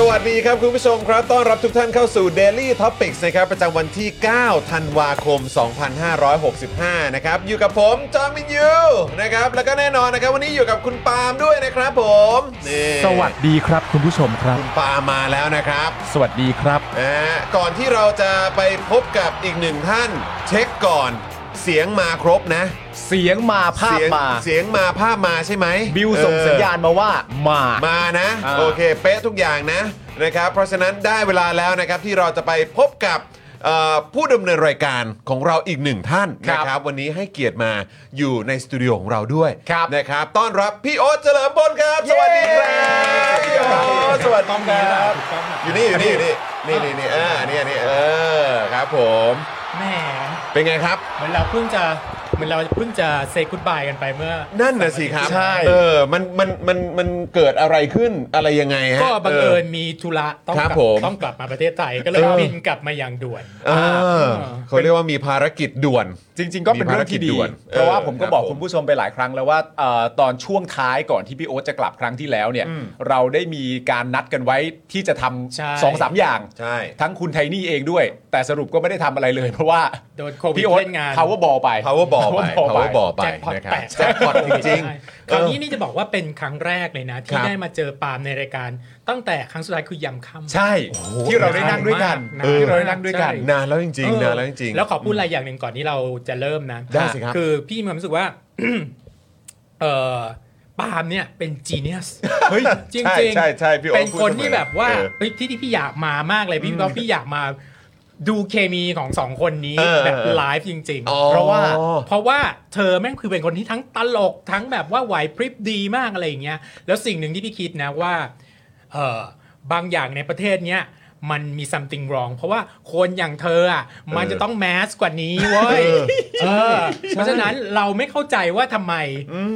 สวัสดีครับคุณผู้ชมครับ ต้อนรับทุกท่านเข้าสู่ Daily Topics นะครับ ประจำวันที่ 9 ธันวาคม 2565 นะครับ อยู่กับผม จอห์นวินยูนะครับ แล้วก็แน่นอนนะครับ วันนี้อยู่กับคุณปาล์มด้วยนะครับผมนี่ สวัสดีครับคุณผู้ชมครับ คุณปาล์มมาแล้วนะครับ สวัสดีครับ อ่าก่อนที่เราจะไปพบกับอีกหนึ่งท่าน เช็คก่อนเสียงมาครบนะ เสียงมาภาพ เสียง มา เสียงมาภาพมาใช่ไหม บิวส่ง เออ สัญญาณมาว่ามา มานะ อ่า โอเค เป๊ะทุกอย่างนะนะครับ เพราะฉะนั้นได้เวลาแล้วนะครับที่เราจะไปพบกับเอ่อผู้ดำเนินรายการของเราอีกหนึ่งท่านนะครับ วันนี้ให้เกียรติมาอยู่ในสตูดิโอของเราด้วยนะครับ ต้อนรับพี่โอ๊ตเฉลิมพลครับ สวัสดีครับพี่โอ๊ตสวัสดีครับอยู่นี่อยู่นี่อยู่นี่นี่นี่นี่อ่าเนี่ยเนี่ยเออครับผม แหม เป็นไงครับ เหมือนเราเพิ่งจะเหมือนเราเพิ่งจะเซ y g ุ o บายกันไปเมื่อ นั่นนะสิครับ ใช่ เออมันมันมันมันเกิดอะไรขึ้นอะไรยังไงฮะ ก็บังเอิญมีธุระต้อง ค ก รั ลั บผม ต้องกลับมาประเทศไทยก็เลย เออ บินกลับมาอย่างด่วน เออเขาเรียกว่ามีภารกิจด่วน จริง ๆ ก็เป็นเรื่องที่ มี ดี ภารกิจด่วน เพราะว่าผมก็ เออครับ บอกคุณผู้ชมไปหลายครั้งแล้วว่าเอ่อตอนช่วงท้ายก่อนที่พี่โอ๊ตจะกลับครั้งที่แล้วเนี่ย เราได้มีการนัดกันไว้ที่จะท ใช่ ำสองสามอย่าง ใช่ ทั้งคุณไทนี่เองด้วย แต่สรุปก็ไม่ได้ทำอะไรเลย เพราะว่า โดนโควิด พี่โอ๊ต เล่นงาน powerball ไป powerball ไป powerball ไป แจ็คพอต นะครับ แปด แจ็คพอตจริงๆ คราวนี้ เออ นี่จะบอกว่าเป็นครั้งแรกเลยนะ ค ที่ รับ ได้มาเจอปาล์มในรายการ ตั้งแต่ครั้งสุดท้ายคือยำค่ำ ใช่ที่เราได้นั่งด้วยกัน เออ ที่เราได้นั่งด้วยกัน นานแล้วจริง เออ ๆนานแล้วจริงๆ แล้วขอพูดอะไรอย่างหนึ่งก่อนที่เราจะเริ่มนะ ได้สิครับ อพี่มีความรู้สึกว่า เออปาล์มเนี่ยเป็นจีเนี ยส เฮ้ย จริง ใช่ ๆ ใช่ใช่พี่โอ๊ต เป็นคนที่ พูดเสมอ แบบว่า เออ เฮ้ยที่ที่พี่อยากมามากเลยพี่ว่าพี่อยากมาดูเคมีของสองคนนี้ เออ แบบ เออ ไลฟ์จริง อ๋อ ๆ เพราะว่า เพราะว่าเธอแม่งคือเป็นคนที่ทั้งตลกทั้งแบบว่าไหวพริบดีมากอะไรอย่างเงี้ย แล้วสิ่งหนึ่งที่พี่คิดนะว่าเออบางอย่างในประเทศเนี้ยมันมี something wrong เพราะว่าคนอย่างเธออ่ะมันจะต้องแมสกว่านี้เว้ยเออเพราะฉะนั้นเราไม่เข้าใจว่าทำไม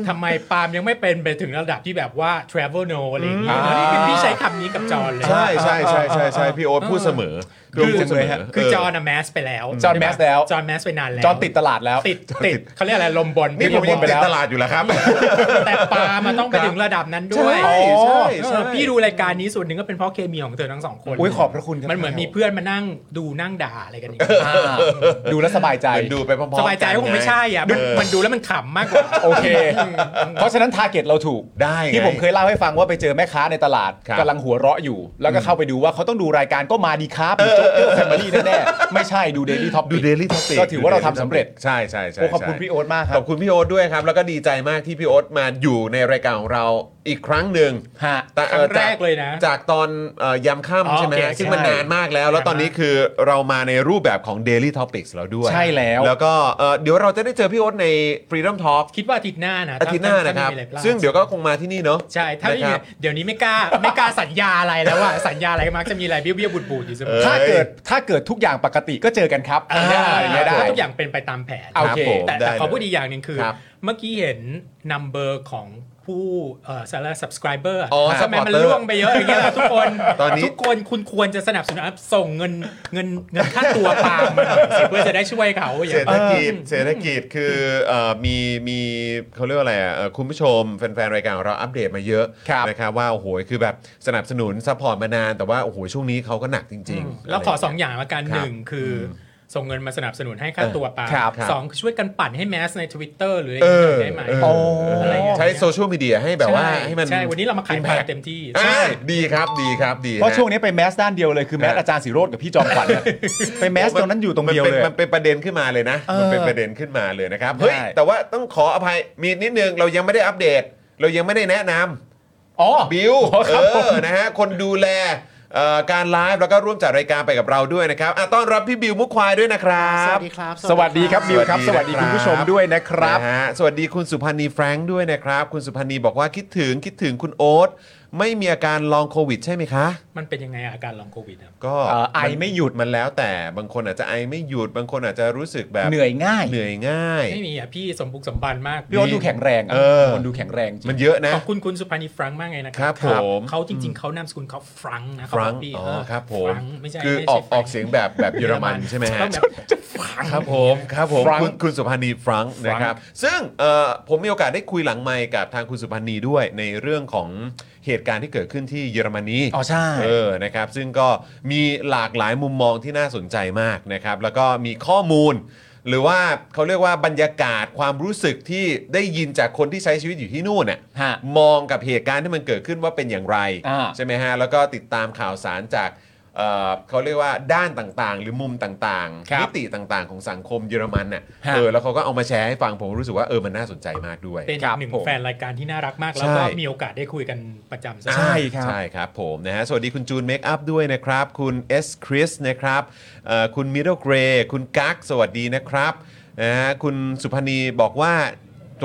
ทำไมปาล์มยังไม่เป็นไปถึงระดับที่แบบว่า travel no อะไรอย่างเงี้ย อืม นะพี่ใช้คำนี้กับจอห์นเลย ใช่ใช่ใช่ใช่ใช่พี่โอ๊ตพูดเสมอ คือ พี่โตพูดเสม คือคือจอห์นอะแมสไปแล้ว จอห์นแมสแล้ว จอห์นแมสไปนานแล้ว จอนติดตลาดแล้ว ติดติดเขาเรียกอะไรลมบอล นี่ผมยัง ไป ติด แล้ว ตลาดอยู่แล้วครับ แต่ปลามันต้องไปถึงระดับนั้นด้วย ใช่ใช่ เออ ใช่ พี่ดูรายการนี้ส่วนหนึ่งก็เป็นเพราะเคมีของเธอทั้งสองคน อุ๊ยขอบพระคุณครับ มันเหมือนมีเพื่อนมานั่งดูนั่งด่าอะไรกันอย่างเงี้ย อ่าดูแลวสบายใจ เหมือนดูไปพร้อมๆ สบายใจก็คงไม่ใช่อ่ะ เออ มันดูแล้วมันขำมากกว่า โอเค เพราะฉะนั้นทาร์เก็ตเราถูก ได้ไง ที่ผมเคยเล่าให้ฟังว่าไปเจอแม่ค้าในตลาด ครับ กำลังหัวเราะอยู่ แล้วก็เข้าไปดูว่าเขาต้องดูรายการก็มาดีครับโจ๊กเกอร์แฟมิลี่แน่ๆไม่ใช่ดูเดลี่ท็อป ดู Daily Topic ก็ถือว่าเราทำสำเร็จ ใช่ใช่ใช่ โอ้ขอบคุณ ใช่ พี่โอ๊ตมากค ข รั อ บบ คุณพี่โอ๊ตด้วยครับ แล้วก็ดีใจมากที่พี่โอ๊ตมาอยู่ในรายการของเราอีกครั้งหนึ่ง ฮะ แต่ ครั้ เอ่อง แรจากก เลยนะ จากตอนเอ่อยาม อ๋ ค่ำ อ ใช่ไหม โอเค ซึ่งมัน ใช่ นานมากแล้ว แล้ว นานมาก ตอนนี้คือเรามาในรูปแบบของ Daily Topics แล้วด้วย ใช่แล้ว แล้วก็เอ่อเดี๋ยวเราจะได้เจอพี่โอ๊ตใน Freedom Talk คิดว่าอาทิตย์หน้านะ อาทิตย์หน้านะครับ ถ้มีอไพลาด ซึ่งเดี๋ยวก็คงมาที่นี่เนาะ ใช่ถ้าไม่ นะค มี รับ เดี๋ยวนี้ไม่กล้าไม่กล้าสัญญาอะไรแล้วอ่ะสัญญาอะไรก็มักจะมีอะไรเบี้ยวเบี้ยวบูดบูดอยู่เสมอ ถ้าเกิดถ้าเกิดทุกอย่างปกติก็เจอกันครับ อ่า อย่างเงี้ยได้ ทุกอย่างเป็นไปตามแผน เอา รับผม แต่ ได้ แต่ขอ เลย พูดอีกอย่างหนึ่งคือ ครับ เมื่อกี้เห็นนัมเบอร์ของ ผู้เอ่อสาระ subscriber อ๋อ ทำไมมัน supporter ล่วงไปเยอะอย่างเงี้ยล่ะทุกคน ตอนนี้ ทุกคนคุณควรจะสนับสนุนอัพส่งเงินเงินเงินค่าตัวปาล์มมาหน่อย สิเพื่อจะได้ช่วยเขาอย่า เศรง ษฐกิจเศรษฐกิจคือเอ่อมีมีเขาเรียกว่าอะไรอ่ะเอ่อคุณผู้ชมแฟนๆรายการของเราอัปเดตมาเยอะ ครับ นะครับว่าโอ้โหคือแบบสนับสนุนซัพพอร์ตมานานแต่ว่าโอ้โหช่วงนี้เขาก็หนักจริงๆ แล้วขอสอง ะไร อย่างละกัน ครับ หนึ่งคือส่งเงินมาสนับสนุนให้ค่าตัวปาล์ม ครับ สองคือช่วยกันปั่นให้แมสใน Twitter หรืออะ เอ ไร อ อย่างเงี้ยได้ไหม เออ โอ้ อะไรอย่างเงี้ย ใช้โซเชียลมีเดียให้แบบว่า ช่ ให้มัน ใช่วันนี้เรามาขาย อิม แพ แพ เต็มที่ ใช่ ใช่ ดีครับดีครับดี เพราะ ฮ ช่วงนี้ไปแมสด้านเดียวเลยคือแมส นะ อาจารย์สิโรธกับพี่จอมขวัญเนี่ยไปแมสตรงนั้นอยู่ตรงเดียวเลย มันป็นมันเป็นประเด็นขึ้นมาเลยนะ เออ มันเป็นประเด็นขึ้นมาเลยนะครับเฮ้ย ใช่ แต่ว่าต้องขออภัยมีนิดนึงเรายังไม่ได้อัปเดต เรายังไม่ได้แนะนำ อ๋อ บิว อ๋อค เอ รับผม อนะฮะคนดูแลเอ่อการไลฟ์แล้วก็ร่วมจัดรายการไปกับเราด้วยนะครับอ่ะต้อนรับพี่บิวมุกควายด้วยนะครับ สวัสดีครับบิวครับ ส ส วั วั ส ส ดี ดี ครับ คุณผู้ชมด้วยนะครับ นะฮะสวัสดีคุณสุพันธ์นีแฟรงค์ด้วยนะครับ คุณสุพันธ์นีบอกว่าคิดถึงคิดถึงคุณโอ๊ตไม่มีอาการลองโควิดใช่ไหมคะ มันเป็นยังไงอาการลองโควิดครับ ก็ เอ่อไอไม่หยุด มันแล้วแต่บางคนอาจจะไอไม่หยุดบางคนอาจจะรู้สึกแบบ เหนื่อยง่าย เหนื่อยง่าย ไม่มีอ่ะพี่สมบุกสมบันมาก พี่โอ๊ตดูแข็งแรงอะ เออ คนดูแข็งแรงจริง มันเยอะนะ ขอบคุณคุณสุภานีฟรังก์มากเลยนะค ครั รับ ผม เขาจริงๆเขานามสกุลเขาฟรังก์นะ ฟรัง เขาอก ค์ พี่ อ๋อ เ ครับผม ฟรังก์ไม่ใช่ คือ ไม่ อ ใช่ อกออกเสียงแบบแบบเยอรมันใช่ไหมฮะ ต้องแบบ ครับผมครับผม Frank คุณคุณสุพันธ์นีฟรังค์นะครับ ซึ่งเอ่อผมมีโอกาสได้คุยหลังไมค์กับทางคุณสุพันธ์นีด้วยในเรื่องของเหตุการณ์ที่เกิดขึ้นที่เยอรมนี อ๋อใช่ เออนะครับ ซึ่งก็มีหลากหลายมุมมองที่น่าสนใจมากนะครับ แล้วก็มีข้อมูล หรือว่าเขาเรียกว่าบรรยากาศความรู้สึกที่ได้ยินจากคนที่ใช้ชีวิตอยู่ที่นู่นน่ะ ฮะ มองกับเหตุการณ์ที่มันเกิดขึ้นว่าเป็นอย่างไร อ่า ใช่ไหมฮะ แล้วก็ติดตามข่าวสารจากเอ่อเขาเรียกว่าด้านต่างๆ หรือมุมต่าง ครั ๆ บ มิติต่างๆ ของสังคมเยอรมันเนี่ย ฮะ เออแล้วเขาก็เอามาแชร์ให้ฟังผมรู้สึกว่าเออมันน่าสนใจมากด้วย เป็นอีกหนึ่ง ผม แฟนรายการที่น่ารักมาก ใช่ แล้วก็มีโอกาสได้คุยกันประจำซะ ใช่ ครับ ใช่ครับผมนะฮะสวัสดีคุณจูนเมคอัพด้วยนะครับ คุณ S คริสนะครับเอ่อคุณมิดเดิลเกรคุณกั๊กสวัสดีนะครับนะฮะคุณสุพนีบอกว่า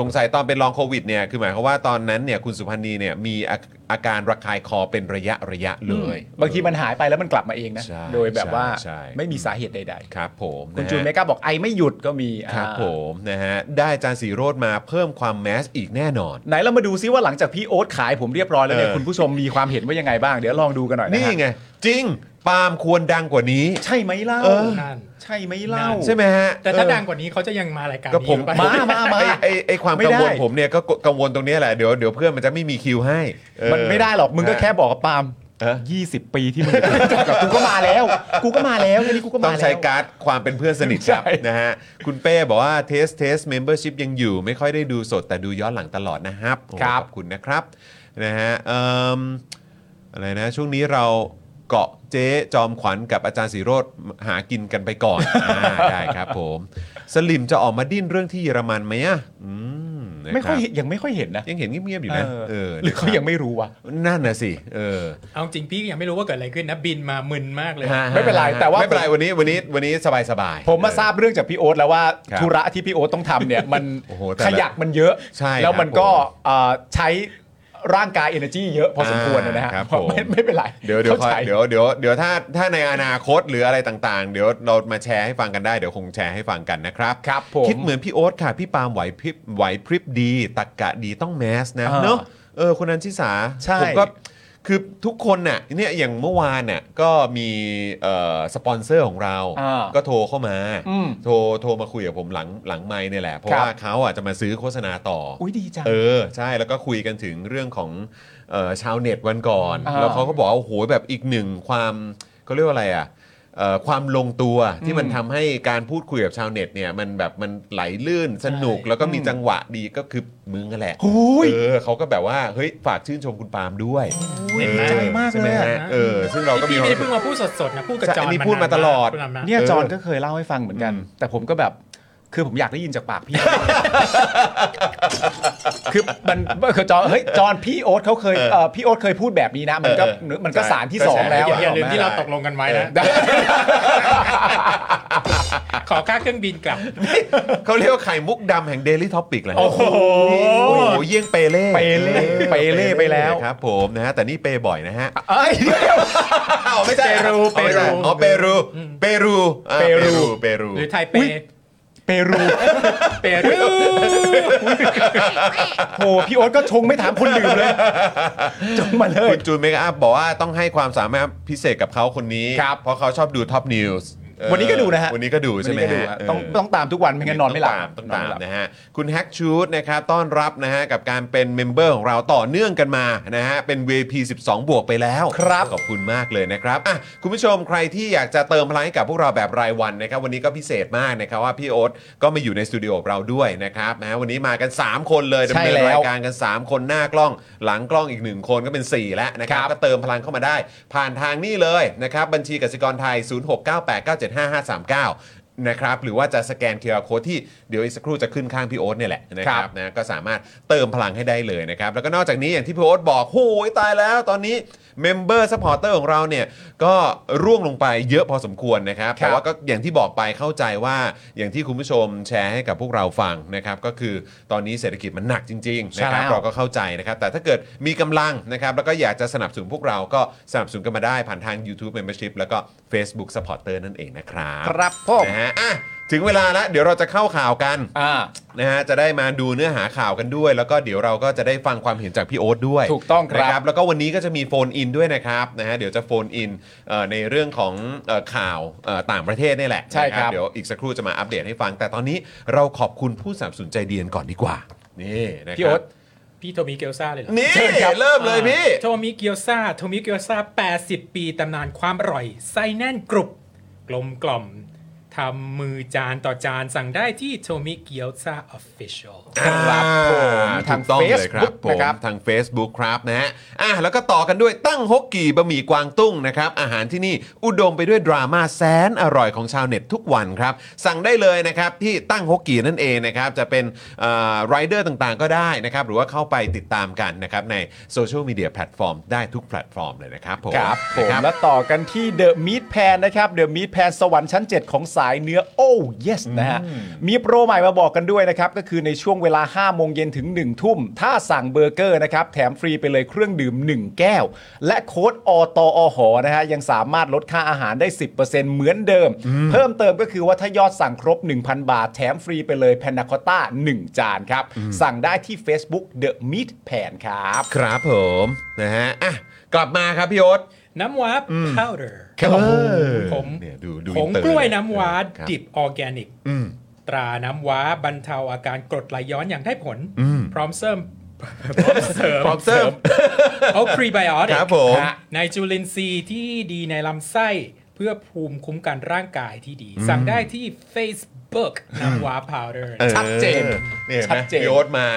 สงสัยตอนเป็นลองโควิดเนี่ยคือหมายความว่าตอนนั้นเนี่ยคุณสุพนีเนี่ยมีอาอาการระคายคอเป็นระยะระยะเลย บางทีมันหายไปแล้วมันกลับมาเองนะ ใช่ โดยแบบว่า ใช่ใช่ ไม่มีสาเหตุใด ครับผมนะๆฮะ คุณจูนเมกาบอกไอไม่หยุดก็มี ครับ อ่า ผมนะฮะ ได้จานสีโรดมาเพิ่มความแมสอีกแน่นอน ไหนเรามาดูซิว่าหลังจากพี่โอ๊ตขายผมเรียบร้อยแล้วเนี่ย เออ คุณผู้ชมมีความเห็นว่ายังไงบ้างเดี๋ยวลองดูกันหน่อยนะ นี่ ฮะ ไง จริง ปาล์มควรดังกว่านี้ ใช่ไหมเล่า เออ นั่น ใช่ไหมเล่า นั่น ใช่ไหมฮะ แต่ถ้า เออ ดังกว่านี้เขาจะยังมารายการ ก็ นี้ ผม หรือเปล่ มามามา ไอ้ไอ้ไอ้ความ ไม่ กัง ได้ วลผมเนี่ยก็กังวลตรงเนี้ยแหละเดี๋ยวเดี๋ยวเพื่อนมันจะไม่มีคิวให้เออ มันไม่ได้หรอกมึงก็แค่บอกกับปาล์ม เออ ยี่สิบปีที่มึงกับกูก็มาแล้ว กูก็มาแล้วเนี่ยนี่กูก็มา ต้อง แล้ว ใช้การ์ดความเป็นเพื่อนสนิทครับ ใช่ นะฮะ คุณเป้บอกว่าเทสเทสเมมเบอร์ชิพยังอยู่ ไม่ค่อยได้ดูสดแต่ดูย้อนหลังตลอดนะครับโอ้ขอบคุณนะครับนะฮะเอิ่มอะไรนะ ช่วงนี้เราเกาะเจ๊จอมขวัญกับอาจารย์สีโรธหากินกันไปก่อน อ่าได้ครับผมสลิมจะออกมาดิ้นเรื่องที่เยอรมันไหมอ่ะอืมนะรับ ไม่ค่อยเห็นยังไม่ค่อยเห็นนะ ยังเห็นเงียบๆอยู่นะ เออห นะ รือเขา คบ ยังไม่รู้วะ นั่นน่ะสิเออ เอาจริงพี่ยังไม่รู้ว่าเกิดอะไรขึ้นนะบินมามึนมากเลย ฮะ ไม่เป็นไรแต่ว่า ไม่เป็นไรวันนี้วันนี้วันนี้สบายสบายๆ ผมมา เออ ทราบเรื่องจากพี่โอ๊ตแล้วว่า ครับ ธุระที่พี่โอ๊ตต้องทำเนี่ย มัน โอ้โหแต่ละ ขยักมันเยอะ ใช่ แล้วมัน ครับ ก็ ผม เอ่อใช้ร่างกาย energy เยอะพอสมควรนะอ่าฮะครับผม ไม่ไม่เป็นไร เดี๋ยวเดี๋ยว ข้าใจ เดี๋ยวเดี๋ยวเดี๋ยวถ้าถ้าในอนาคตหรืออะไรต่างๆ เดี๋ยวเรามาแชร์ให้ฟังกันได้เดี๋ยวคงแชร์ให้ฟังกันนะครับ ครับผม คิดเหมือนพี่โอ๊ตค่ะ พี่ปาล์มไหวพริบไหวพริบดี ตักกะดีต้องแมสนะ อ่า เนอะเออคุณนันชิสา ใช่ ผมก็คือทุกคนน่ะเนี่ยอย่างเมื่อวานเนี่ยก็มีเอ่อสปอนเซอร์ของเรา อ่า ก็โทรเข้ามา อืม โทรโทรมาคุยกับผมหลังหลังไมค์เนี่ยแหละ เพราะ ครับ ว่าเขาอ่ะจะมาซื้อโฆษณาต่ออ อุ้ยดีจัง เออ ใช่แล้วก็คุยกันถึงเรื่องของเอ่อชาวเน็ตวันก่อน อ่า แล้วเขาก็บอกว่าโอ้โหแบบอีกหนึ่งความเขาเรียกว่าอะไรอ่ะเอ่อความลงตัวที่มันทำให้การพูดคุยกับชาวเน็ตเนี่ยมันแบบมันไหลลื่นสนุก ใช่ แล้วก็มี อืม จังหวะดีก็คือมึงนั่นแหละ โอ้ย เออเขาก็แบบว่าเฮ้ยฝากชื่นชมคุณปาล์มด้วย เห็นไหม ออ ใจมากเลยอะ ใช่ไหฮะเออซึ่งเราก็มี พี่ ควา ไม่ มรู้สึได้เพิ่ ก งมาพูดสดๆนะพูดกับ ใช่ จอ อัน น นี้พูดมาตลอด พูมาะ เนี่ย เออ จอนก็เคยเล่าให้ฟังเหมือนกัน อืม แต่ผมก็แบบ คือผมอยากได้ยินจากปากพี่ คือมันคือจอนเฮ้ยจอนพี่โอ๊ตเขาเคยเอ่อพี่โอ๊ตเคยพูดแบบนี้นะ มันก็ เออ มันก็ ใช่ สารที่สองแล้ว อย่า อะ อย่าลืม ไม่ได้ ที่เราตกลงกันไว้นะขอค่าเครื่องบินกลับ เขาเรียกว่าไข่มุกดำแห่ง Daily Topic เลยโอ้โหเยี่ยงเปเล่ เปเล่เปเล่ไปแล้ว ครับผมนะฮะแต่นี่เปบ่อยนะฮะ เอ้ยเดี๋ยว อ้าวไม่ใช่ เปรู อ๋อไม่ใช่ เปรู อ๋อเปรู เปรูอ่าเปรู เปรู หรือไทเป อุ๊ย เปรู เปรู โหพี่โอ๊ตก็ชงไม่ถามคนดื่มเลยชงมาเลย คุณจูนเมคอัพบอกว่าต้องให้ความสามารถพิเศษกับเขาคนนี้ ครับ เพราะเขาชอบดูท็อปนิวส์ วันนี้ก็ดูนะฮะ วันนี้ก็ดูใช่ไหม วันนี้ก็ดู ฮะ ฮะ เ ต้องต้องตามทุกวันไม่งั้นนอนไม่หลับ ต้องตาม นน ต้องตามไหลับ นะฮะคุณแฮกชูดนะครับต้อนรับนะฮะกับการเป็นเมมเบอร์ของเราต่อเนื่องกันมานะฮะเป็น VP 12 บวกไปแล้ว ครับ ขอบคุณมากเลยนะครับอ่ะคุณผู้ชมใครที่อยากจะเติมพลังให้กับพวกเราแบบรายวันนะครับวันนี้ก็พิเศษมากนะครับว่าพี่โอ๊ตก็มาอยู่ในสตูดิโอของเราด้วยนะครับนะฮะวันนี้มากัน 3 คนเลยดำ ใช่ เนิน แล้ว รายการกัน 3 คนหน้ากล้องหลังกล้องอีก 1 คนก็เป็น 4 แล้วนะครับก็เติมพลังเข้ามาได้ ผ่านทางนี้เลยนะครับบัญชีกสิกรไทย 0698975539 นะครับหรือว่าจะสแกนเคอร์โค้ดที่เดี๋ยวอีกสักครู่จะขึ้นข้างพี่โอ๊ตเนี่ยแหละนะครั ครับ บ นะก็สามารถเติมพลังให้ได้เลยนะครับ แล้วก็นอกจากนี้อย่างที่พี่โอ๊ตบอกโอ้ยตายแล้วตอนนี้เมมเบอร์สปอร์เตอร์ของเราเนี่ยก็ร่วงลงไปเยอะพอสมควรนะครับ ครับ แต่ว่าก็อย่างที่บอกไปเข้าใจว่าอย่างที่คุณผู้ชมแชร์ให้กับพวกเราฟังนะครับก็คือตอนนี้เศรษฐกิจมันหนักจริงๆนะครับ ใช่แล้ว เราก็เข้าใจนะครับแต่ถ้าเกิดมีกำลังนะครับแล้วก็อยากจะสนับสนุนพวกเราก็สนับสนุนกันมาได้ผ่านทาง YouTube Membership แล้วก็ Facebook Supporter นั่นเองนะครับ ครับผม นะฮะอ่ะถึงเวลาแล้วเดี๋ยวเราจะเข้าข่าวกัน อ่า นะฮะจะได้มาดูเนื้อหาข่าวกันด้วย แล้วก็เดี๋ยวเราก็จะได้ฟังความเห็นจากพี่โอ๊ตด้วย ถูกต้องครับ นะแล้วก็วันนี้ก็จะมีโฟนอินด้วยนะครับนะฮะเดี๋ยวจะโฟนอินเอ่อในเรื่องของเอ่อข่าวเอ่อต่างประเทศนี่แหละ ใช่ครับ นะเดี๋ยวอีกสักครู่จะมาอัปเดตให้ฟัง แต่ตอนนี้เราขอบคุณผู้สนับสนุนใจเดียนก่อนดีกว่านี่นะครับ พี่โอ๊ต พี่โทมิเกียวซาเลยเหรอ นี่ เชิญครับ เริ่มเลยพี่ โทมิเกียวซาโทมิเกียวซา80 ปีตำนานความอร่อยไส้แน่นกรุบกลมกล่อมทำมือจานต่อจานสั่งได้ที่โทมิเกียวซาออฟฟิเชียล ครับผม ทา ทาง ง เฟซบุ๊ก Facebook นะครับ นะครับ ทาง Facebook ครับนะฮะอ่ะแล้วก็ต่อกันด้วยตั้งฮกกี่บะหมี่กวางตุ้งนะครับอาหารที่นี่อุดมไปด้วยดราม่าแสนอร่อยของชาวเน็ตทุกวันครับ สั่งได้เลยนะครับที่ตั้งฮกกี่นั่นเองนะครับจะเป็นรายเดอร์ต่างๆก็ได้นะครับหรือว่าเข้าไปติดตามกันนะครับในโซเชียลมีเดียแพลตฟอร์มได้ทุกแพลตฟอร์มเลยนะครับผม ครับผม นะ แล้วต่อกันที่เดอะม a ทแพนนะครับเดอะม a ทแพนสวรรค์ชั้น 7 ของสายเนื้อโอ้ yes นะฮะ มีโปรใหม่มาบอกกันด้วยนะครับ ก็คือในช่วงเวลา 5 โมงเย็นถึง 1 ทุ่ม ถ้าสั่งเบอร์เกอร์นะครับ แถมฟรีไปเลยเครื่องดื่ม 1 แก้ว และโค้ดอตอหอนะฮะ ยังสามารถลดค่าอาหารได้ 10%เหมือนเดิม เพิ่มเติมก็คือว่าถ้ายอดสั่งครบ 1,000 บาท แถมฟรีไปเลยแพนนาคอต้า1จานครับสั่งได้ที่ Facebook The Meat Pan ครับ ครับผมนะฮะอ่ะกลับมาครับพี่โอ๊ต น้ำว้าพาวเดอร์ ครับ ผง เนี่ยดูดู ผ อิ ง นเตอร์ กล้วยน้ำว้า ครับ ดิบออร์แกนิกตราน้ำว้าบรรเทาอาการกรดไหลย้อนอย่างได้ผล พร้อมเสริม พร้อมเสริม พร้อมเสิร์ฟ เอาพรีไบโอติก ครับผม ในจุลินทรีย์ที่ดีในลำไส้เพื่อภูมิคุ้มกันร่างกายที่ดี สั่งได้ที่ Facebook น้ำว้าพาวเดอร์ ออ ชัดเจน เนี่ย ชัด นะ เจน พี่โอ๊ตมา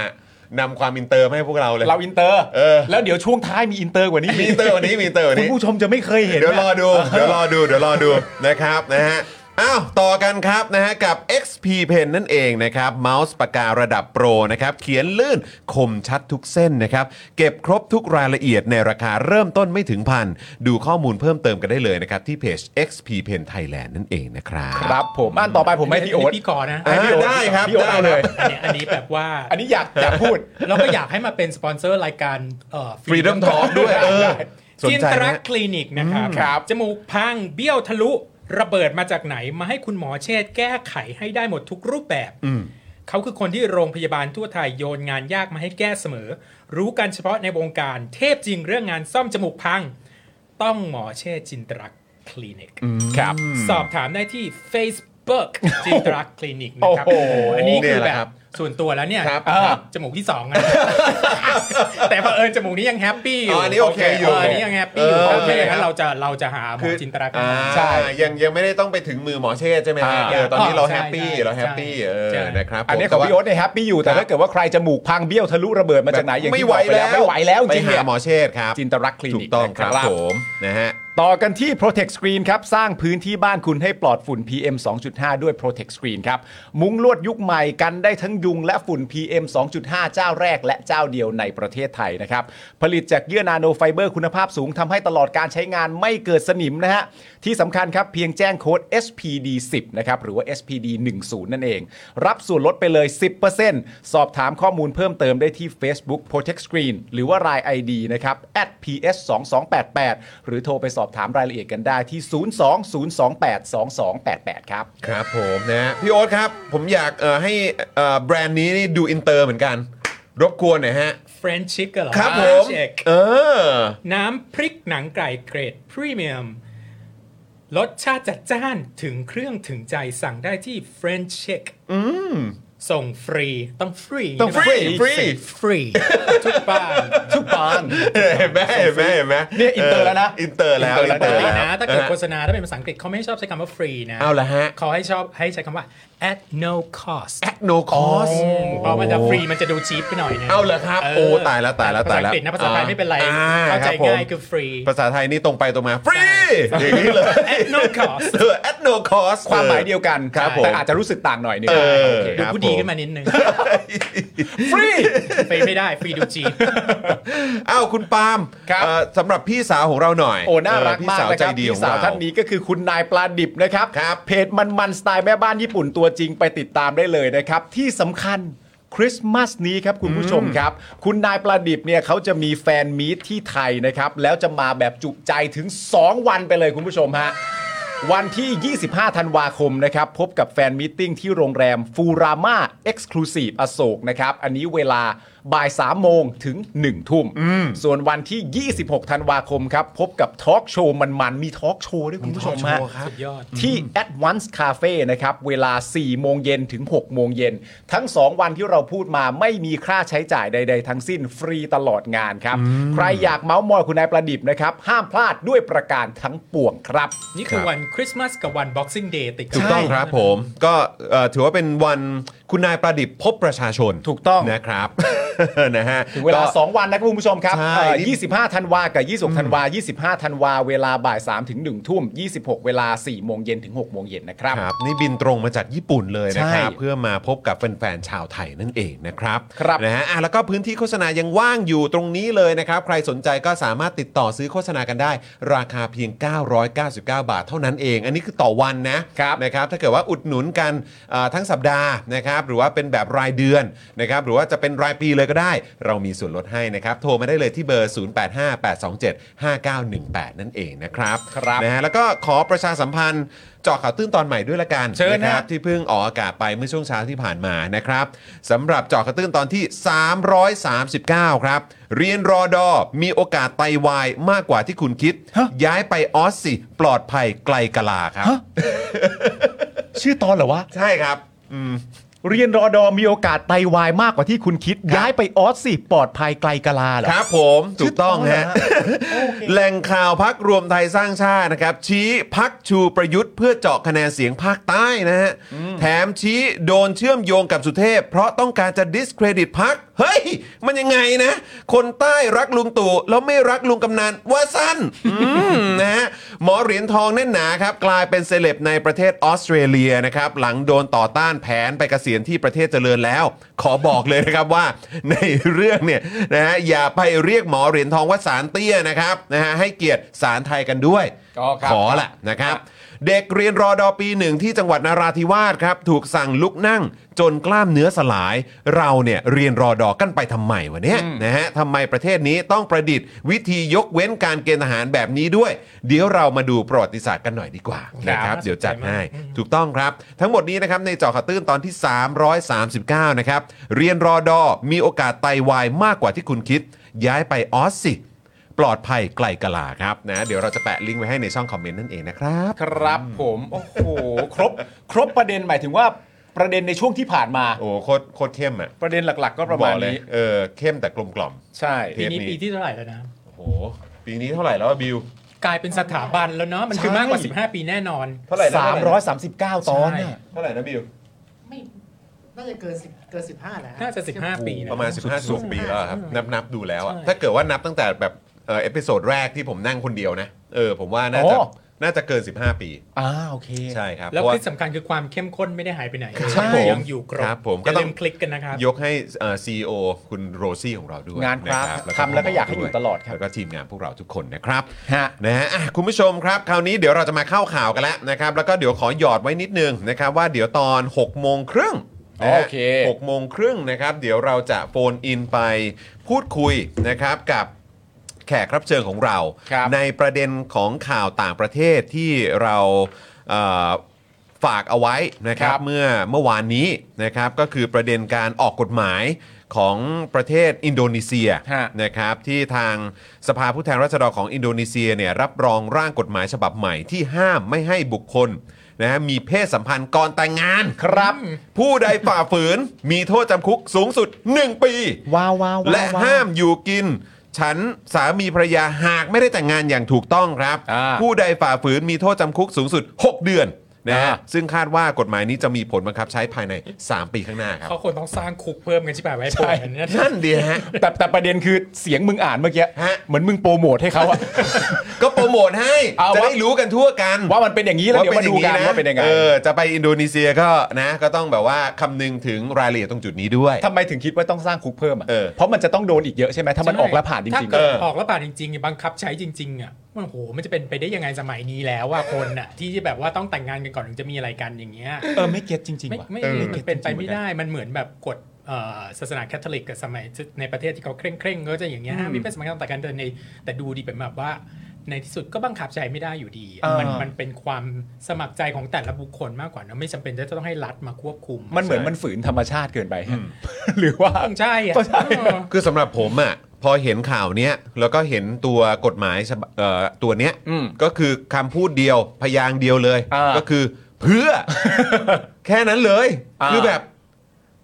นำความอินเตอร์มาให้พวกเราเลย เราอินเตอร์ เออ แล้วเดี๋ยวช่วงท้ายมีอินเตอร์กว่านี้ มีอินเตอร์วันนี้มีอินเตอร์วัน คุณ นี้ ผู้ชมจะไม่เคยเห็น เดี๋ยวร นะ อดู เดี๋ยวรอดูเดี๋ยวรอดูนะครับนะฮะอ้าวต่อกันครับนะฮะกับ XP Pen นั่นเองนะครับเมาส์ปากการะดับโปรนะครับเขียนลื่นคมชัดทุกเส้นนะครับ เก็บครบทุกรายละเอียดในราคาเริ่มต้นไม่ถึงพัน ดูข้อมูลเพิ่มเติมกันได้เลยนะครับ ที่เพจ XP Pen Thailand นั่นเองนะครับ ครับผมอ่านต่อไปผมให้พี่โอ๊ต พี่กอนะ อ่ะ ให้พี่โอ๊ต ได้ครับ พี่โอ๊ต ได้ เอา ครับ เลย อันนี้อันนี้แบบว่า อันนี้อยากอยากพูด เราก็อยากให้มาเป็นสปอนเซอร์รายการเอ่อ Freedom Talk ด้วยเออสน จิน ใจ ตรั นะ กคลินิกนะครับ ครับ จมูกพังเบี้ยวทะลุ ระเบิดมาจากไหนมาให้คุณหมอเชษฐ์แก้ไขให้ได้หมดทุกรูปแบบ เขาคือคนที่โรงพยาบาลทั่วไทยโยนงานยากมาให้แก้เสมอ รู้กันเฉพาะในวงการ เทพจริงเรื่องงานซ่อมจมูกพัง ต้องหมอเชษฐ์จินตรักคลินิก ครับ สอบถามได้ที่ Facebook จินตรักคลินิกนะครับ โอ้โห อันนี้คืเนี่อยแห แบ ละครับ บ ส่วนตัวแล้วเนี่ย ครับ ครับจมูกที่สองนะ แต่เผอิญจมูกนี้ยังแฮปปี้อยู่ อ๋ออันนี้โอเคอยู่ อันนี้ยังแฮปปี้อยู่ เออ โอเค โอเคครับ งั้นเราจะเราจะหาหมอจินตรัก อ่า มา ใช่ ยังยังไม่ได้ต้องไปถึงมือหมอเชษฐ์ใช่ไหมฮะ อ่า เออตอนนี้เรา ใช่ แฮปปี้ ใช่ เราแฮปปี้เออ ใช่ นะครับ อันนี้ข แต่ อง ว่า พี่โอ๊ตเนี่ยแฮปปี้อยู่ แต่ถ้าเกิดว่าใครจมูกพังเบี้ยวทะลุระเบิดมาจากไหนอย่าง ไม่ ที่ ไหว บอกไปแล้ว แล้ว ไม่ไหวแล้วจริงๆ ไป เนี่ย หาหมอเชษฐ์ครับ จินตรักษณ์คลินิก ถูกต้อง นะครับ ผมนะฮะ ต่อกันที่ Protect Screen ครับ สร้างพื้นที่บ้านคุณให้ปลอดฝุ่น PM 2.5 ด้วย Protect Screen ครับ มุ้งลวดยุคใหม่กันได้ทั้งยุงและฝุ่น PM 2.5 เจ้าแรกและเจ้าเดียวในประเทศไทยนะครับผลิตจากเยื่อนาโนไฟเบอร์คุณภาพสูงทำให้ตลอดการใช้งานไม่เกิดสนิมนะฮะที่สำคัญครับเพียงแจ้งโค้ด SPD 10นะครับหรือว่า SPD 10นั่นเอง รับส่วนลดไปเลย 10%สอบถามข้อมูลเพิ่มเติมได้ที่ Facebook Protect Screen หรือว่า r าย ID นะครับ @ps2288 หรือโทรไปสอบ อบถามรายละเอียดกันได้ที่ 020282288 ครับ ครับผมนะฮะพี่โอ๊ตครับ ผมอยากเอ่อให้เอ่อแบรนด์นี้นี่ดูอินเตอร์เหมือนกัน รบกวนหน่อยฮะ เฟรนชิกเหรอ ครับผม French egg เออ น้ำพริกหนังไก่เกรดพรีเมียมรสชาติจัดจ้านถึงเครื่องถึงใจสั่งได้ที่ French Check ส่งฟรีต้องฟรี ต้องฟรีฟรี ฟรี ทุกบ้าน ทุกปาน เห็นไหมเห็นไหมเห็นไหม เนี่ยอินเตอร์แล้วนะ อินเตอร์แล้ว อินเตอร์ ปก แล้ ติ ว นะ ถ้าเกิด ออ โฆษณาถ้าเป็นภาษาอังกฤษเขาไม่ให้ชอบใช้คำว่าฟรีนะ เอาละฮะ เขาให้ชอบให้ใช้คำว่า at no cost at no cost เพราะมันจะฟรีมันจะดูชีพไปหน่อยนะ เอาเหรอครับโอ้ตายแล้วตายแล้วตายแล้ว ภาษาอังกฤษนะภาษาไทยไม่เป็นไร อ่ เข้าใจ รับผม ง่ายคือฟรี ภาษาไทยนี่ตรงไปตรงมา ฟรี อย่างนี้ เลย at no cost เออ at no cost ความหมายเดียวกัน ครับผม แต่อาจจะรู้สึกต่างหน่อยหนึง เออ โอเค ค ดู รับ ผู้ดี ผ ขึ้นมานิดนึง ฟรี ฟรีไม่ได้ ฟรีดูจีน อ้าวคุณปาล์ม ครับ เอ่อสำหรับพี่สาวของเราหน่อย โอ้ น่ารัก เออพี่ มาก สาว นะ ใจ ครับ ดีของ พี่สาว เรา ท่านนี้ก็คือคุณนายปลาดิบนะครับ ครับ เพจมันมันๆสไตล์แม่บ้านญี่ปุ่นตัวจริงไปติดตามได้เลยนะครับ ที่สำคัญคริสต์มาสนี้ครับคุณผู้ชมครับ คุณนายปลาดิบเนี่ยเขาจะมีแฟนมีตที่ไทยนะครับ แล้วจะมาแบบจุใจถึง 2 วันไปเลยคุณผู้ชมฮะ วันที่ 25 ธันวาคมนะครับ พบกับแฟนมิทติ้งที่โรงแรมฟูรามาเอ็กซ์คลูซีฟอโศกนะครับ อันนี้เวลาบ่าย 3 โมงถึง 1 ทุ่ม ส่วนวันที่ 26 ธันวาคมครับ พบกับทอล์กโชว์มันๆ มีทอล์กโชว์ด้วยคุณผู้ชมฮะ มีทอล์กโชว์ครับ สุดยอด ที่ Advance Cafe นะครับ เวลา 4 โมงเย็นถึง 6 โมงเย็น ทั้ง 2 วันที่เราพูดมาไม่มีค่าใช้จ่ายใด ๆ ทั้งสิ้นฟรีตลอดงานครับ ใครอยากเมาส์มอยคุณนายประดิษฐ์นะครับ ห้ามพลาดด้วยประการทั้งปวงครับ นี่คือวันคริสต์มาสกับวัน Boxing Day ติดน ถูกต้องครับผม ก็เอ่อถือว่าเป็นวันคุณนายประดิษฐ์พบประชาชน ถูกต้อง นะครับ นะฮะ ถึงเวลา 2 วันนะครับคุณผู้ชมครับ ใช่ เอ่อ นี่ 25 ธันวากับ 26 ธันวา 25 ธันวา เวลาบ่าย3ถึง1ทุ่ม 26 เวลา 4 โมงเย็นถึง 6 โมงเย็นนะครับ ครับนี่บินตรงมาจากญี่ปุ่นเลยนะครับ ใช่ เพื่อมาพบกับแฟนๆชาวไทยนั่นเองนะครับ ครับ นะฮะอ่ะแล้วก็พื้นที่โฆษณายังว่างอยู่ตรงนี้เลยนะครับ ใครสนใจก็สามารถติดต่อซื้อโฆษณากันได้ ราคาเพียง 999 บาทเท่านั้นเอง อันนี้คือต่อวันนะครับนะครับ ถ้าเกิดว่าอุดหนุนกันอ่าทั้งสัปดาห์นะครับหรือว่าเป็นแบบรายเดือนนะครับหรือว่าจะเป็นรายปีเลยก็ได้ เรามีส่วนลดให้นะครับโทรมาได้เลยที่เบอร์ 0858275918 นั่นเองนะครับ ครับ นะฮะแล้วก็ขอประชาสัมพันธ์เจาะข่าวตื้นตอนใหม่ด้วยละกัน เชิญ นะคนะครั รับบ ที่เพิ่งออกอากาศไปเมื่อช่วงเช้าที่ผ่านมานะครับสำหรับเจาะกระตื้นตอนที่ 339 ครับ เรียนรอดอมีโอกาสไตวายมากกว่าที่คุณคิด ย้ายไปออสสิ ปลอดภัยไกลกะลาครับ ชื่อตอนเหรอวะ ใช่ครับ อืม เรียนรอดอมีโอกาสไตวายมากกว่าที่คุณคิด ย้ายไปออสสิปลอดภัยไกลกะลาเหรอ ครับผมถูกต้องฮะ ชื่อตอนเหรอฮะ แหล่งข่าวพักรวมไทยสร้างชาตินะครับ ชี้พักชูประยุทธ์เพื่อเจาะคะแนนเสียงภาคใต้นะฮะ แถมชี้โดนเชื่อมโยงกับสุเทพ เพราะต้องการจะดิสเครดิตพัก เฮ้ย มันยังไงนะ คนใต้รักลุงตู่แล้วไม่รักลุงกำนันว่าสั้นอืมนะฮะหมอเหรียญทองแน่นหนาครับ กลายเป็นเซเลบในประเทศออสเตรเลียนะครับ หลังโดนต่อต้านแผนไปเกษียณที่ประเทศเจริญแล้ว ขอบอกเลยนะครับว่า ในเรื่องเนี่ยนะฮะอย่าไปเรียกหมอเหรียญทองว่าสารเตี้ยนะครับนะฮะให้เกียรติสารไทยกันด้วย อ๋อครับ ขอละนะครับ เด็กเรียนรอดอปีหนึ่งที่จังหวัดนาราธิวาสครับ ถูกสั่งลุกนั่งจนกล้ามเนื้อสลาย เราเนี่ยเรียนรอดอกันไปทำไมวะเนี่ยนะฮะทำไมประเทศนี้ต้องประดิษฐ์ วิธียกเว้นการเกณฑ์ทหารแบบนี้ด้วย เดี๋ยวเรามาดูประวัติศาสตร์กันหน่อยดีกว่า ครับ นะครับ เดี๋ยวจัด น่าสนใจมาก ให้ ถูกต้องครับ ทั้งหมดนี้นะครับในเจอข่าวตื้นตอนที่ 339 นะครับ เรียนรอดอมีโอกาสไตวายมากกว่าที่คุณคิด ย้ายไปออสสิ ปลอดภัยไกลกะลาครับนะเดี๋ยวเราจะแปะลิงก์ไว้ให้ในช่องคอมเมนต์นั่นเองนะครับ ครับผม โอ้โห ครบ ครบประเด็นหมายถึงว่าประเด็นในช่วงที่ผ่านมา โอ้โคตรโคตรเข้มอ่ะ ประเด็นหลัก ๆ ก็ประ บ มา อกณเลย นี้ เออเข้มแต่กลมกล่อม ใช่ เท ปี ปนี้ นี้ปีที่เท่าไหร่แล้วนะ โอ้โห ปีนี้เท่าไหร่แล้วอะบิว กลายเป็นสถาบันแล้วเนาะมันคือมากกว่า ใช่ 15 ปีแน่นอน เท่าไหร่นะ 339 ตอน ใช่ น่ะ เท่าไหร่นะบิว ไม่น่าจะเกินสิบเกินสิบห้าแล้ว น่าจะ 15 ปี ประมาณ น 15สิบปีแล้วอะครับ นับนับดูแล้วอะ ใช่ ถ้าเกิดว่านับตั้งแต่แบบเออเอพิโซดแรกที่ผมนั่งคนเดียวนะ เออ ผมว่าน่าจะ อ๋อ น่าจะเกิน 15 ปี อ่าโอเค ใช่ครับ แล้ว เพราะว่า ที่สำคัญคือความเข้มข้นไม่ได้หายไปไหน ใช่ผม ยังอยู่ครบ ครับผมก็ ก็ ต้ ต้ อ อง งคลิกกันนะครับ ยกให้ซีอีโอคุณโรซี่ของเราด้วย งานครับ ะ ทำแล้วก็อยากให้อยู่ตลอดครับ แล้วก็ทีมงานพวกเราทุกคนนะครับ ฮะ นะฮะอ่ะคุณผู้ชมครับ คราวนี้เดี๋ยวเราจะมาเข้าข่าวกันแล้วนะครับ แล้วก็เดี๋ยวขอหยอดไว้นิดนึงนะครับ ว่าเดี๋ยวตอน6โมงครึ่งนะฮะ โอเค หกโมงครึ่งนะครับ เดี๋ยวเราจะโฟนอินไปพูดคุยนะครับกับแข แขกรับเชิญของเรา ครับ ในประเด็นของข่าวต่างประเทศที่เราเอ่อฝากเอาไว้นะครับ ครับ เมื่อเมื่อวานนี้นะครับก็คือประเด็นการออกกฎหมายของประเทศอินโดนีเซีย ฮะ นะครับที่ทางสภาผู้แทนราษฎรของอินโดนีเซียเนี่ยรับรองร่างกฎหมายฉบับใหม่ที่ห้ามไม่ให้บุคคลนะฮะมีเพศสัมพันธ์ก่อนแต่งงาน ครับ ผู้ใดฝ่าฝืนมีโทษจำคุกสูงสุด 1 ปี ว้าวว้าวว้ว และ ว้ว ห้ามอยู่กิน ฉันสามีภรรยาหากไม่ได้แต่งงานอย่างถูกต้องครับ อ่า ผู้ใดฝ่าฝืนมีโทษจำคุกสูงสุด 6 เดือนนะฮะ อ่า ซึ่งคาดว่ากฎหมายนี้จะมีผลบังคับใช้ภายใน 3 ปีข้างหน้าครับ เขาควรต้องสร้างคุกเพิ่มกันใช่ป่ะไว้ปล่อยอันเนี้ย นั่นดีฮะ แต่แต่ประเด็นคือเสียงมึงอ่านเมื่อกี้ ฮะ เหมือนมึงโปรโมทให้เขา อะ ก็โปรโมทให้ เอา จะ ว่า ได้รู้กันทั่วกัน ว่ามันเป็นอย่างนี้แล้วเดี๋ยวมาดูกันว่าเป็นยังไง เออจะไปอินโดนีเซียก็นะก็ต้องแบบว่าคำนึงถึงรายละเอียดตรงจุดนี้ด้วย ทำไมถึงคิดว่าต้องสร้างคุกเพิ่มอะ เออ เพราะมันจะต้องโดนอีกเยอะใช่ไหมถ้ามันออกและผ่านจริงๆ ถ้ อะ เกิดออกแล้วผ่านจริงๆเนี่ยบังคับใช้จริงๆอ่ะมันโหมันจะเป็นไปได้ยังไงสมัยนี้แล้วว่าคนอ่ะ ที่จะแบบว่าต้องแต่งงานกันก่อนถึงจะมีอะไรกันอย่างเงี้ย เออไม่เก็ตจริง ไม่ ๆว่ะ ไม่ เออ มันเป็นไปไม่ เก็ตจริงๆเหมือนกัน ได้มันเหมือนแบบกฎเอ่อศาสนาแคทอลิกกับสมัยในประเทศที่เขาเคร่งเคร่งๆก็จะอย่างเงี้ยห้ามมีเพศสัมพันธ์ต่างกันเดินในแต่ดูดีเป็นแบบว่า ในที่สุดก็บังคับใช้ไม่ได้อยู่ดีอะ เออ มันมันเป็นความสมัครใจของแต่ละบุคคลมากกว่านะไม่จำเป็นจะต้องให้รัฐมาควบคุม มันเหมือนมันฝืนธรรมชาติเกินไป หรือว่า ต้องใช่อะ ต้องใช่ เออ คือสำหรับผมอะ่ะพอเห็นข่าวเนี้ยแล้วก็เห็นตัวกฎหมายฉบับเอ่อตัวเนี้ย อืม ก็คือคำพูดเดียวพยางค์เดียวเลย อ่า ก็คือเพื่อ แค่นั้นเลย อ่า คือแบบ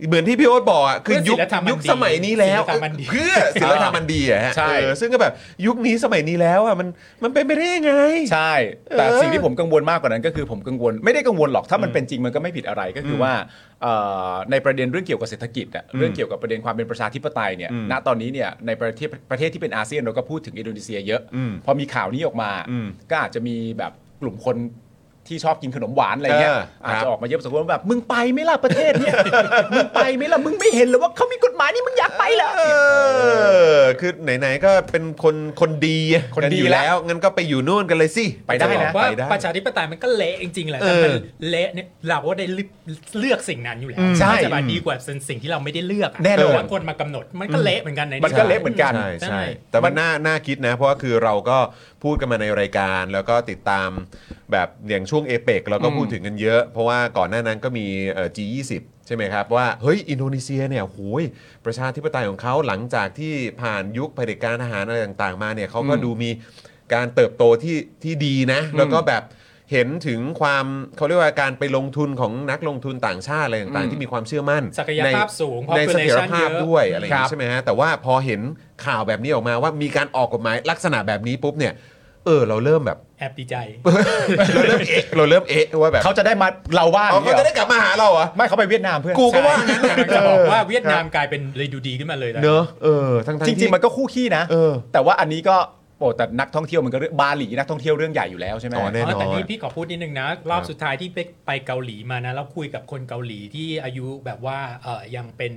เหมือนที่พี่โอ๊ตบอกอ่ะคือยุค เพื่อศีลธรรมอันดี ยุคสมัยนี้แล้ว ศีลธรรมอันดี เพื่อศิลธรรมมันดีอะฮะ ใช่ เออซึ่งก็แบบยุคนี้สมัยนี้แล้วอ่ะมันมันเป็นไปได้ยังไง ใช่ แต่ เออ สิ่งที่ผมกังวลมากกว่านั้นก็คือผมกังวลไม่ได้กังวลหรอกถ้ามันเป็นจริงมันก็ไม่ผิดอะไรก็คือว่าเอ่อในประเด็นเรื่องเกี่ยวกับเศรษฐกิจอะเรื่องเกี่ยวกับประเด็นความเป็นประชาธิปไตยเนี่ยณตอนนี้เนี่ยในประเทศประเทศที่เป็นอาเซียนเราก็พูดถึงอินโดนีเซียเยอะ พอมีข่าวนี้ออกมา ก็อาจจะมีแบบกลุ่มคนที่ชอบกินขนมหวานอะไรเงี้ย เออครับ อาจจะออกมาเยอะพอสมควรว่าแบบมึงไปไหม่ล่ะประเทศเนี่ย มึงไปไหม่ล่ะมึงไม่เห็นเหรอว่าเขามีกฎหมายนี่มึงอยากไปเหรอ เออคือไหนๆก็เป็นคนคนดี คนดี กัอยู่ แล้ว แล้วงั้นก็ไปอยู่นู่นกันเลยสิ ไปได้นะ ว่า ไปได้ ประชาธิปไตยมันก็เละจริงๆแหละ เอ แต่ อ มันเละเนี่ยเราก็ได้เลือกเลือกสิ่งนั้นอยู่แล้ว ใช่ มันจะมาดีกว่าเป็นสิ่งที่เราไม่ได้เลือกะ แน่นอน ว่าคนมากำหนดมันก็เละเหมือนกันใน มันก็เละเหมือนกัน ใช่ ใช่ ใช่แต่มันน่าน่าคิดนะ เพราะว่าคือเราก็พูดกันมาในรายการแล้วก็ติดตามแบบอย่างช่วงเอเปกเราก็พูดถึงกันเยอะ เพราะว่าก่อนหน้านั้นก็มีเอ่อ G20 ใช่ไหมครับ ว่า เฮ้ย อินโดนีเซียเนี่ยโหยประชาธิปไตยของเขาหลังจากที่ผ่านยุคเผด็จการทหารอะไรต่างๆ มาเนี่ยเขาก็ดูมีการเติบโตที่ที่ดีนะ แล้วก็แบบเห็นถึงความเขาเรียกว่าการไปลงทุนของนักลงทุนต่างชาติอะไรต่างๆ ที่มีความเชื่อมั่น ศักยภาพ ใน สูง ใน population เสถียรภาพ เยอะ ด้วยอะไรอย่าง ครั งี้ บ ใช่ไหมฮะแต่ว่าพอเห็นข่าวแบบนี้ออกมาว่ามีการออกกฎหมายลักษณะแบบนี้ปุ๊บเนี่ย เออ เราเริ่มแบบ แอบดีใจ เราเริ่มเอะเราเริ่มเอะว่าแบบ เขาจะได้มาเราว่า อ๋อเขาจะได้กลับมาหาเราเหรอ ไม่เขาไปเวียดนามเพื่อน กูก็ว่างั้น แต่มันจะบอกว่าเวียดนามกลายเป็นเลยดูดีขึ้นมาเลยนะ เนอะเออทั้งๆ จ ที่ ริงๆมันก็คู่ขี้นะ เออ แต่ว่าอันนี้ก็โอ้แต่นักท่องเที่ยวมันก็เรื่องบาหลีนักท่องเที่ยวเรื่องใหญ่อยู่แล้วใช่ไหม อ๋อแน่ อ๋อแต่นี่พี่ขอพูดนิดนึงนะ รอบสุดท้ายที่ไปไปเกาหลีมานะแล้วคุยกับคนเกาหลีที่อายุแบบว่าเออยังเป็น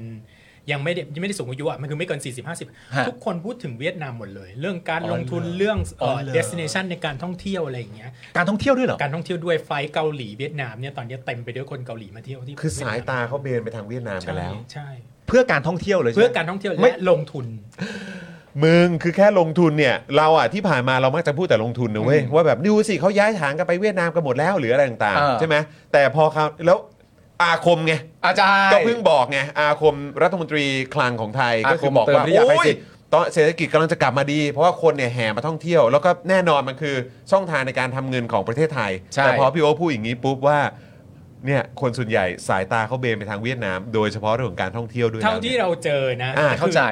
ยังไม่ได้ยังไม่ได้สูงอายุอ่ะมันคือไม่เกิน 40 ฮะ 50 ทุกคนพูดถึงเวียดนามหมดเลย เรื่องการ อ๋อ ลงทุน เหรอ เรื่องเอ่อ อเหรอ destination ในการท่องเที่ยวอะไรอย่างเงี้ย การท่องเที่ยวด้วยเหรอ การท่องเที่ยวด้วยไฟล์เกาหลีเวียดนามเนี่ยตอนนี้เต็มไปด้วยคนเกาหลีมาเที่ยวที่ คือสายตาเขาเบนไปทางเวียดนามกั ใช่ นแล้ว ใช่ เพื่อการท่องเที่ยวเลยใช่ไหม เพื่อการท่องเที่ยว ไม่ และลงทุน มึงคือแค่ลงทุนเนี่ย เราอ่ะที่ผ่านมาเรามักจะพูดแต่ลงทุนนะเว้ยว่าแบบดูสิเขาย้ายฐานกันไปเวียดนามกันหมดแล้วหรืออะไรต่าง เออ ๆใช่ไหมแต่พอเขาแล้วอาคมไง อาจารย์ ก็เพิ่งบอกไงอาคมรัฐมนตรีคลังของไทย อาคม ก็คือบอกว่า เติมนิยามไป โอ้ย สิ ตอนเศรษฐกิจกำลังจะกลับมาดี เพราะว่าคนเนี่ยแห่มาท่องเที่ยว แล้วก็แน่นอนมันคือช่องทางในการทำเงินของประเทศไทย ใช่ แต่พอพี่โอคพูดอย่างนี้ปุ๊บว่าเนี่ยคนส่วนใหญ่สายตาเขาเบนไปทางเวียดนาม โดยเฉพาะเรื่องของการท่องเที่ยวด้วยนะ เท่าที่เราเจอนะ อ่า คือ เข้าใจ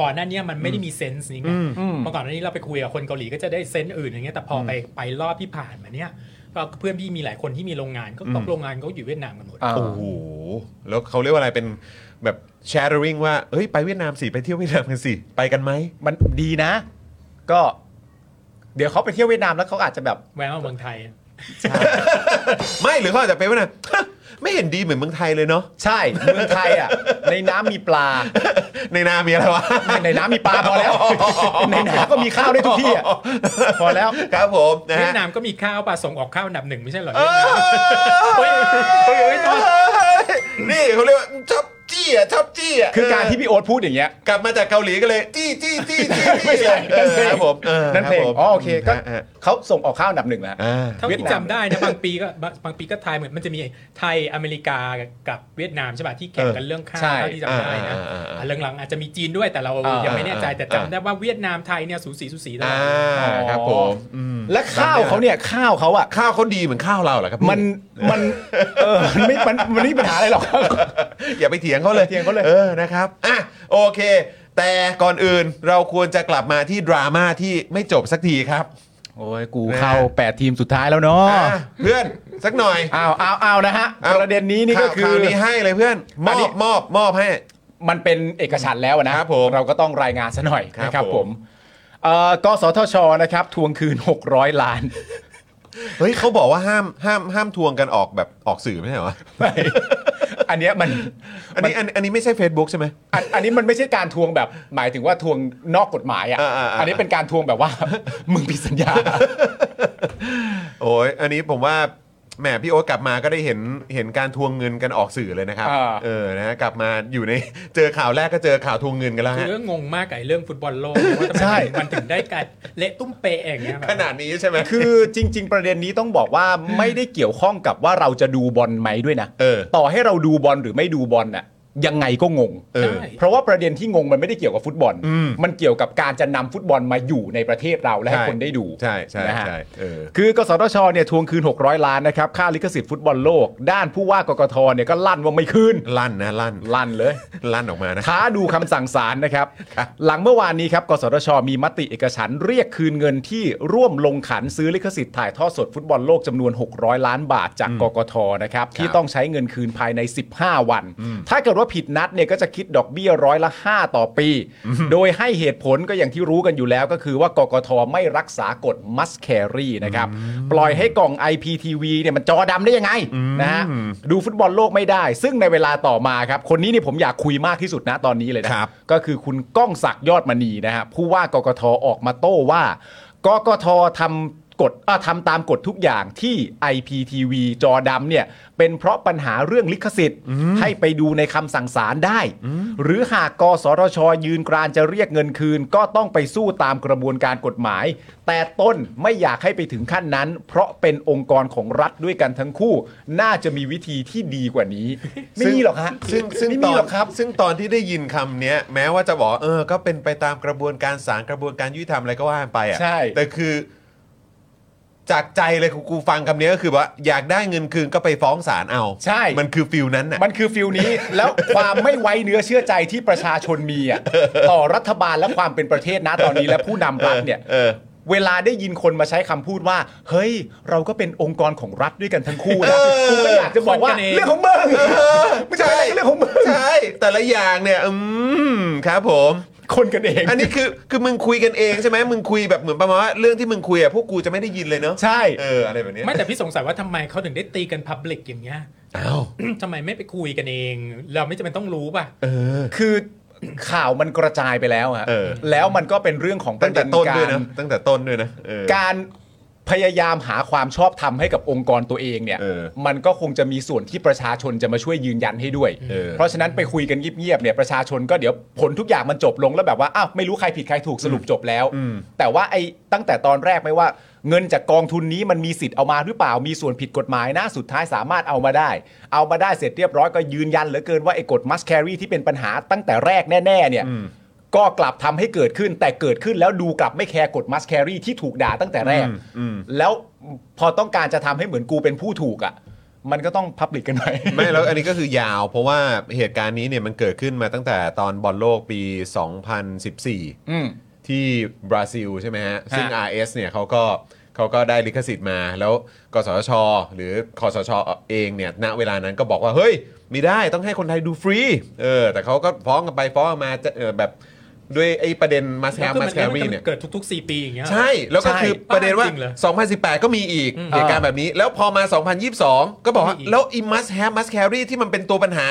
ก่อนหน้าเนี้ยมันไม่ได้มีเซนส์นี้ไงเมื่อก่อนหน้านี้เราไปคุยกับคนเกาหลีก็จะได้เซนส์อื่นอย่างเงี้ยแต่พออไปไปรอบที่ผ่านมาเนี่ยเราเพื่อนพี่มีหลายคนที่มีโรงงานก็ตกโรงงานเขาอยู่เวียดนามกันหมด า โอ้โหแล้วเขาเรียกว่าอะไรเป็นแบบ sharing ว่าเอ้ยไปเวียดนามสิไปเที่ยวเวียดนามกันสิไปกันไหม มันดีนะ ก็ เดี๋ยวเขาไปเที่ยวเวียดนามแล้วเขาอาจจะแบบ แวะมาเมืองไทย ไม่หรือเขาอาจจะไปเวียดนาม ไม่เห็นดีเหมือนเมืองไทยเลยเนาะ ใช่ เมืองไทยอ่ะ ในน้ำมีปลา ในนามีอะไรวะ ในน้ำมีปลาพอแล้ว ในน้ำก็มีข้าวได้ทุกที่อ่ะ พอแล้ว ครับผมนะ เวีย ฮะ ดนามก็มีข้าวปลาส่งออกข้าวอันดับหนึ่งไม่ใช่เหรอ เออ เวียดนามเฮ้ยเฮ้ยเฮ้ย นี่เขาเรียกว่าชอบ จี้อ่ะชอบจี้อ่ะ คือการที่พี่โอ๊ตพูดอย่างเงี้ย กลับมาจากเกาหลีก็เลยจี้จี้จี้จี้ ไม่ ใช่ เอ นั่อนคเพลง รับผมออ นั่นเพลง รับผม อ๋อโอเคก็ ฮะฮะ เขาส่งออกข้าวอันดับหนึ่งแล้ว อ่า เท่า เวีย ที่ ดนาม จำได้นะ บางปีก็บางบางปีก็ไทยเหมือนมันจะมีไทยอเมริกากับเวียดนามใช่ป่ะที่แข่งกันเรื่องข้าว ใช่ เท่าที่จำได้นะ อ่าอ่าอ่า อ่ะหลังๆอาจจะมีจีนด้วยแต่เรายังไม่แน่ใจแต่จำได้ว่าเวียดนามไทยเนี่ยสูสีสูสีตลอ อ่า ดเลย ครับผมอืม และข้าวเขาเนี่ยข้าวเขาอ่ะ ข้าวเขาดีเหมือนข้าวเราเหรอครับพี่ มันมันเออมันไม่มันมันไม่มีปัญหาอะไรหรอก อย่าไปเถียงเขาเลย เถียงเขาเลย ออนะครับอ่ะโอเค แต่ก่อนอื่นเราควรจะกลับมาที่ดราม่าที่ไม่จบสักทีครับ โอ้ยกู นะฮะ เข้า 8 ทีมสุดท้ายแล้วเนาะ อ่ะเพื่อนสักหน่อย อ้าวอ้าวอ้าวนะฮะ อ้า ประเด็นนี้นี่ก็คื ข่าว อ ข่าวนี้ให้เลยเพื่อนม อัน อ นี้ บมอบมอบให้ มันเป็นเอกฉันท์แล้วนะครับ ผม เราก็ต้องรายงานซะหน่อย ครับ นะครับ ผ ผม มเอ่อกสทชนะครับ ทวงคืน 600 ล้าน เฮ้ยเขาบอกว่าห้ามห้ามห้ามทวงกันออกแบบออกสื่อไม่ใช่เหรอ อันเนี้ยมัน อันนี้อันอันนี้ไม่ใช่ Facebook ใช่ไหม อันอันนี้มันไม่ใช่การทวงแบบหมายถึงว่าทวงนอกกฎหมายอ่ะ อ่าอ่าอ่า อันนี้เป็นการทวงแบบว่า มึงผิดสัญญา โอ้ยอันนี้ผมว่าแหมพี่โอ๊ตกลับมาก็ได้เห็นเห็นการทวงเงินกันออกสื่อเลยนะครับ อ่า เออนะฮะกลับมาอยู่ใน เจอข่าวแรกก็เจอข่าวทวงเงินกันแล้ว คือ ฮะ เรื่องงงมากกับไอ้เรื่องฟุตบอลโลก เนี่ยว่าทำ ใช่ ไมมันถึงได้กันเละตุ้มเปะอย่างเงี้ยแบบ ขนาดนี้ใช่ไหม คือจริง ๆ ประเด็นนี้ต้องบอกว่าไม่ได้เกี่ยวข้องกับว่าเราจะดูบอลไหมด้วยนะ เออ ต่อให้เราดูบอลหรือไม่ดูบอลน่ะยังไงก็งง เออ ใช่ เพราะว่าประเด็นที่งงมันไม่ได้เกี่ยวกับฟุตบอล มันเกี่ยวกับการจะนำฟุตบอลมาอยู่ในประเทศเราและให้ ใช่ คนได้ดู ใช่ใช่ นะฮะ ใช่เออ คือกสทชเนี่ยทวงคืน 600 ล้านนะครับค่าลิขสิทธิ์ฟุตบอลโลก ด้านผู้ว่ากกทเนี่ยก็ลั่นว่าไม่คืน ลั่นนะลั่น ลั่นเลย ลั่นออกมานะ ท้าดูคำสั่งศาลนะครับ หลังเมื่อวานนี้ครับ กสทช มีมติเอกฉันท์เรียกคืนเงินที่ร่วมลงขันซื้อลิขสิทธิ์ถ่ายทอดสดฟุตบอลโลกจำนวน 600 ล้านบาทจากกกทนะครับ ที่ต้องใช้เงินคืนภายใน 15 วัน ถ้าเกิดว่าผิดนัดเนี่ยก็จะคิดดอกเบี้ยร้อยละ 5 ต่อปี โดยให้เหตุผลก็อย่างที่รู้กันอยู่แล้วก็คือว่ากกทไม่รักษากฎมัสแครีนะครับ ปล่อยให้กล่อง IPTV เนี่ยมันจอดำได้ยังไงนะฮะดูฟุตบอลโลกไม่ได้ ซึ่งในเวลาต่อมาครับคนนี้เนี่ยผมอยากคุยมากที่สุดนะตอนนี้เลยนะ ครับ ก็คือคุณก้องศักดิ์ยอดมณีนะฮะผู้ว่ากกทออกมาโต้ว่า กกททำกฎอ่ะทำตามกฎทุกอย่างที่ IPTV จอดำเนี่ยเป็นเพราะปัญหาเรื่องลิขสิทธิ์ ให้ไปดูในคำสั่งศาลได้ หรือหากกสทช ยืนกรานจะเรียกเงินคืน ก็ต้องไปสู้ตามกระบวนการกฎหมาย แต่ต้นไม่อยากให้ไปถึงขั้นนั้น เพราะเป็นองค์กรของรัฐด้วยกันทั้งคู่ น่าจะมีวิธีที่ดีกว่านี้ ไม่มีหรอกฮะ ซึ่งซึ่ง ไม่ ต มี อน หรอกครับ ซึ่งตอนที่ได้ยินคำเนี้ย แม้ว่าจะบอกเออ ก็เป็นไปตามกระบวนการศาลกระบวนการยุติธรรมอะไรก็ว่าไปอ่ะ ใช่ แต่คือ จากใจเลยกูกูฟังคำนี้ก็คือว่าอยากได้เงินคืนก็ไปฟ้องศาลเอา ใช่ มันคือฟิลนั้นน่ะ มันคือฟิลนี้ แล้วความไม่ไว้เนื้อเชื่อใจที่ประชาชนมีอ่ะต่อรัฐบาลและความเป็นประเทศนะตอนนี้และผู้นำรัฐเนี่ย เออ เวลาได้ยินคนมาใช้คำพูดว่า เฮ้ย เราก็เป็นองค์กรของรัฐด้วยกันทั้งคู่นะกูก็อยากจะบอกว่าเรื่องของมึงไม่ใช่เรื่องของมึง ใช่แต่ละอย่างเนี่ยอืมครับผม คนกันเอง อันนี้คือคือมึงคุยกันเองใช่ไหมมึงคุยแบบเหมือนประมาณว่าเรื่องที่มึงคุยอะพวกกูจะไม่ได้ยินเลยเนอะ ใช่ เอออะไรแบบเนี้ย ไม่แต่พี่สงสัยว่าทำไมเขาถึงได้ตีกันพับลิกอย่างเงี้ย อ้าว ทำไมไม่ไปคุยกันเอง เราไม่จำเป็นต้องรู้ป่ะ เออ คือข่าวมันกระจายไปแล้วฮะ เออ แล้วมันก็เป็นเรื่องของป ตั้ ระ ง เด็ แต่ น ต้น กา ด้วย ร นะตั้งแต่ต้นด้วยนะเออ การพยายามหาความชอบธรรมให้กับองค์กรตัวเองเนี่ย เออ มันก็คงจะมีส่วนที่ประชาชนจะมาช่วยยืนยันให้ด้วย เออ เพราะฉะนั้นไปคุยกันเงียบๆเนี่ยประชาชนก็เดี๋ยวผลทุกอย่างมันจบลงแล้วแบบว่าอ้าวไม่รู้ใครผิดใครถูกสรุปจบแล้ว แต่ว่าไอ้ตั้งแต่ตอนแรกไม่ว่า เงินจากกองทุนนี้มันมีสิทธิ์เอามาหรือเปล่ามีส่วนผิดกฎหมายนะสุดท้ายสามารถเอามาได้ เอามาได้เสร็จเรียบร้อยก็ยืนยันเหลือเกินว่าไอ้กฎมัสแครีที่เป็นปัญหาตั้งแต่แรกแน่ๆเนี่ย ก็กลับทำให้เกิดขึ้นแต่เกิดขึ้นแล้วดูกลับไม่แคร์กฎมัสแครีที่ถูกด่าตั้งแต่แรก แล้วพอต้องการจะทำให้เหมือนกูเป็นผู้ถูกอะ่ะ มันก็ต้องพับลิกกันหน่อย ไม่แล้วอันนี้ก็คือยาว เพราะว่าเหตุการณ์นี้เนี่ยมันเกิดขึ้นมาตั้งแต่ตอนบอลโลกปี 2014 อืม ที่บราซิลใช่ไหมฮะ ซึ่ง RS เนี่ยเขาก็เขาก็ได้ลิขสิทธิ์มา แล้วกสทช หรือคอสชเองเนี่ยณเวลานั้นก็บอกว่า เฮ้ยไม่ได้ต้องให้คนไทยดูฟรีเออแต่เขาก็ฟ้องกันไปฟ้องกันมาจะเออแบบด้วยไอ้ประเด็นมาแค แล้ร์วคือ มา มัน แครีเนี่ย เกิดทุกๆ 4 ปีอย่างเงี้ย ใช่แล้วก็คือ ใช่ ประเด็นว่า จริงเหรอ 2018 ก็มีอีกเหตุการณ์แบบนี้ แล้วพอมา 2022 ก็บอกว่า มีอีก แล้วอีมัสแฮมมัสแครีที่มันเป็นตัวปัญหา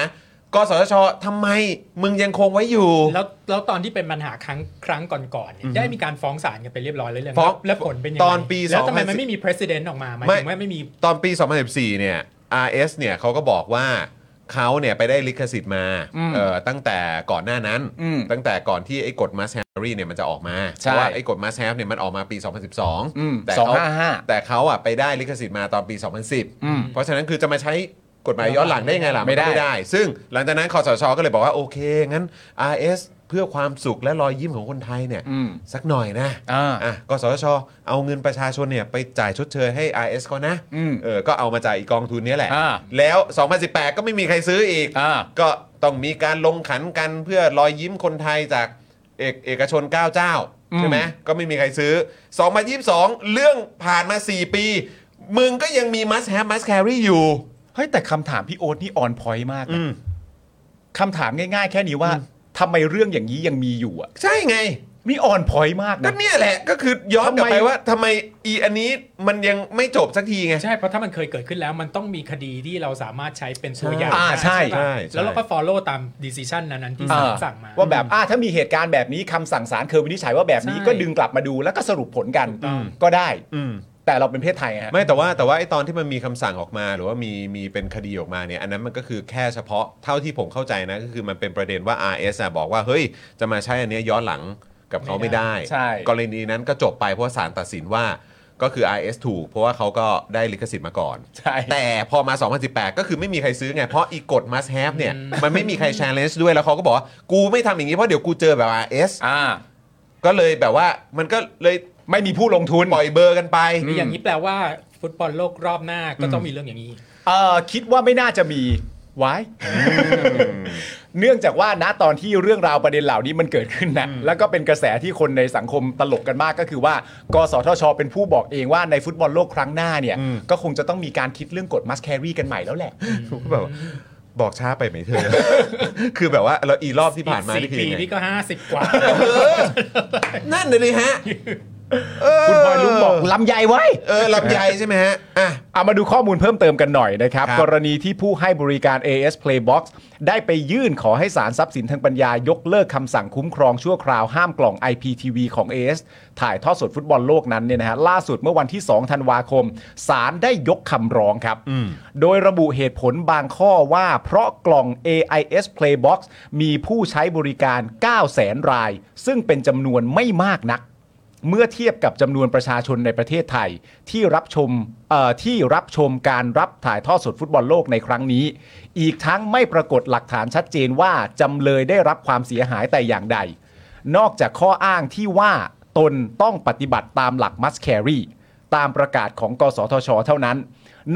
กสทชทำไมมึงยังคงไว้อยู่ แล้วแล้วตอนที่เป็นปัญหาครั้งครั้งก่อนๆเนี่ยได้มีการฟ้องศาลกันไปเรียบร้อยแล้วเรื่อง ฟ้อง แล้วผลเป็นยังไง ตอนปี แล้วทำไม 2010 มันไม่มี president ออกมาหมายถึงว่าไม่มี ตอนปี 2014 เนี่ย RS เนี่ยเขาก็บอกว่า เขาเนี่ยไปได้ลิขสิทธิ์มาเอ่อตั้งแต่ก่อนหน้านั้น อืม ตั้งแต่ก่อนที่ไอ้กฎมาแฮร์รี่เนี่ยมันจะออกมาเพใช่ราะว่าไอ้กฎมาแฮร์เนี่ยมันออกมาปี อืม 2012 แต่เขา 255 แต่เขาอ่ะไปได้ลิขสิทธิ์มาตอนปี อืม 2010 เพราะฉะนั้นคือจะมาใช้กฎหมายย้อนหลังได้ยังไงล่ะ ไม่ได้ นก็ไม่ได้ ซึ่งหลังจากนั้นคอสชก็เลยบอกว่าโอเคงั้น RS เพื่อความสุขและรอยยิ้มของคนไทยเนี่ย อืม สักหน่อยนะ อ่า อ่ะกสทช เอาเงินประชาชนเนี่ยไปจ่ายชดเชยให้ RS เขานะ อืม เออ ก็เอามาจ่ายอีกกองทุนเนี้ยแหละ อ่า แล้ว 2018 ก็ไม่มีใครซื้ออีก อ่า ก็ต้องมีการลงขันกันเพื่อรอยยิ้มคนไทยจากเอกเอกชน 9 เจ้า อืม ใช่ไหม ก็ไม่มีใครซื้อ 2022 เรื่องผ่านมา 4 ปี มึงก็ยังมี must have must carry อยู่ เฮ้ยแต่คำถามพี่โอ๊ตนี่ออนพอยต์มากนะ อืม คำถามง่าย ๆ แค่นี้ว่าทำไมเรื่องอย่างนี้ยังมีอยู่อ่ะ ใช่ไง นี่ออนพอยต์มาก ก็ นะ เนี่ยแหละ ก็คือย้อนกลับไป ทำไม ว่าทำไมอีอันนี้มันยังไม่จบสักทีไง ใช่เพราะถ้ามันเคยเกิดขึ้นแล้วมันต้องมีคดีที่เราสามารถใช้เป็นตัวอย่าง อ่าใช่ ปะ ใช่ใช่ แล้วเราก็ follow ตาม decision นั้นๆที่ เอ ศาล อ สั่งมา ว่าแบบอ่าถ้ามีเหตุการณ์แบบนี้คำสั่งศาลเคยวินิจฉัยว่าแบบนี้ ใช่ ก็ดึงกลับมาดูแล้วก็สรุปผลกัน ถูกต้อง ก็ได้ อืม แต่เราเป็นประเทศไทยฮะ ไม่แต่ว่าแต่ว่าไอ้ตอนที่มันมีคำสั่งออกมา หรือว่ามีมีเป็นคดีออกมาเนี่ยอันนั้นมันก็คือแค่เฉพาะเท่าที่ผมเข้าใจนะ ก็คือมันเป็นประเด็นว่า RS อะบอกว่าเฮ้ย จะมาใช้อันเนี้ยย้อนหลังกับเขาไม่ได้ ใช่ กรณีนั้นก็จบไปเพราะว่าศาลตัดสินว่าก็คือ RS ถูก เพราะว่าเขาก็ได้ลิขสิทธิ์มาก่อน ใช่ แต่พอมา 2018 ก็คือไม่มีใครซื้อไง เพราะอีกกฎ must have เนี่ยมันไม่มีใคร challenge ด้วยแล้วเขาก็บอกว่ากูไม่ทำอย่างนี้เพราะเดี๋ยวกูเจอแบบ RS อ่า ก็เลยแบบว่ามันก็เลย ไม่มีผู้ลงทุน ปล่อยเบอร์กันไป นี่อย่างนี้แปลว่าฟุตบอลโลกรอบหน้าก็ต้องมีเรื่องอย่างนี้ เอ่อคิดว่าไม่น่าจะมีไว้ เนื่องจากว่าณตอนที่เรื่องราวประเด็นเหล่านี้มันเกิดขึ้นนะแล้วก็เป็นกระแสที่คนในสังคมตลกกันมากก็คือว่ากสทช เป็นผู้บอกเองว่าในฟุตบอลโลกครั้งหน้าเนี่ย ก็คงจะต้องมีการคิดเรื่องกฎมัสแครีกันใหม่แล้วแหละ ผมก็แบบว่าบอกช้าไปไหมเธอ คือแบบว่าเราอีรอบที่ผ่านมา อี นี่ ก คือ สี่ปี ยังไง นี่ก็ห้าสิบกว่า นั่นเลยฮะ คุณพลอยลุงบอกลำใหญ่ไว้ เออลำไยใช่ไหมฮะ อ่ะ เอามาดูข้อมูลเพิ่มเติมกันหน่อยนะครับ ครับ กรณีที่ผู้ให้บริการ AS Playbox ได้ไปยื่นขอให้ศาลทรัพย์สินทางปัญญายกเลิกคำสั่งคุ้มครองชั่วคราวห้ามกล่อง IPTV ของ AS ถ่ายทอดสดฟุตบอลโลกนั้นเนี่ยนะฮะล่าสุดเมื่อวันที่ 2 ธันวาคม ศาลได้ยกคำร้องครับ โดยระบุเหตุผลบางข้อว่าเพราะกล่อง AIS Playbox มีผู้ใช้บริการ 900,000 ราย ซึ่งเป็นจำนวนไม่มากนัก เมื่อเทียบกับจำนวนประชาชนในประเทศไทย ที่รับชมเอ่อที่รับชมการรับถ่ายทอดสดฟุตบอลโลกในครั้งนี้ อีกทั้งไม่ปรากฏหลักฐานชัดเจนว่าจำเลยได้รับความเสียหายแต่อย่างใด นอกจากข้ออ้างที่ว่าตนต้องปฏิบัติตามหลักมัสแครีตามประกาศของกสทช เท่านั้น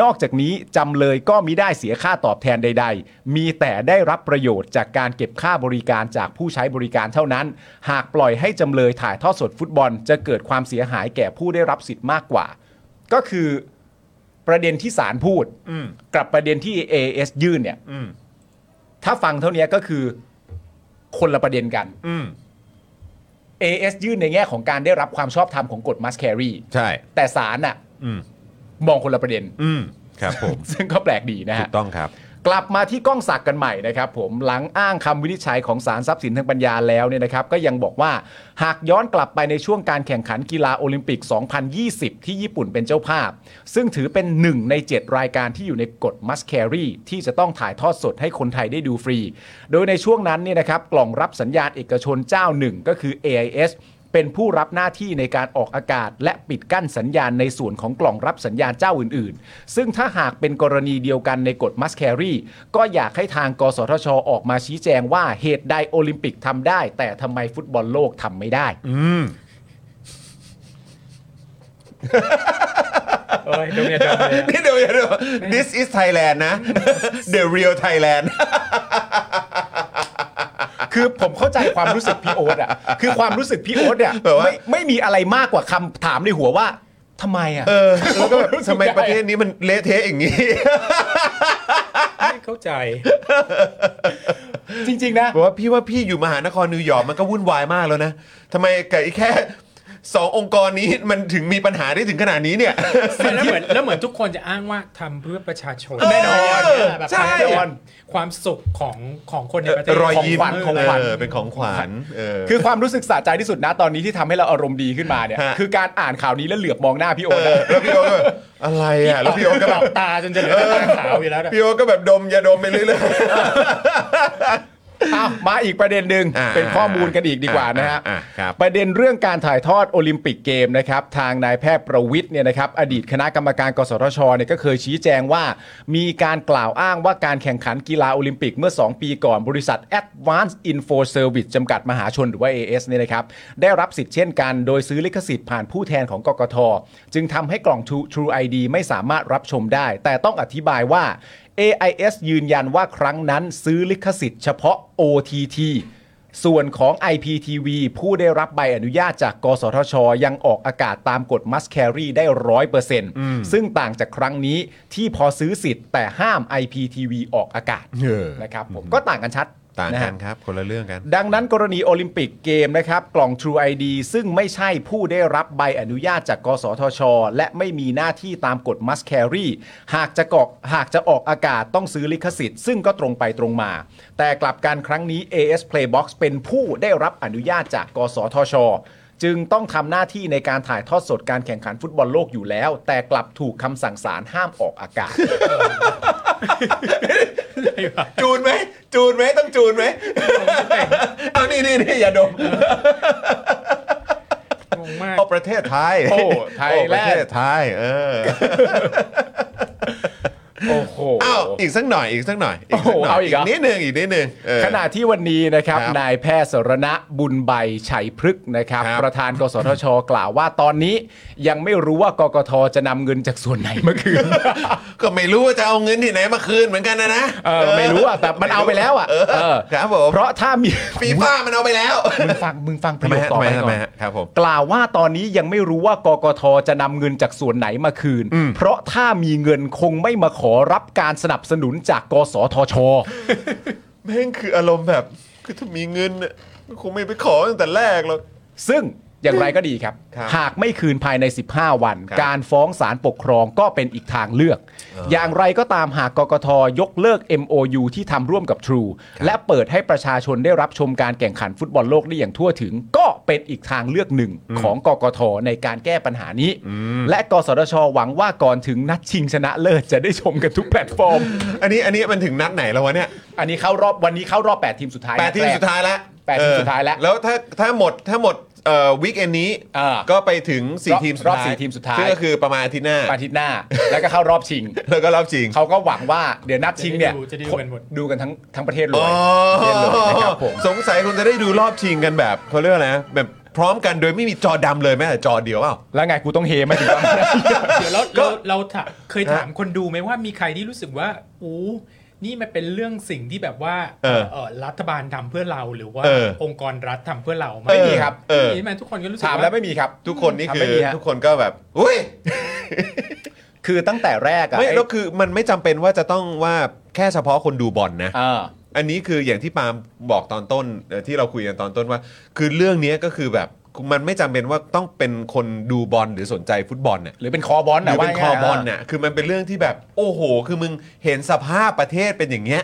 นอกจากนี้จำเลยก็มิได้เสียค่าตอบแทนใด ๆ มีแต่ได้รับประโยชน์จากการเก็บค่าบริการจากผู้ใช้บริการเท่านั้น หากปล่อยให้จำเลยถ่ายทอดสดฟุตบอล จะเกิดความเสียหายแก่ผู้ได้รับสิทธิ์มากกว่า ก็คือประเด็นที่ศาลพูดกับประเด็นที่ AS ยื่นเนี่ยถ้าฟังเท่านี้ก็คือคนละประเด็นกัน AS ยื่นในแง่ของการได้รับความชอบธรรมของกฎมัสแครี ใช่ แต่ศาลน่ะ อืม มองคนละประเด็น อืม ครับผม ซึ่งก็แปลกดีนะ ถู ฮะ กต้องครับ กลับมาที่ก้องศักดิ์กันใหม่นะครับผมหลังอ้างคำวินิจฉัยของศาลทรัพย์สินทางปัญญาแล้วเนี่ยนะครับ ก็ยังบอกว่าหากย้อนกลับไปในช่วงการแข่งขันกีฬาโอลิมปิก 2020 ที่ญี่ปุ่นเป็นเจ้าภาพ ซึ่งถือเป็น 1 ใน 7 รายการที่อยู่ในกฎมัสแครีที่จะต้องถ่ายทอดสดให้คนไทยได้ดูฟรี โดยในช่วงนั้นเนี่ยนะครับกล่องรับสัญญาณเอกชนเจ้าหนึ่งก็คือ AIS เป็นผู้รับหน้าที่ในการออกอากาศ และปิดกั้นสัญญาณในส่วนของกล่องรับสัญญาณเจ้าอื่น ๆ ซึ่งถ้าหากเป็นกรณีเดียวกันในกฎมัสแครีก็อยากให้ทางกสทช ออกมาชี้แจงว่าเหตุใดโอลิมปิกทำได้ แต่ทำไมฟุตบอลโลกทำไม่ได้ เอ้ยเดี๋ยวเนี่ยเดี๋ยวเนี่ย นี่เดี๋ยวเดี๋ยว this is Thailand นะ the real Thailand คือผมเข้าใจความรู้สึกพี่โอ๊ ตอ่ะ คือความรู้สึกพี่โอ๊ตเนี่ย แบบว่า ไม่ไม่มีอะไรมากกว่าคำถามในหัวว่าทำไมอ่ะ เออ แล้วก็แบบทำไมประเทศนี้มันเละเทะอย่างนี้ ไม่เข้าใจ จริง ๆ นะ บอกว่าพี่ว่าพี่อยู่มหานครนิวยอร์กมันก็วุ่นวายมากแล้วนะทำไมกับอีแค่ สององค์กรนี้มันถึงมีปัญหาได้ถึงขนาดนี้ เนี่ย แล้วเหมือนแล้วเหมือนทุกคนจะอ้างว่าทำเพื่อประชาชน แน่นอน แบบ ใช่ แน่นอนความสุขของของคนในประเทศ รอยยิ้ม ข ของ ง ขวัญ ขวัเอญอเป็นของขวัญเออ คือความรู้สึกสะใจที่สุดนะตอนนี้ที่ทำให้เราอารมณ์ดีขึ้นมาเนี่ย ฮะ คือการอ่านข่าวนี้แล้วเหลือบมองหน้าพี่โอ เอน อแล้วพี่โอก็แบบอะไรอ่ะแล้วพี่โอก็แบบ ตาจนจะเหลือแต่ตาขาวอยู่แล้วนะ พี่โอก็แบบดมยาดมไปเรื่อย อ้าวมาอีกประเด็นหนึ่ง อ่า เป็นข้อมูลกันอีกดีกว่านะฮะ อ่าครับ ประเด็นเรื่องการถ่ายทอดโอลิมปิกเกมนะครับทางนายแพทย์ประวิทย์เนี่ยนะครับอดีตคณะกรรมการกสทชเนี่ยก็เคยชี้แจงว่า มีการกล่าวอ้างว่าการแข่งขันกีฬาโอลิมปิกเมื่อ 2 ปีก่อนบริษัท Advanced Info Service จำกัดมหาชนหรือว่า AS เนี่ยนะครับได้รับสิทธิ์เช่นกันโดยซื้อลิขสิทธิ์ผ่านผู้แทนของกกท จึงทำให้กล่อง True- True ID ไม่สามารถรับชมได้ แต่ต้องอธิบายว่า AIS ยืนยันว่าครั้งนั้นซื้อลิขสิทธิ์เฉพาะ OTT ส่วนของ IPTV ผู้ได้รับใบอนุญาตจาก กสทช ยังออกอากาศตามกฎ Must Carry ได้ 100%ซึ่งต่างจากครั้งนี้ที่พอซื้อสิทธิ์แต่ห้าม IPTV ออกอากาศ เออ นะครับผมก็ต่างกันชัด ๆต่าง ะ กั ฮะ นครับ คนละเรื่องกัน ดังนั้นกรณีโอลิมปิกเกมนะครับกล่อง True ID ซึ่งไม่ใช่ผู้ได้รับใบอนุญาตจาก กสทช และไม่มีหน้าที่ตามกฎ Must Carry หากจะกอกหากจะออกอากาศต้องซื้อลิขสิทธิ์ซึ่งก็ตรงไปตรงมา แต่กลับกันครั้งนี้ AS Playbox เป็นผู้ได้รับอนุญาตจาก กสทช จึงต้องทำหน้าที่ในการถ่ายทอดสดการแข่งขันฟุตบอลโลกอยู่แล้ว แต่กลับถูกคำสั่งศาลห้ามออกอากาศ จูนไหมจูนไหมต้องจูนไหมเอานี่นี่นี่อย่าดม งงมาก เอาประเทศไทย โอ้ไทยโอ้แลนด์ประเทศไทยเออ โอ้โห อ้าวอีกสักหน่อยอีกสักหน่อยอีกสักหน่ โอ้โหเอาอีกเหรอ นิดนึงอีกนิดนึงเออ ขณะที่วันนี้นะครับ ครับ นายแพทย์สรณะบุญใบชัยพฤกษ์นะครับ ครับ ประธานกสทช กล่าวว่าตอนนี้ยังไม่รู้ว่ากกทจะนำเงินจากส่วนไหนมาคืน ก็ไม่รู้ว่าจะเอาเงินที่ไหนมาคืนเหมือนกันนะนะ เออไม่รู้อ่ะแต่มันเอาไปแล้วอ่ะ เออ เออ ครับผม เพราะถ้ามี ฟีฟ่ามันเอาไปแล้ว มึงฟังมึงฟังประ ทำไม โยฮะคต่อ ทำไม ไป ฮะทำไมก่อน ฮะครับผม กล่าวว่าตอนนี้ยังไม่รู้ว่ากกทจะนำเงินจากส่วนไหนมาคืน เพราะถ้ามีเงินคงไม่มาขอรับการสนับสนุนจากกสทช แม่งคืออารมณ์แบบคือถ้ามีเงินน่ะก็คงไม่ไปขอตั้งแต่แรกหรอก ซึ่งอย่างไรก็ดีครับ ครับ หากไม่คืนภายใน 15 วัน ครับ การฟ้องศาลปกครองก็เป็นอีกทางเลือก อย่างไรก็ตามหากกกทยกเลิก MOU ที่ทำร่วมกับ True และเปิดให้ประชาชนได้รับชมการแข่งขันฟุตบอลโลกได้อย่างทั่วถึง ก็เป็นอีกทางเลือกหนึ่งของกกทในการแก้ปัญหานี้ และกสทช หวังว่าก่อนถึงนัดชิงชนะเลิศจะได้ชมกันทุกแพลตฟอร์ม อันนี้อันนี้มันถึงนัดไหนแล้ววะเนี่ย อันนี้เข้ารอบวันนี้เข้ารอบ 8 ทีมสุดท้าย แปดทีม นัแรก สุดท้ายแล้ว แปดทีมสุดท้ายแล้ว แล้วถ้าถ้าหมดถ้าหมดเอ่อวีคเอนนี้ อ่า ก็ไปถึงสี่ รอบ ทีมสุด รอบ ท้าย สี่ทีมสุดท้าย ซึ่งก็คือประมาณอาทิตย์หน้า อาทิตย์หน้า แล้วก็เข้ารอบชิง แล้วก็รอบชิง เขาก็หวังว่าเดี๋ยวนัดชิงเนี่ย จะได้ดูจะได้ดูกันหมด ดูกันทั้งทั้งประเทศเลย อ๋อ ประเทศเลยนะครับผม สงสัยคุณจะได้ดูรอบชิงกันแบบเขาเรียกว่าอะไรนะแบบพร้อมกันโดยไม่มีจอดำเลยแม้แต่จอเดียวเปล่า แล้วไงกูต้องเฮไหมถึงว่า เดี๋ยวเราเราเราถามเคยถามคนดูไหมว่ามีใครที่รู้สึกว่าอู้นี่มันเป็นเรื่องสิ่งที่แบบว่า เออ เอ่อรัฐบาลทำเพื่อเราหรือว่า เออ องค์กรรัฐทำเพื่อเรา ไม่มีครับ เออ ไม่มีไหมทุกคนก็รู้ สึก ถาม ว่า แล้วไม่มีครับ ทุกคนนี่ ครับ คื ไม่ อ มีฮะ ทุกคนก็แบบอุ้ย คือตั้งแต่แรกอะ ไม่ ไอ้ แล้วคือมันไม่จำเป็นว่าจะต้องว่าแค่เฉพาะคนดูบอลนะ เออ อันนี้คืออย่างที่ปาล์มบอกตอนต้นเอ่อที่เราคุยกันตอนต้นว่า คือเรื่องเนี้ยก็คือแบบมันไม่จำเป็นว่าต้องเป็นคนดูบอลหรือสนใจฟุตบอลเนี่ย หรือเป็นคอบอล หรือเป็น ว่า ค ง่า อย บอล ๆ เนี่ยคือมันเป็นเรื่องที่แบบ โอ้โห คือมึงเห็นสภาพประเทศเป็นอย่างเงี้ย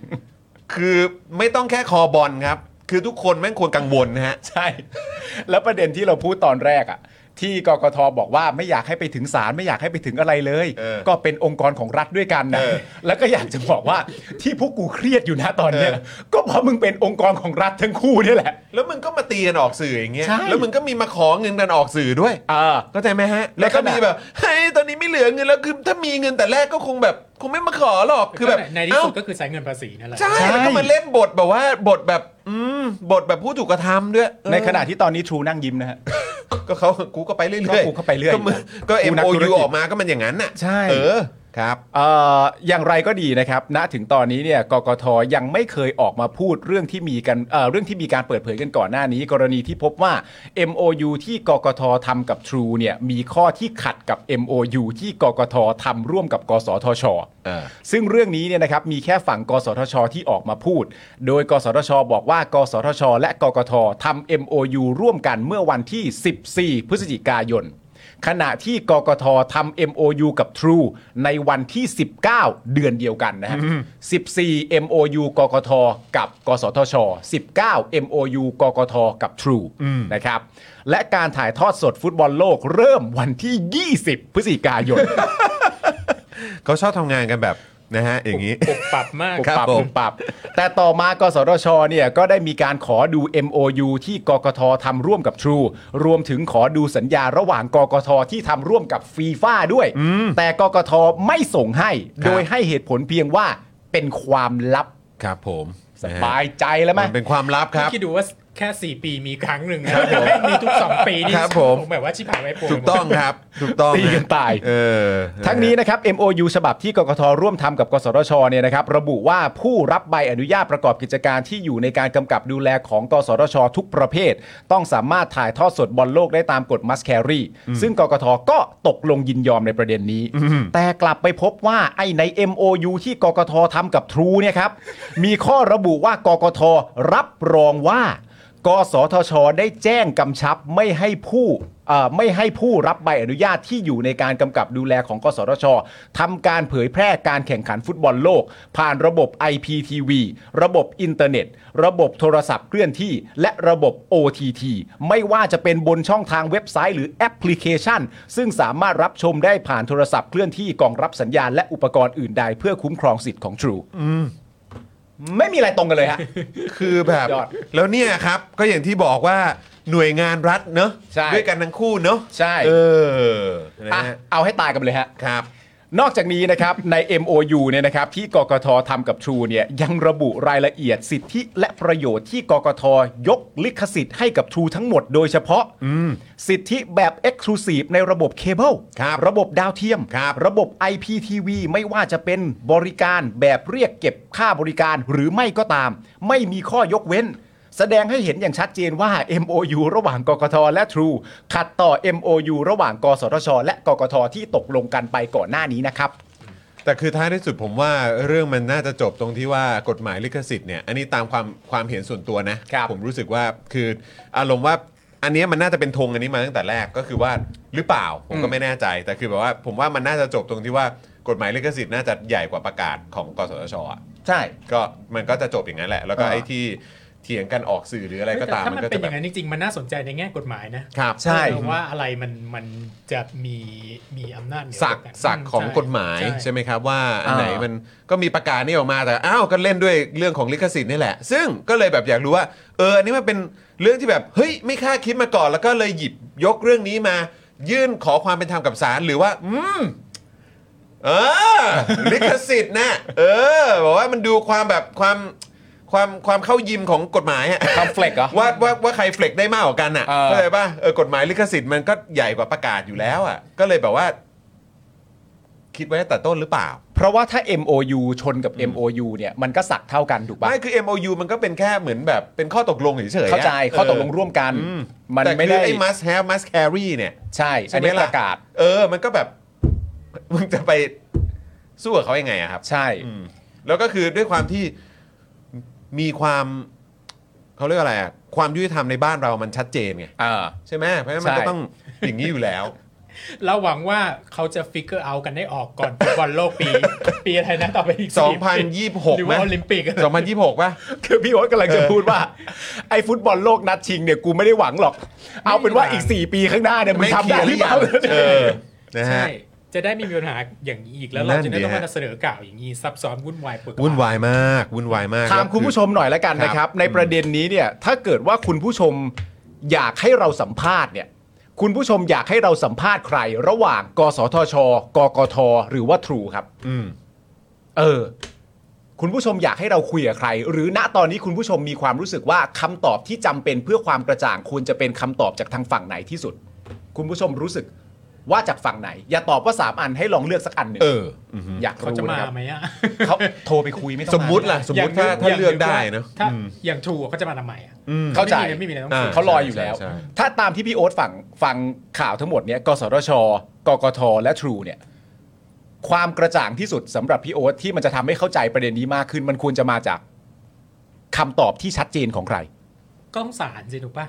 คือไม่ต้องแค่คอบอลครับ คือทุกคนแม่งควรกังวลนะฮะ ใช่ แล้วประเด็นที่เราพูดตอนแรกอะที่กกทบอกว่าไม่อยากให้ไปถึงศาลไม่อยากให้ไปถึงอะไรเลย เออ ก็เป็นองค์กรของรัฐด้วยกันนะ เออ แล้วก็อยากจะบอกว่าที่พวกกูเครียดอยู่นะตอนเนี้ยก็เพราะมึงเป็นองค์กรของรัฐทั้งคู่เนี่ยแหละ แล้วมึงก็มาตีกันออกสื่ออย่างเงี้ย ใช่ แล้วมึงก็มีมาขอเงินกันออกสื่อด้วย เออ เข้าใจไหมฮะ แล้ แล้ว วก็ ก็ แบบ มีแบบเฮ้ยตอนนี้ไม่เหลือเงินแล้วคือถ้ามีเงินแต่แรกก็คงแบบคงไม่มาขอหรอกคือแบบ ในที่สุดก็คือใช้เงินภาษีนั่นแหละ เอ้าใช่แล้วก็มาเล่นบทแบบว่าบทแบบอืมบทแบบผู้ถูกกระทำด้วย ในขณะที่ตอนนี้ทรูนั่งยิ้มนะฮะ ก็เขากูก็ไปเรื่อย ก็กูก็ไปเรื่อย ก็มึงก็ กูนักธุ MOU รกิจ ออกมาก็มันอย่างนั้นน่ะ ใช่ เออ ครับ เอ่ออย่างไรก็ดีนะครับ ณ ถึงตอนนี้เนี่ย กกทยังไม่เคยออกมาพูดเรื่องที่มีกันเอ่อเรื่องที่มีการเปิดเผยกันก่อนหน้านี้ กรณีที่พบว่า MOU ที่กกททำกับ True เนี่ย มีข้อที่ขัดกับ MOU ที่กกททำร่วมกับ กสทช เออ ซึ่งเรื่องนี้เนี่ยนะครับมีแค่ฝั่ง กสทช ที่ออกมาพูด โดย กสทช บอกว่า กสทช และกกททำ MOU ร่วมกันเมื่อวันที่ 14 พฤศจิกายน ขณะที่กกททำ MOU กับ True ในวันที่ 19 เดือนเดียวกันนะฮะ14 MOU กกทกับ กสทช 19 MOU กกทกับ True นะครับ และการถ่ายทอดสดฟุตบอลโลกเริ่มวันที่ 20 พฤศจิกายน เขาชอบทำงานกันแบบนะฮะอย่างนี้ ปรับปรับมาก ครับ ปรับ ผม ปรับ แต่ต่อมากสทชเนี่ยก็ได้มีการขอดู MOU ที่กกททำร่วมกับ True รวมถึงขอดูสัญญาระหว่างกกทที่ทำร่วมกับฟีฟ่าด้วย แต่กกทไม่ส่งให้ โดยให้เหตุผลเพียงว่าเป็นความลับ ครับผม สบายใจแล้วไหม มันเป็นความลับครับ คิดดูว่าแค่ 4 ปีมีครั้งหนึ่งนะแต่แม่งมีทุก 2 ปีนี่ ครับผม แบบว่าชิบหายไว้ปวด ถูกต้องครับ ถูกต้อง ตีกันตาย เออ ทั้งนี้นะครับ MOU ฉบับที่กกทร่วมทำกับ กสทชเนี่ยนะครับระบุว่าผู้รับใบอนุญาตประกอบกิจการที่อยู่ในการกำกับดูแลของ กสทช ทุกประเภท ต้องสามารถถ่ายทอดสดบอลโลกได้ตามกฎมัสแครีซึ่งกกทก็ตกลงยินยอมในประเด็นนี้ แต่กลับไปพบว่าไอ้ใน MOU ที่กกททำกับทรูเนี่ยครับมีข้อระบุว่ากกทรับรองว่า กสทช ได้แจ้งกำชับไม่ให้ผู้เอ่อไม่ให้ผู้รับใบอนุญาตที่อยู่ในการกำกับดูแลของ กสทชทำการเผยแพร่การแข่งขันฟุตบอลโลก ผ่านระบบ IPTV ระบบอินเทอร์เน็ต ระบบโทรศัพท์เคลื่อนที่ และระบบ OTT ไม่ว่าจะเป็นบนช่องทางเว็บไซต์หรือแอปพลิเคชัน ซึ่งสามารถรับชมได้ผ่านโทรศัพท์เคลื่อนที่กล่องรับสัญญาณและอุปกรณ์อื่นใดเพื่อคุ้มครองสิทธิ์ของ True ไม่มีอะไรตรงกันเลยฮะ คือแบบ ยอด แล้วเนี่ยครับก็อย่างที่บอกว่าหน่วยงานรัฐเนอะ ใช่ ด้วยกันทั้งคู่เนอะ ใช่ เออนะ อ่ะ ฮะ เอาให้ตายกันไปเลยฮะ ครับ นอกจากนี้นะครับ ใน MOU เนี่ยนะครับที่กกททำกับ True เนี่ยยังระบุรายละเอียดสิทธิและประโยชน์ที่กกทยกลิขสิทธิ์ให้กับ True ทั้งหมดโดยเฉพาะสิทธิแบบ Exclusive ในระบบเคเบิล ครับ ระบบดาวเทียม ครับ ระบบ IPTV ไม่ว่าจะเป็นบริการแบบเรียกเก็บค่าบริการหรือไม่ก็ตาม ไม่มีข้อยกเว้น แสดงให้เห็นอย่างชัดเจนว่า MOU ระหว่างกกทและ True ขัดต่อ MOU ระหว่างกสทช และกกทที่ตกลงกันไปก่อนหน้านี้นะครับ แต่คือท้ายที่สุดผมว่าเรื่องมันน่าจะจบตรงที่ว่ากฎหมายลิขสิทธิ์เนี่ยอันนี้ตามความความเห็นส่วนตัวนะ ครับ ผมรู้สึกว่าคืออารมณ์ว่าอันเนี้ยมันน่าจะเป็นธงอันนี้มาตั้งแต่แรกก็คือว่าหรือเปล่าผมก็ไม่แน่ใจ แต่คือแบบว่าผมว่ามันน่าจะจบตรงที่ว่ากฎหมายลิขสิทธิ์น่าจะใหญ่กว่าประกาศของกสทชอะ ใช่ ก็มันก็จะจบอย่างนั้นแหละ แล้วก็ เออ ไอ้ที่เถียงกันออกสื่อหรืออะไรก็ แต่ ตาม ถ้า มั มันน ก็ เป็ จะ นอ แบ ย่า บ งนั้นจริงๆ มันน่าสนใจในแง่กฎหมายนะครับ ใช่ เออว่าอะไรมันมันจะมีมีอำนาจเหนือ สัก ฎหมาย สักของ ใช่ กฎหมาย ใช่ ใช่ไหมครับว่าอัน อ่า ไหนมันก็มีประกาศนี่ออกมาแต่อ้าวก็เล่นด้วยเรื่องของลิขสิทธิ์นี่แหละ ซึ่งก็เลยแบบอยากรู้ว่าเอออันนี้มันเป็นเรื่องที่แบบเฮ้ยไม่คาดคิดมาก่อนแล้วก็เลยหยิบยกเรื่องนี้มา ยื่นขอความเป็นธรรมกับศาลหรือว่าอืมเออ ลิขสิทธิ์นะเออบอกว่ามันดูความแบบความความความเข้ายิมของกฎหมายอะ คำเฟลกเหรอ ว่าว่าว่าใครเฟลกได้มากกว่ากันอ่ะ เออ เข้าใจป่ะเออกฎหมายลิขสิทธิ์มันก็ใหญ่กว่าประกาศอยู่แล้วอ่ะ ก็เลยแบบว่า คิดไว้ตั้งแต่ต้นหรือเปล่า เพราะว่าถ้า MOU ชนกับ MOU เนี่ยมันก็สักเท่ากันถูกปะ ไม่คือ MOU มันก็เป็นแค่เหมือนแบบเป็นข้อตกลงเฉยๆะ เข้าใจข้อตกลงร่วมกัน เออ มัน แต่ ไม่ คื ได้ อไอ้ must have must carry เนี่ย ใช่อันนี้ประกาศ เออ มันก็แบบ มึงจะไปสู้กับเขายังไงอะครับ ใช่ อืมแล้วก็คือด้วยความที่มีความเขาเรียกอะไรอะความยุติธรรมในบ้านเรามันชัดเจนไง อ่า ใช่ไหมเพราะฉะนั้นมันก็ ใช่ ต้องอย่างนี้อยู่แล้ว เราหวังว่าเขาจะฟิกเกอร์เอากันได้ออกก่อนฟุตบอลโลกปี ปีอะไรนะต่อไปอีก 2026 ปีหรือว่าโอลิมปิกอะ 2026 ป่ะ คือพี่โอ๊ตกำลังจะ เออ พูด ว่า ไอ้ฟุตบอลโลกนัดชิงเนี่ยกูไม่ได้หวังหรอก เอาเป็นว่าอีก 4 ปีข้างหน้าเนี่ยมึงทำได้หรือเปล่า เออนะฮะ ใช่ จะได้ไม่มีปัญหาอย่างนี้อีกแล้วเรา นั่น จะได้ต้อง ดิฮะ มาเสนอก่าวอย่างนี้ซับซ้อนวุ่นวายปวดกระบาล วุ่นวายมาก วุ่นวายมาก ถามคุณผู้ชมหน่อยละกันนะครับ ในประเด็นนี้เนี่ยถ้าเกิดว่าคุณผู้ชมอยากให้เราสัมภาษณ์เนี่ย คุณผู้ชมอยากให้เราสัมภาษณ์ใคร ระหว่าง กสทช กกท หรือว่าทรูครับ อืม เออ คุณผู้ชมอยากให้เราคุยกับใคร หรือณตอนนี้คุณผู้ชมมีความรู้สึกว่าคำตอบที่จำเป็นเพื่อความกระจ่างควรจะเป็นคำตอบจากทางฝั่งไหนที่สุด คุณผู้ชมรู้สึก ว่าจากฝั่งไหน อย่าตอบว่าสามอันให้ลองเลือกสักอันหนึ่ง เอออืม อยาก เขา รู้ จะ น มา ครับ ไหมอะ เขาโทรไปคุยไม่ต้อง สมมุติล่ะ สมมติถ้าถ้าเลือกได้นะ ถ้า อืม อย่างถูกเขาจะมาทำไมอะ อืม า เข้ใจ ไม่มีไม่มีอะไรต้องเสีย อ่ เขาลอยอยู่แล้ว ใช่ใช่ ถ้าตามที่พี่โอ๊ตฟังฟังข่าวทั้งหมดเนี้ยกสทช กกท และ True เนี่ย ความกระจ่างที่สุดสำหรับพี่โอ๊ตที่มันจะทำให้เข้าใจประเด็นนี้มากขึ้น มันควรจะมาจากคำตอบที่ชัดเจนของใคร ก็ต้องศาลสิถูกป่ะ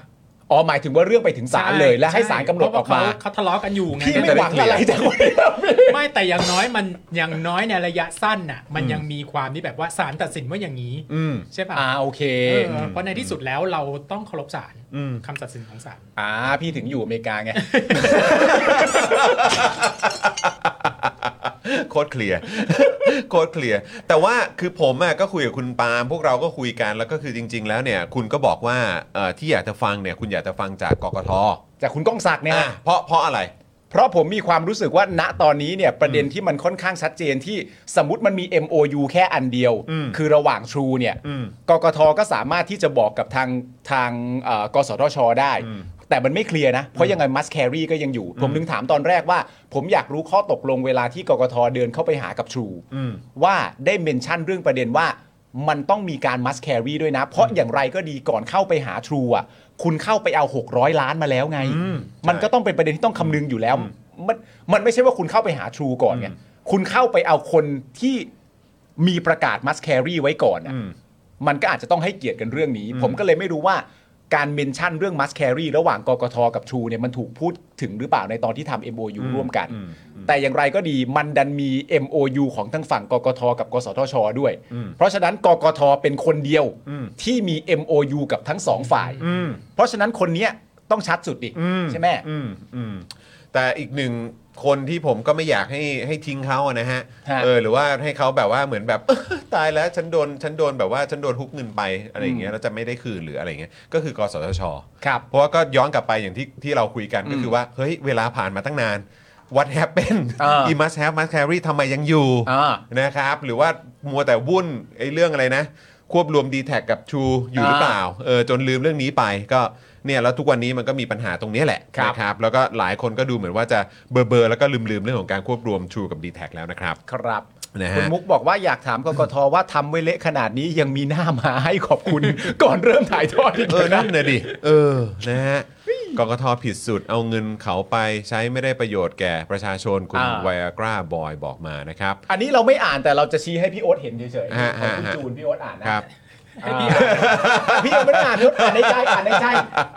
อ๋อหมายถึงว่าเรื่องไปถึงศาลเลย และให้ศาลกำหนดออกมา เพระว่เขเขาทะเลาะกันอยู่ไง พี่ไม่หวังอะไรจากวันนี้ครับพี่ ไม่แต่อย่างน้อยมันอย่างน้อยในระยะสั้นน่ะ มันยังมีความที่แบบว่าศาลตัดสินว่าอย่างนี้ อืม ใช่ป่ะ อ่าโอเค เออเพราะในที่สุดแล้วเราต้องเคารพศาล อืม คำตัดสินของศาล อ่าพี่ถึงอยู่อเมริกาไง โคตรเคลียร์ โคตรเคลียร์แต่ว่าคือผมอะก็คุยกับคุณปาล์มพวกเราก็คุยกันแล้วก็คือจริง ๆ แล้วเนี่ยคุณก็บอกว่าเอ่อที่อยากจะฟังเนี่ยคุณอยากจะฟังจากกกท จากคุณก้องศักดิ์เนี่ย อ่ะ ฮะ เพราะเพราะอะไร เพราะผมมีความรู้สึกว่าณตอนนี้เนี่ยประเด็นที่มันค่อนข้างชัดเจนที่สมมติมันมี MOU แค่อันเดียว อืม คือระหว่าง True เนี่ย อืม กกทก็สามารถที่จะบอกกับทางทางเอ่อกสทช ได้ อืม แต่มันไม่เคลียร์นะ เพราะยังไงมัสแครีก็ยังอยู่ ผมถึงถามตอนแรกว่า ผมอยากรู้ข้อตกลงเวลาที่กกทเดินเข้าไปหากับ True อืม ว่าได้เมนชั่นเรื่องประเด็นว่ามันต้องมีการมัสแครีด้วยนะ เพราะอย่างไรก็ดีก่อนเข้าไปหาทรูอ่ะ คุณเข้าไปเอา 600 ล้านมาแล้วไง อืม มันก็ต้องเป็นประเด็นที่ต้องคำนึงอยู่แล้ว มันมันไม่ใช่ว่าคุณเข้าไปหาทรูก่อนไง อืม คุณเข้าไปเอาคนที่มีประกาศมัสแครีไว้ก่อนอะ อืม มันก็อาจจะต้องให้เกียรติกันเรื่องนี้ ผมก็เลยไม่รู้ว่าการเมนชั่นเรื่องมัสแครีระหว่างกกทกับทรูเนี่ยมันถูกพูดถึงหรือเปล่าในตอนที่ทำ MOU อืม ร่วมกัน อืม แต่อย่างไรก็ดีมันดันมี MOU ของทั้งฝั่งกกทกับ กสทช ด้วย อืม เพราะฉะนั้นกกทเป็นคนเดียว อืม ที่มี MOU กับทั้งสองฝ่าย อืม เพราะฉะนั้นคนเนี้ยต้องชัดสุดดิ อื ใช่ไหม อืมอืมแต่อีกหนึ่งคนที่ผมก็ไม่อยากให้ให้ทิ้งเขาอะนะฮะ ฮะ เออหรือว่าให้เขาแบบว่าเหมือนแบบ ตายแล้วฉันโดนฉันโดนแบบว่าฉันโดนฮุกเงินไปอะไรอย่างเงี้ยแล้วจะไม่ได้คืนหรืออะไรอย่างเงี้ยก็คือกสทช ครับ เพราะว่าก็ย้อนกลับไปอย่างที่ที่เราคุยกันก็คือว่าเฮ้ยเวลาผ่านมาตั้งนาน what happened อ่า you must have must carry ทำไมยังอยู่ อ่า นะครับหรือว่ามัวแต่วุ่นไอ้เรื่องอะไรนะ ควบรวม d t แทกับชูอยู่ อ่า หรือเปล่าเออจนลืมเรื่องนี้ไปก็เนี่ยแล้วทุกวันนี้มันก็มีปัญหาตรงนี้แหละ ครับ นะครับแล้วก็หลายคนก็ดูเหมือนว่าจะเบอร์เบอร์แล้วก็ลืมลืมๆเรื่องของการควบรวมชูกับ d t แทแล้วนะครับ ครับ นะฮะ คุณมุกบอกว่าอยากถามกกทว่าทำไว้เละขนาดนี้ยังมีหน้ามาให้ขอบคุณ ก่อนเริ่มถ่ายทอดอีก เอ หร อ อ นั่นน่ะดิเออนะฮะกกทผิดสุดเอาเงินเขาไปใช้ไม่ได้ประโยชน์แก่ประชาชนคุณ อ่า ไวอากราบอยบอกมานะครับ อันนี้เราไม่อ่านแต่เราจะชี้ให้พี่โอ๊ตเห็นเฉย ฮะ ๆของคุณ ฮะ จูนพี่โอ๊ตอ่านนะครับ อ่าพี่ยังไม่ได้อ่านพี่โอ๊ตอ่านในใจอ่านในใจ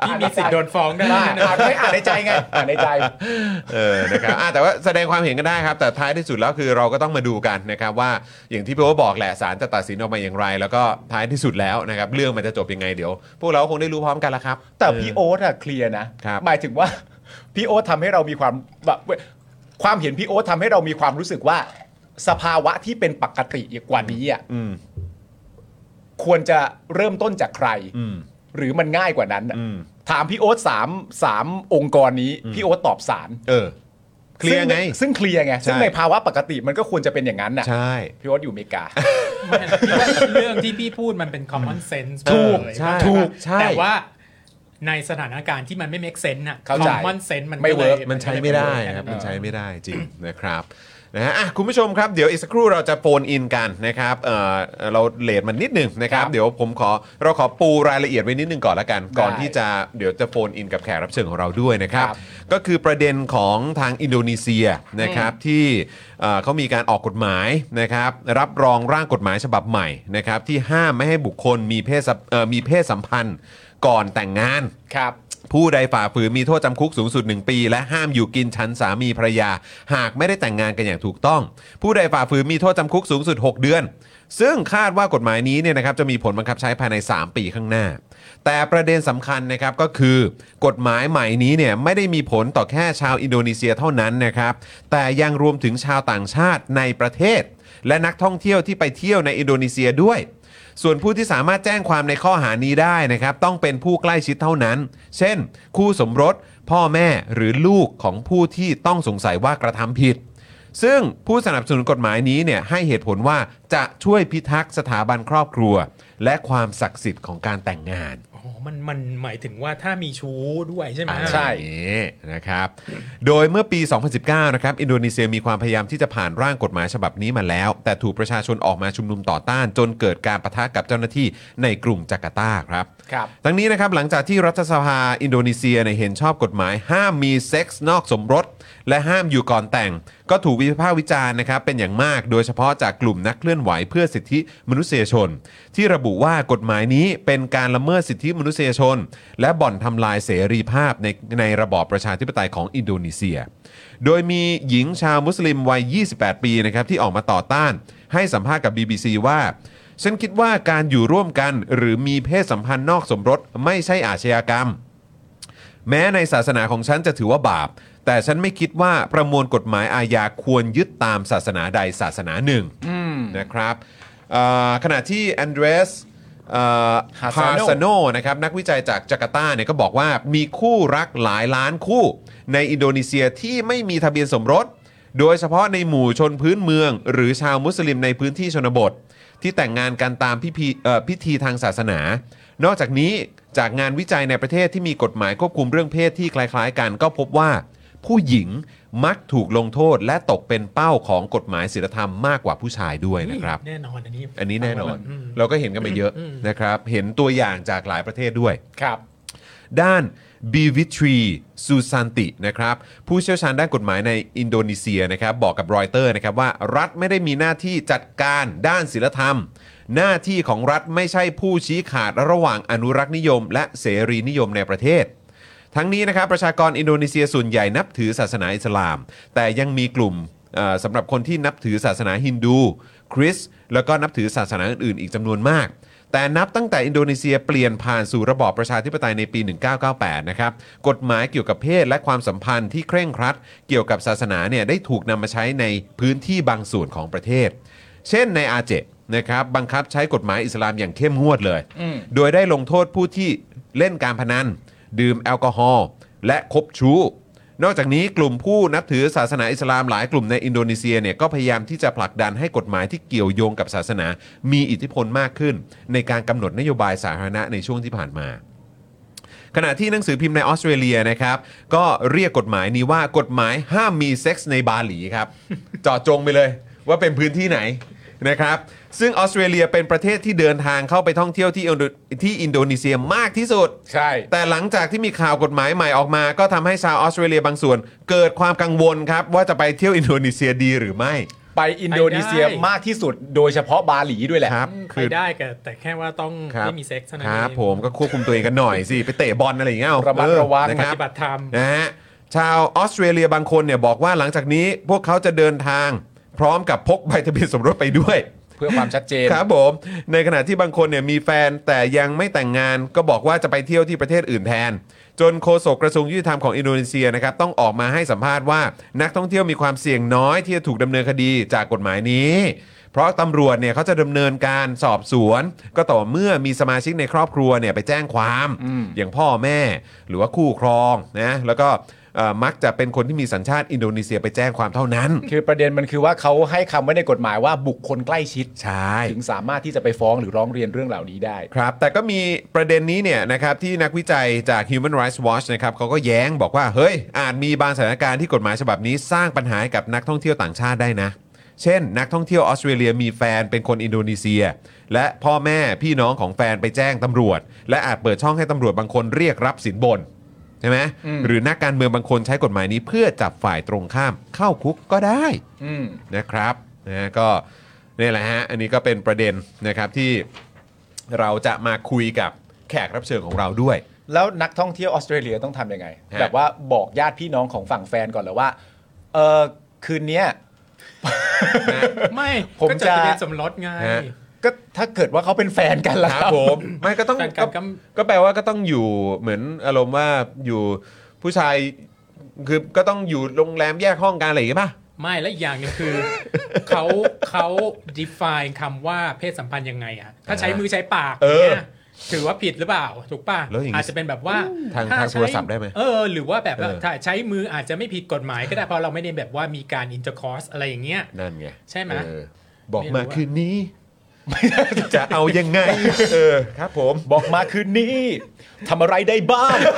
พี่มีสิทธิ์โดนฟ้อง ได้ ได้ นะ อ่านไม่อ่านในใจไงอ่านในใจ เออ นะครับอ่ะแต่ว่าแสดงความเห็นกันได้ครับ แต่ท้ายที่สุดแล้วคือเราก็ต้องมาดูกันนะครับว่าอย่างที่พี่โอ๊ตบอกแหละศาลจะตัดสินออกมาอย่างไร แล้วก็ท้ายที่สุดแล้วนะครับเรื่องมันจะจบยังไงเดี๋ยว พวกเราคงได้รู้พร้อมกันละครับ แต่พี่โอ๊ตอะเคลียร์นะครับ หมายถึงว่า พี่โอ๊ตทำให้เรามีความแบบเว้ยความเห็นพี่โอ๊ตทำให้เรามีความรู้สึกว่า สภาวะที่เป็นปกติกว่านี้อ่ะ อืม ควรจะเริ่มต้นจากใคร อืม หรือมันง่ายกว่านั้นอะ อืม ถามพี่โอ๊ตสามสามองค์กรนี้พี่โอ๊ตตอบสาร เออ เคลียร์ไง ซึ่งซึ่งเคลียร์ไง ซึ่ง ใช่ ในภาวะปกติมันก็ควรจะเป็นอย่างนั้นน่ะ ใช่ พี่โอ๊ตอยู่อเมริกา ไม่หรอกพี่ว่าเรื่องที่พี่พูดมันเป็น common sense ถูก เลย ใช่ ถูก ใช่ แต่ว่าในสถานการณ์ที่มันไม่ make sense น่ะ เข้าใจ common sense มัน ไม่ ก็ลย work มันใช้ไม่ได้ครับมันใช้ไม่ได้จริง นะครับนะฮะอ่ะคุณผู้ชมครับเดี๋ยวอีกสักครู่เราจะโฟนอินกันนะครับเออเราเลทมันนิดหนึ่งนะครับ ครับ เดี๋ยวผมขอเราขอปูรายละเอียดไว้นิดหนึ่งก่อนละกัน ก่อนที่จะเดี๋ยวจะโฟนอินกับแขกรับเชิญของเราด้วยนะครับ ครับ ก็คือประเด็นของทางอินโดนีเซียนะครับที่เอ่อเขามีการออกกฎหมายนะครับ รับรองร่างกฎหมายฉบับใหม่นะครับ ที่ห้ามไม่ให้บุคคลมีเพศสัมเอ่อมีเพศสัมพันธ์ก่อนแต่งงาน ครับ ผู้ใดฝ่าฝืนมีโทษจำคุกสูงสุด 1 ปี และห้ามอยู่กินชั้นสามีภรรยา หากไม่ได้แต่งงานกันอย่างถูกต้อง ผู้ใดฝ่าฝืนมีโทษจำคุกสูงสุด 6 เดือน ซึ่งคาดว่ากฎหมายนี้เนี่ยนะครับจะมีผลบังคับใช้ภายใน 3 ปีข้างหน้า แต่ประเด็นสำคัญนะครับก็คือกฎหมายใหม่นี้เนี่ยไม่ได้มีผลต่อแค่ชาวอินโดนีเซียเท่านั้นนะครับแต่ยังรวมถึงชาวต่างชาติในประเทศ และนักท่องเที่ยวที่ไปเที่ยวในอินโดนีเซียด้วย ส่วนผู้ที่สามารถแจ้งความในข้อหานี้ได้นะครับ ต้องเป็นผู้ใกล้ชิดเท่านั้น เช่น คู่สมรส พ่อแม่หรือลูกของผู้ที่ต้องสงสัยว่ากระทำผิด ซึ่งผู้สนับสนุนกฎหมายนี้เนี่ยให้เหตุผลว่าจะช่วยพิทักษ์สถาบันครอบครัว และความศักดิ์สิทธิ์ของการแต่งงาน โอ้โห มันมันหมายถึงว่าถ้ามีชู้ด้วยใช่ไหม อ่านี่นะครับ โดยเมื่อปี 2019 นะครับ อินโดนีเซียมีความพยายามที่จะผ่านร่างกฎหมายฉบับนี้มาแล้ว แต่ถูกประชาชนออกมาชุมนุมต่อต้าน จนเกิดการปะทะกับเจ้าหน้าที่ในกรุงจาการ์ตาครับ ครับ ทั้งนี้นะครับหลังจากที่รัฐสภาอินโดนีเซียเนี่ยเห็นชอบกฎหมาย ห้ามมีเซ็กส์นอกสมรส และห้ามอยู่ก่อนแต่ง ก็ถูกวิพากษ์วิจารณ์นะครับเป็นอย่างมากโดยเฉพาะจากกลุ่มนักเคลื่อนไหวเพื่อสิทธิมนุษยชน ที่ระบุว่ากฎหมายนี้เป็นการละเมิดสิทธิมนุษยชน และบ่อนทำลายเสรีภาพในในระบอบประชาธิปไตยของอินโดนีเซีย โดยมีหญิงชาวมุสลิมวัย 28 ปีนะครับที่ออกมาต่อต้าน ให้สัมภาษณ์กับ BBC ว่า ฉันคิดว่าการอยู่ร่วมกันหรือมีเพศสัมพันธ์นอกสมรสไม่ใช่อาชญากรรม แม้ในศาสนาของฉันจะถือว่าบาป แต่ฉันไม่คิดว่าประมวลกฎหมายอาญาควรยึดตามศาสนาใดศาสนาหนึ่งนะครับเอ่อขณะที่แอนเดรสฮา Hassano ซานโนนะครับนักวิจัยจากจาการ์ตาเนี่ยก็บอกว่ามีคู่รักหลายล้านคู่ ในอินโดนีเซียที่ไม่มีทะเบียนสมรส โดยเฉพาะในหมู่ชนพื้นเมือง หรือชาวมุสลิมในพื้นที่ชนบท ที่แต่งงานกันตามพิธีเอ่อพิธีทางศาสนา นอกจากนี้จากงานวิจัยในประเทศที่มีกฎหมายควบคุมเรื่องเพศที่คล้ายๆ กันก็พบว่า ผู้หญิงมักถูกลงโทษและตกเป็นเป้าของกฎหมายศีลธรรมมากกว่าผู้ชายด้วยนะครับ แน่นอนอันนี้ อันนี้แน่นอน ม เราก็เห็นกันไปเยอะ อืม นะครับ เห็นตัวอย่างจากหลายประเทศด้วย ครับ ด้านบีวิทรีซูซานตินะครับผู้เชี่ยวชาญด้านกฎหมายในอินโดนีเซียนะครับบอกกับรอยเตอร์นะครับว่ารัฐไม่ได้มีหน้าที่จัดการด้านศิลธรรม หน้าที่ของรัฐไม่ใช่ผู้ชี้ขาดระหว่างอนุรักษ์นิยม และเสรีนิยมในประเทศ ทั้งนี้นะครับประชากรอินโดนีเซียส่วนใหญ่นับถือศาสนาอิสลาม แต่ยังมีกลุ่มเอ่อสำหรับคนที่นับถือศาสนาฮินดู คริสต์แล้วก็นับถือศาสนาอื่นๆ อีกจำนวนมาก แต่นับตั้งแต่อินโดนีเซียเปลี่ยนผ่านสู่ระบอบประชาธิปไตยในปี 1998 นะครับกฎหมายเกี่ยวกับเพศและความสัมพันธ์ที่เคร่งครัด เกี่ยวกับศาสนาเนี่ยได้ถูกนำมาใช้ในพื้นที่บางส่วนของประเทศ เช่นในอาเจนะครับบังคับใช้กฎหมายอิสลามอย่างเข้มงวดเลย โดยได้ลงโทษผู้ที่เล่นการพนัน ดื่มแอลกอฮอล์และคบชู้ นอกจากนี้กลุ่มผู้นับถือศาสนาอิสลามหลายกลุ่มในอินโดนีเซียเนี่ยก็พยายามที่จะผลักดันให้กฎหมายที่เกี่ยวโยงกับศาสนา มีอิทธิพลมากขึ้น ในการกำหนดนโยบายสาธารณะในช่วงที่ผ่านมา ขณะที่หนังสือพิมพ์ในออสเตรเลียนะครับ ก็เรียกกฎหมายนี้ว่ากฎหมายห้ามมีเซ็กส์ในบาหลีครับ เจาะจงไปเลยว่าเป็นพื้นที่ไหนนะครับ ซึ่งออสเตรเลียเป็นประเทศที่เดินทางเข้าไปท่องเที่ยวที่อินโดที่อินโดนีเซียมากที่สุด ใช่ แต่หลังจากที่มีข่าวกฎหมายใหม่ออกมา ก็ทำให้ชาวออสเตรเลียบางส่วน เกิดความกังวลครับ ว่าจะไปเที่ยวอินโดนีเซียดีหรือไม่ ไปอินโดนีเซีย ไปได้ มากที่สุด โดยเฉพาะบาหลีด้วยแหละ ครับ ไปได้แต่แต่แค่ว่าต้อง ครับ ไม่มีเซ็กซ์เท่านั้น ค เอง รับผมก็ควบคุมตัวเองกันหน่อยสิ ไปเตะบอลอะไรอย่างเงี้ยเอา ระมัดระวัง เออนะ ป ครับ ฏิบัติธรรม นะฮะชาวออสเตรเลียบางคนเนี่ยบอกว่าหลังจากนี้พวกเขาจะเดินทาง พร้อมกับพกใบทะเบียนสมรสไปด้วย เพื่อความชัดเจน ครับผม ในขณะที่บางคนเนี่ยมีแฟนแต่ยังไม่แต่งงานก็บอกว่าจะไปเที่ยวที่ประเทศอื่นแทน จนโฆษกกระทรวงยุติธรรมของอินโดนีเซียนะครับต้องออกมาให้สัมภาษณ์ว่า นักท่องเที่ยวมีความเสี่ยงน้อยที่จะถูกดำเนินคดีจากกฎหมายนี้ เพราะตำรวจเนี่ยเขาจะดำเนินการสอบสวน ก็ต่อเมื่อมีสมาชิกในครอบครัวเนี่ยไปแจ้งความอย่างพ่อแม่ หรือว่าคู่ครองนะแล้วก็เอ่อมักจะเป็นคนที่มีสัญชาติอินโดนีเซียไปแจ้งความเท่านั้น คือประเด็นมันคือว่าเขาให้คำไว้ในกฎหมายว่าบุคคลใกล้ชิด ใช่ ถึงสามารถที่จะไปฟ้องหรือร้องเรียนเรื่องเหล่านี้ได้ ครับ แต่ก็มีประเด็นนี้เนี่ยนะครับที่นักวิจัยจาก Human Rights Watch นะครับเขาก็แย้งบอกว่า เฮ้ย อาจมีบางสถานการณ์ที่กฎหมายฉบับนี้สร้างปัญหาให้กับนักท่องเที่ยวต่างชาติได้นะ เช่น นักท่องเที่ยวออสเตรเลียมีแฟนเป็นคนอินโดนีเซีย และพ่อแม่พี่น้องของแฟนไปแจ้งตำรวจ และอาจเปิดช่องให้ตำรวจบางคนเรียกรับสินบนใช่ไหมหรือนักการเมืองบางคนใช้กฎหมายนี้เพื่อจับฝ่ายตรงข้ามเข้าคุกก็ได้ อืม นะครับนะก็นี่แหละฮะ อันนี้ก็เป็นประเด็นนะครับที่เราจะมาคุยกับแขกรับเชิญของเราด้วย แล้วนักท่องเที่ยวออสเตรเลียต้องทำยังไง ฮะ แบบว่าบอกญาติพี่น้องของฝั่งแฟนก่อนเหรอว่า เออคืนเนี้ย ไม่ ผม ก็ จะ ทะเบียนสมรสไง ฮะ ก็ถ้าเกิดว่าเขาเป็นแฟนกันล่ะ ค ค รั รั บบ ผมไม่ก็ต้อง การ ก็ กำ ก็แปลว่าก็ต้องอยู่เหมือนอารมณ์ว่าอยู่ผู้ชายคือก็ต้องอยู่โรงแรมแยกห้องกันอะไรอย่างเงี้ยป่ะ ไม่และอีกอย่างหนึงคือ เขาเขา define คำว่าเพศสัมพันธ์ยังไงอะถ้าใช้มือใช้ปาก เออ นี่ยถือว่าผิดหรือเปล่า ถูกป่ะ แล้วอย่างนี้ อาจจะเป็นแบบว่า ทาง ถ้ ทางโทรศัพท์ได้ไหม เออ หรือว่าแบบว่า เออ ถ้าใช้มืออาจจะไม่ผิดกฎหมายก็ได้เพราะเราไม่ได้แบบว่ามีการ intercourse อะไรอย่างเงี้ย นั่นไง ใช่ไหม เออบอก ไม่รู้ มา อะ คืนนี้ จะเอายังไง เออครับผม บอกมาคืนนี้ทำอะไรได้บ้าง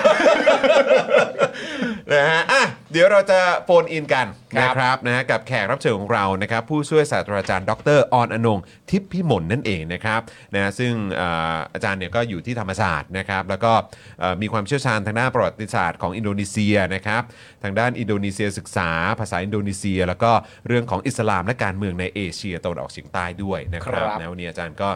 นะฮะอ่ะเดี๋ยวเราจะโฟนอินกัน ครั นะ บ ครับนะฮะกับแขกรับเชิญของเรานะครับผู้ช่วยศาสตราจารย์ดรออนอนงค์ทิพย์พิมลนั่นเองนะครับนะฮะซึ่งเอ่ออาจารย์เนี่ยก็อยู่ที่ธรรมศาสตร์นะครับแล้วก็เอ่อมีความเชี่ยวชาญทางด้านประวัติศาสตร์ของอินโดนีเซียนะครับทางด้านอินโดนีเซียศึกษา ภาษาอินโดนีเซีย แล้วก็เรื่องของอิสลามและการเมืองในเอเชียตะวันออกเฉียงใต้ด้วยนะครับ ครับ นะวันนี้อาจารย์ก็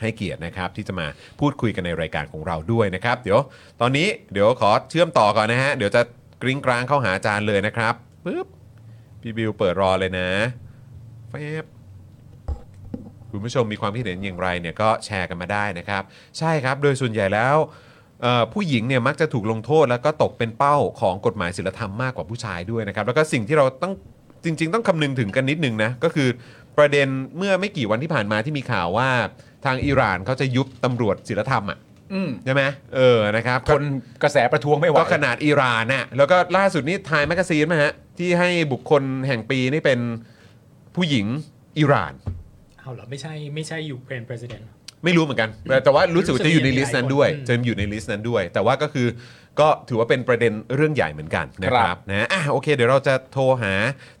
ให้เกียรตินะครับที่จะมาพูดคุยกันในรายการของเราด้วยนะครับ เดี๋ยวตอนนี้เดี๋ยวขอเชื่อมต่อก่อนนะฮะ เดี๋ยวจะกริ้งกลางเข้าหาอาจารย์เลยนะครับปึ๊บพี่บิวเปิดรอเลยนะแฟบคุณผู้ชมมีความคิดเห็นอย่างไรเนี่ยก็แชร์กันมาได้นะครับ ใช่ครับโดยส่วนใหญ่แล้วเอ่อผู้หญิงเนี่ยมักจะถูกลงโทษแล้วก็ตกเป็นเป้าของกฎหมายศีลธรรมมากกว่าผู้ชายด้วยนะครับ แล้วก็สิ่งที่เราต้องจริง ๆ ต้องคำนึงถึงกันนิดนึงนะก็คือประเด็นเมื่อไม่กี่วันที่ผ่านมาที่มีข่าวว่าทางอิหร่านเขาจะยุบตำรวจศีลธรรมอ่ะ อืม ใช่ไหมเออนะครับ ทนกระแสประท้วงไม่ไหว ก็ขนาดอิหร่านน่ะแล้วก็ล่าสุดนี้ไทยแมกกาซีนไหมฮะ ที่ให้บุคคลแห่งปีนี่เป็นผู้หญิงอิหร่าน เอาเหรอไม่ใช่ไม่ใช่ยูเครนประธานาธิบดี ไม่รู้เหมือนกัน แต่ว่ารู้สึกว่าจะอยู่ในลิสต์นั้นด้วย อืม จะอยู่ในลิสต์นั้นด้วย แต่ว่าก็คือก็ถือว่าเป็นประเด็นเรื่องใหญ่เหมือนกันนะค ครั รับบ นะอ่ะโอเค เดี๋ยวเราจะโทรหา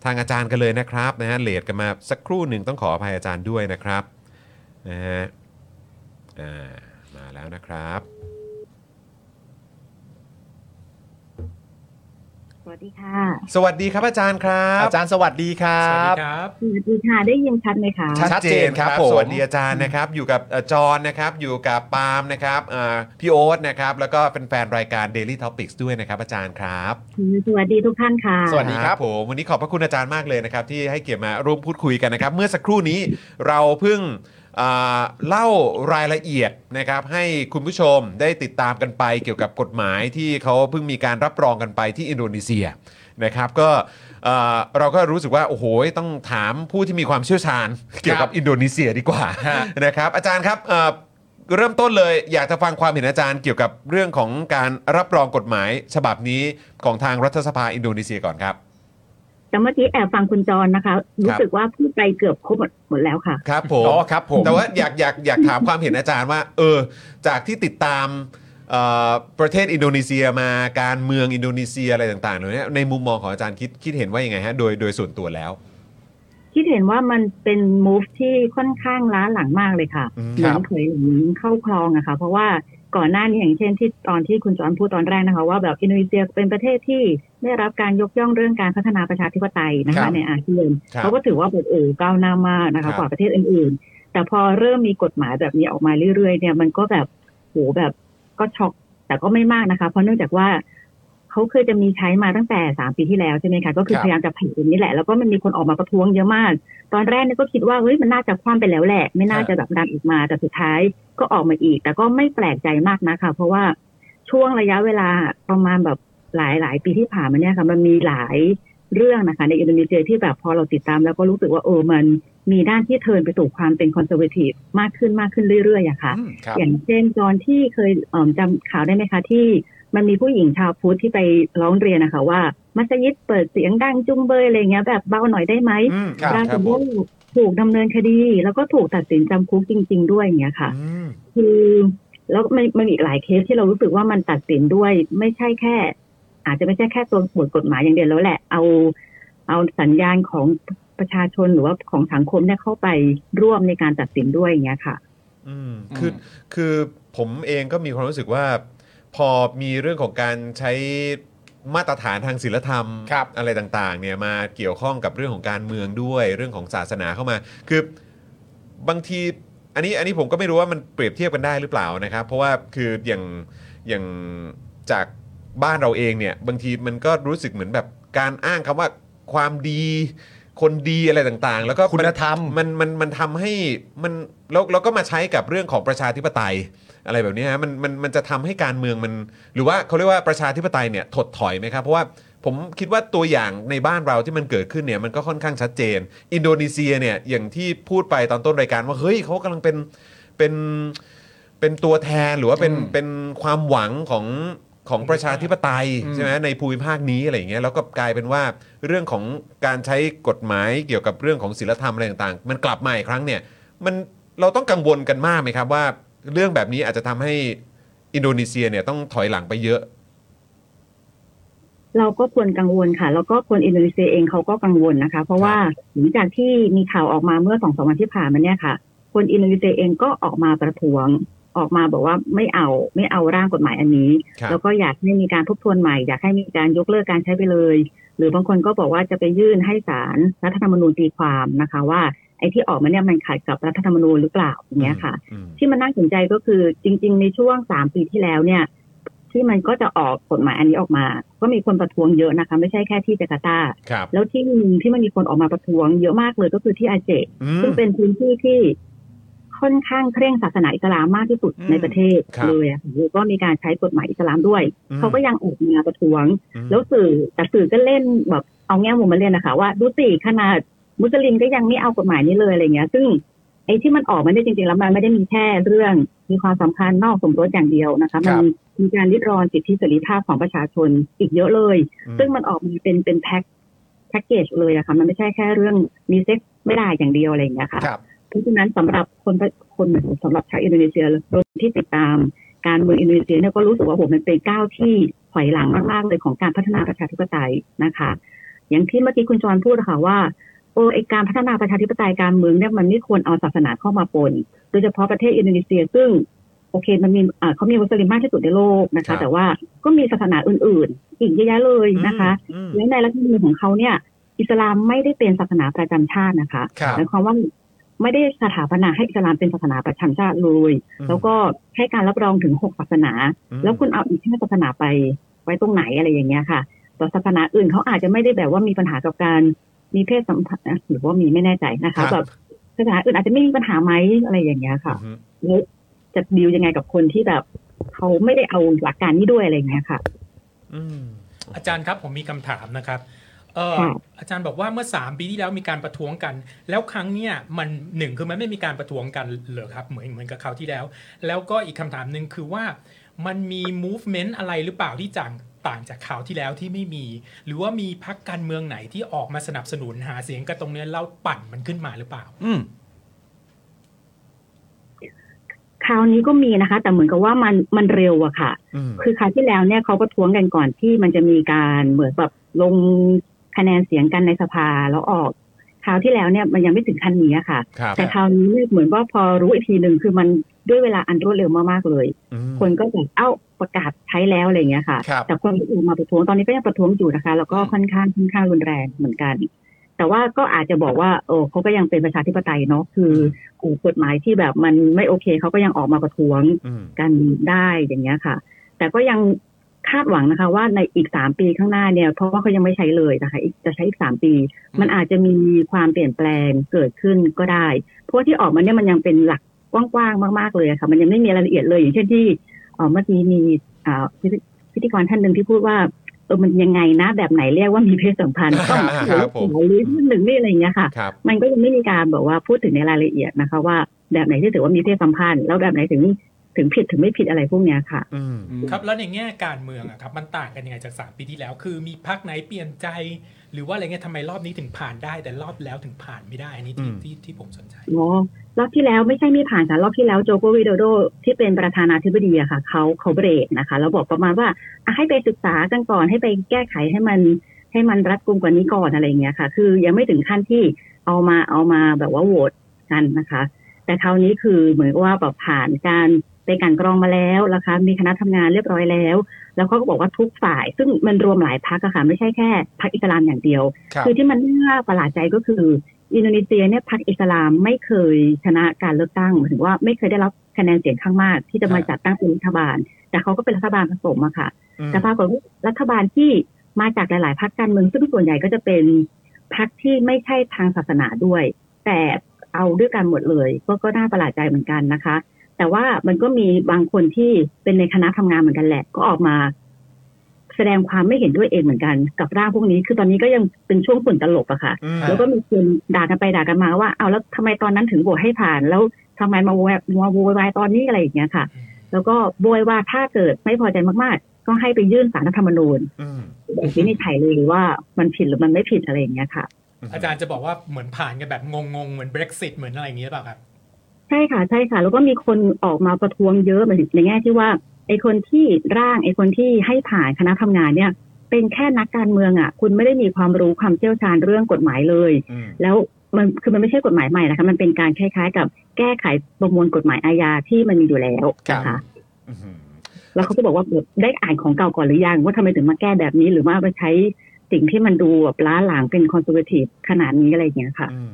ทางอาจารย์กันเลยนะครับนะฮะเลทกันมาสักครู่หนึ่งต้องขออภัยอาจารย์ด้วยนะครับนะฮะอ่ามาแล้วนะครับ สวัสดีค่ะ สวัสดีครับอาจารย์ครับ อาจารย์สวัสดีครั สวัส บ ดีครับ สวัสดีค่ะ ได้ยินชัดไหมคะ ชัดเจนครับผม สวัสดีอาจารย์นะครับ อยู่กับเอ่อจอห์นนะครับ อยู่กับปาล์มนะครับเอ่อพี่โอ๊ตนะครับ แล้วก็เป็นแฟนรายการ Daily Topics ด้วยนะครับ อาจารย์ครับ สวัสดีทุกท่านค่ะ สวัสดีครับ ผมวันนี้ขอบพระคุณอาจารย์มากเลยนะครับ ที่ให้เกียรติมาร่วมพูดคุยกันนะครับ เมื่อสักครู่นี้เราเพิ่งเอ่อเล่ารายละเอียดนะครับ ให้คุณผู้ชมได้ติดตามกันไป เกี่ยวกับกฎหมายที่เขาเพิ่งมีการรับรองกันไปที่อินโดนีเซียนะครับก็เอ่อเราก็รู้สึกว่าโอ้โหต้องถามผู้ที่มีความเชี่ยวชาญ เกี่ยวกับอินโดนีเซียดีกว่า ฮะ นะครับอาจารย์ครับเอ่อเริ่มต้นเลยอยากจะฟังความเห็นอาจารย์เกี่ยวกับเรื่องของการรับรองกฎหมายฉบับนี้ของทางรัฐสภาอินโดนีเซียก่อนครับ แต่เมื่อกี้แอบฟังคุณจรนะคะ รู้สึกว่าพูดไปเกือบครบหมดหมดแล้วค่ะ ครับผม อ๋อครับผม แต่ว่าอยากอยากอยากถามความเห็นอาจารย์ว่าเออจากที่ติดตามเอ่อประเทศอินโดนีเซียมาการเมืองอินโดนีเซียอะไรต่างๆเหล่านี้ในมุมมองของอาจารย์คิดคิดเห็นว่ายังไงฮะโดยโดยส่วนตัวแล้ว คิดเห็นว่ามันเป็น move ที่ค่อนข้างล้าหลังมากเลยค่ะ อืม เหมือนเคยหลังเข้าคลองอะค่ะ เพราะว่าก่อนหน้านี้อย่างเช่นที่ตอนที่คุณจอห์นพูดตอนแรกนะคะ ว่าแบบอินโดนีเซียเป็นประเทศที่ได้รับการยกย่องเรื่องการพัฒนาประชาธิปไตยนะ ครั คะ บ ในอาเซียน ครับ เขาก็ถือว่าแบบเออก้าวหน้ามากนะ ครั คะ บ กว่าประเทศอื่นๆ แต่พอเริ่มมีกฎหมายแบบนี้ออกมาเรื่อยๆเนี่ยมันก็แบบโหแบบก็ช็อกแต่ก็ไม่มากนะคะ เพราะเนื่องจากว่าเขาเคยจะมีใช้มาตั้งแต่สามปีที่แล้วใช่ไหมคะก็คือ ครับ พยายามจะผลิตตรงนี้แหละแล้วก็มันมีคนออกมาประท้วงเยอะมาก ตอนแรกเนี่ยก็คิดว่าเฮ้ยมันน่าจะคว่ำไปแล้วแหละ ไม่น่าจะแบบดันออกมาแต่สุดท้ายก็ออกมาอีก แต่ก็ไม่แปลกใจมากนะคะ เพราะว่าช่วงระยะเวลาประมาณแบบหลายหลายปีที่ผ่านมาเนี่ยค่ะ มันมีหลายเรื่องนะคะ ในอินโดนีเซียที่แบบพอเราติดตามแล้วก็รู้สึกว่าเออมันมีด้านที่เทิร์นไปสู่ความเป็นคอนเซอร์เวทีฟมากขึ้นมากขึ้นเรื่อยๆอะค่ะ อืมครับ อย่างเช่นตอนที่เคยเอิ่มจำข่าวได้ไหมคะที่มันมีผู้หญิงชาวพุทธที่ไปร้องเรียนนะคะว่ามัสยิดเปิดเสียงดังจุ้งเบยอะไรเงี้ยแบบเบาหน่อยได้ไหม อืมครับ ปรา ค ก รั ฏ บผ ว่ามถูกดำเนินคดี แล้วก็ถูกตัดสินจำคุกจริง ๆ ด้วยอย่างเงี้ยค่ะ อืม คือแล้วมันมันมีอีกหลายเคสที่เรารู้สึกว่ามันตัดสินด้วยไม่ใช่แค่ อาจจะไม่ใช่แค่ตัวบทกฎหมายอย่างเดียวแล้วแหละ เอาเอาสัญญาณของประชาชนหรือว่าของสังคมเนี่ยเข้าไปร่วมในการตัดสินด้วยอย่างเงี้ยค่ะ อืมคือ อืม คือผมเองก็มีความรู้สึกว่า พอมีเรื่องของการใช้มาตรฐานทางศิลธรรม ครับ อะไรต่างๆเนี่ยมาเกี่ยวข้องกับเรื่องของการเมืองด้วยเรื่องของศาสนาเข้ามา คือบางทีอันนี้อันนี้ผมก็ไม่รู้ว่ามันเปรียบเทียบกันได้หรือเปล่านะครับ เพราะว่าคืออย่างอย่างจากบ้านเราเองเนี่ยบางทีมันก็รู้สึกเหมือนแบบการอ้างคำว่าความดีคนดีอะไรต่างๆ แล้วก็ คุณธรรม มันมันมันทำให้มันแล้วเราก็มาใช้กับเรื่องของประชาธิปไตยอะไรแบบนี้ฮะมันมันมันจะทำให้การเมืองมัน หรือว่าเขาเรียกว่าประชาธิปไตยเนี่ยถดถอยไหมครับ เพราะว่าผมคิดว่าตัวอย่างในบ้านเราที่มันเกิดขึ้นเนี่ยมันก็ค่อนข้างชัดเจน อินโดนีเซียเนี่ยอย่างที่พูดไปตอนต้นรายการว่าเฮ้ยเขากำลังเป็นเป็นเป็นตัวแทนหรือว่าเป็น อืม เป็นความหวังของของประชาธิปไตยใช่ไหมในภูมิภาคนี้อะไรอย่างเงี้ยแล้วก็กลายเป็นว่าเรื่องของการใช้กฎหมายเกี่ยวกับเรื่องของศีลธรรมอะไรต่างๆ มันกลับมาอีกครั้งเนี่ย มัน เราต้องกังวลกันมากไหมครับว่า เรื่องแบบนี้อาจจะทำให้อินโดนีเซียเนี่ยต้องถอยหลังไปเยอะ เราก็ควรกังวลค่ะ แล้วก็คนอินโดนีเซียเองเขาก็กังวลนะคะ เพราะว่าหลังจากที่มีข่าวออกมาเมื่อสองสามวันที่ผ่านมาเนี่ยค่ะ คนอินโดนีเซียเองก็ออกมาประท้วง ออกมาบอกว่าไม่เอาไม่เอาร่างกฎหมายอันนี้ ครับ แล้วก็อยากให้มีการทบทวนใหม่ อยากให้มีการยกเลิกการใช้ไปเลย หรือบางคนก็บอกว่าจะไปยื่นให้ศาลรัฐธรรมนูญตีความนะคะ ว่าไอ้ที่ออกมาเนี่ยมันขัดกับรัฐธรรมนูญหรือเปล่าอย่างเงี้ยค่ะ อืม ที่มันน่าสนใจก็คือจริง ๆ ในช่วงสามปีที่แล้วเนี่ย ที่มันก็จะออกกฎหมายอันนี้ออกมา ก็มีคนประท้วงเยอะนะคะ ไม่ใช่แค่ที่จาการ์ตา ครับ แล้วที่หนึ่งที่มันมีคนออกมาประท้วงเยอะมากเลยก็คือที่อาเจ อืม ซึ่งเป็นพื้นที่ที่ค่อนข้างเคร่งศาสนาอิสลามมากที่สุด อืม ในประเทศ ครับ เลยอะค่ะแล้วก็มีการใช้กฎหมายอิสลามด้วย อืม เขาก็ยังออกมาประท้วง อืม แล้วสื่อแต่สื่อก็เล่นแบบเอาแง่มุมมาเล่นนะคะ ว่าดูสิขนาดมุสลิมก็ยังไม่เอากฎหมายนี้เลยอะไรเงี้ย ซึ่งไอ้ที่มันออกมาได้จริงๆแล้วมันไม่ได้มีแค่เรื่องมีความสำคัญนอกสมรสอย่างเดียวนะคะ มันมีการริดรอนสิทธิเสรีภาพของประชาชนอีกเยอะเลย อืม ซึ่งมันออกมาเป็นเป็นแพ็คแพ็กเกจเลยนะคะมันไม่ใช่แค่เรื่องมีเซ็กซ์ไม่ได้อย่างเดียวอะไรอย่างเงี้ยค่ะ ครับ เพราะฉะนั้นสำหรับคนคนสำหรับชาวอินโดนีเซียรวมที่ติดตามการเมืองอินโดนีเซียเนี่ยก็รู้สึกว่าผมมันเป็นก้าวที่ถอยหลังมากๆเลยของการพัฒนาประชาธิปไตยนะคะ อย่างที่เมื่อกี้คุณจรพูดนะคะว่าโอ้ไอการพัฒนาประชาธิปไตยการเมืองเนี่ยมันไม่ควรเอาศาสนาเข้ามาปนโดยเฉพาะประเทศอินโดนีเซีย ซึ่งโอเคมันมีอ่าเขามีมุสลิมมากที่สุดในโลกนะคะ แต่ว่าก็มีศาสนาอื่น ๆ อีกเยอะแยะเลยนะคะ อืม และในรัฐธรรมนูญของเขาเนี่ยอิสลามไม่ได้เป็นศาสนาประจำชาตินะคะ ครับ หมายความว่าไม่ได้สถาปนาให้อิสลามเป็นศาสนาประจำชาติเลยแล้วก็ให้การรับรองถึงหกศาสนา อืม แล้วคุณเอาอีกห้าศาสนาไปไว้ตรงไหนอะไรอย่างเงี้ยค่ะแต่ศาสนาอื่นเขาอาจจะไม่ได้แบบว่ามีปัญหากับการมีเพศสัมพันธ์นะหรือว่ามีไม่แน่ใจนะคะแบบศาสนาอื่นอาจจะไม่มีปัญหาไหมอะไรอย่างเงี้ยค่ะ อืม แล้วจะดีลยังไงกับคนที่แบบเขาไม่ได้เอาหลักการนี้ด้วยอะไรอย่างเงี้ยค่ะ อืม อาจารย์ครับผมมีคำถามนะครับเออ ครับ อาจารย์บอกว่าเมื่อ 3 ปีที่แล้วมีการประท้วงกัน แล้วครั้งเนี้ยมันหนึ่งคือมันไม่มีการประท้วงกันเหรอครับเหมือนเหมือนกับคราวที่แล้ว แล้วก็อีกคำถามหนึ่งคือว่ามันมี movement อะไรหรือเปล่าที่จางต่างจากข่าวที่แล้วที่ไม่มี หรือว่ามีพักการเมืองไหนที่ออกมาสนับสนุนหาเสียงกันตรงเนี้ยแล้วปั่นมันขึ้นมาหรือเปล่า อืม คราวนี้ก็มีนะคะ แต่เหมือนกับว่ามันมันเร็วอะค่ะ อืม คือคราวที่แล้วเนี่ยเขาประท้วงกันก่อนที่มันจะมีการเหมือนแบบลงคะแนนเสียงกันในสภาแล้วออกคราวที่แล้วเนี่ยมันยังไม่ถึงขั้นนี้อะค่ะ ครับ แต่คราวนี้เนี่ยเหมือนว่าพอรู้อีกทีหนึ่งคือมันด้วยเวลาอันรวดเร็วมากๆเลย อืม คนก็แบบเอ้าประกาศใช้แล้วอะไรอย่างเงี้ยค่ะ ครับ แต่คนที่ออกมาประท้วงตอนนี้ก็ยังประท้วงอยู่นะคะ แล้วก็ค่อนข้างค่อนข้างรุนแรงเหมือนกัน แต่ว่าก็อาจจะบอกว่าโอ้เขาก็ยังเป็นประชาธิปไตยเนาะคือกลุ่มกฎหมายที่แบบมันไม่โอเคเขาก็ยังออกมาประท้วง อืม กันได้อย่างเงี้ยค่ะ แต่ก็ยังคาดหวังนะคะ ว่าในอีกสามปีข้างหน้าเนี่ย เพราะว่าเขายังไม่ใช้เลยนะคะอีกจะใช้อีกสามปี อืม มันอาจจะมีความเปลี่ยนแปลงเกิดขึ้นก็ได้ เพราะว่าที่ออกมาเนี่ยมันยังเป็นหลักกว้างๆมากๆเลยอะค่ะ มันยังไม่มีรายละเอียดเลย อย่างเช่นที่เอ่อเมื่อกี้มีอ่าพิธีพิธีกรท่านหนึ่งที่พูดว่าเออมันยังไงนะแบบไหนเรียกว่ามีเพศสัมพันธ์ต้อง ครับผม หรือหนึ่งนี่อะไรอย่างเงี้ยค่ะ ครับ มันก็ยังไม่มีการบอกว่าพูดถึงในรายละเอียดนะคะ ว่าแบบไหนที่ถือว่ามีเพศสัมพันธ์ แล้วแบบไหนถึงถึงผิดถึงไม่ผิดอะไรพวกเนี้ยค่ะ อืม ครับแล้วในแง่การเมืองอะครับมันต่างกันยังไงจาก 3 ปีที่แล้ว คือมีพักไหนเปลี่ยนใจ หรือว่าอะไรเงี้ยทำไมรอบนี้ถึงผ่านได้ แต่รอบแล้วถึงผ่านไม่ได้อันนี้ที่ อืม ที่ที่ผมสนใจ อ๋อรอบที่แล้วไม่ใช่ไม่ผ่านค่ะรอบที่แล้วโจโกวิโดโดที่เป็นประธานาธิบดีอะค่ะเขาเขาเบรกนะคะแล้วบอกประมาณว่าอ่ะให้ไปศึกษากันก่อนให้ไปแก้ไขให้มันให้มันรัดกุมกว่านี้ก่อนอะไรอย่างเงี้ยค่ะ คือยังไม่ถึงขั้นที่เอามาเอามาแบบว่าโหวตกันนะคะ แต่คราวนี้คือเหมือนกับว่าแบบผ่านการไปกลันกรองมาแล้วนะคะ มีคณะทำงานเรียบร้อยแล้ว แล้วเขาก็บอกว่าทุกฝ่าย ซึ่งมันรวมหลายพักอะค่ะไม่ใช่แค่พักอิสลามอย่างเดียว ครับ คือที่มันน่าประหลาดใจก็คืออินโดนีเซียเนี่ยพรรคอิสลามไม่เคยชนะการเลือกตั้งหมายถึงว่าไม่เคยได้รับคะแนนเสียงข้างมาก ที่จะคมารับ จัดตั้งเป็นรัฐบาล แต่เขาก็เป็นรัฐบาลผสมอะค่ะ อืม แต่ปรากฏว่ารัฐบาลที่มาจากหลาย ๆพรรคการเมืองซึ่งส่วนใหญ่ก็จะเป็นพรรคที่ไม่ใช่ทางศาสนาด้วย แต่เอาด้วยกันหมดเลยก็ก็น่าประหลาดใจเหมือนกันนะคะ แต่ว่ามันก็มีบางคนที่เป็นในคณะทำงานเหมือนกันแหละ ก็ออกมา แสดงความไม่เห็นด้วยเองเหมือนกัน กับร่างพวกนี้คือตอนนี้ก็ยังเป็นช่วงฝุ่นตลบอะค่ะ อืม แล้วก็มีคนด่ากันไปด่ากันมาว่าเอาแล้วทำไมตอนนั้นถึงโหวตให้ผ่าน แล้วทำไมมาโวยวาโวยวายตอนนี้อะไรอย่างเงี้ยค่ะ แล้วก็โวยว่าถ้าเกิดไม่พอใจมากๆ ก็ให้ไปยื่นสารรัฐธรรมนูญ อืม แบบวินิจฉัยเลยว่ามันผิดหรือมันไม่ผิดอะไรอย่างเงี้ยค่ะ อาจารย์จะบอกว่าเหมือนผ่านกันแบบงงๆ เหมือน Brexit เหมือนอะไรอย่างเงี้ยหรือเปล่าครับ ใช่ค่ะใช่ค่ะ แล้วก็มีคนออกมาประท้วงเยอะเหมือนในแง่ที่ว่าไอคนที่ร่างไอคนที่ให้ผ่านคณะทำงานเนี่ย เป็นแค่นักการเมืองอ่ะ คุณไม่ได้มีความรู้ความเชี่ยวชาญเรื่องกฎหมายเลย อืม แล้วมันคือมันไม่ใช่กฎหมายใหม่นะคะมันเป็นการคล้ายๆ กับแก้ไขประมวลกฎหมายอาญาที่มันมีอยู่แล้วนะ ครั คะ บ อื้อหือ แล้วเขาก็บอกว่าแบบได้อ่านของเก่าก่อนหรือยัง ว่าทำไมถึงมาแก้แบบนี้หรือว่าไปใช้สิ่งที่มันดูแบบล้าหลังเป็นคอนเซอร์เวทีฟขนาดนี้อะไรอย่างเงี้ยค่ะ อืม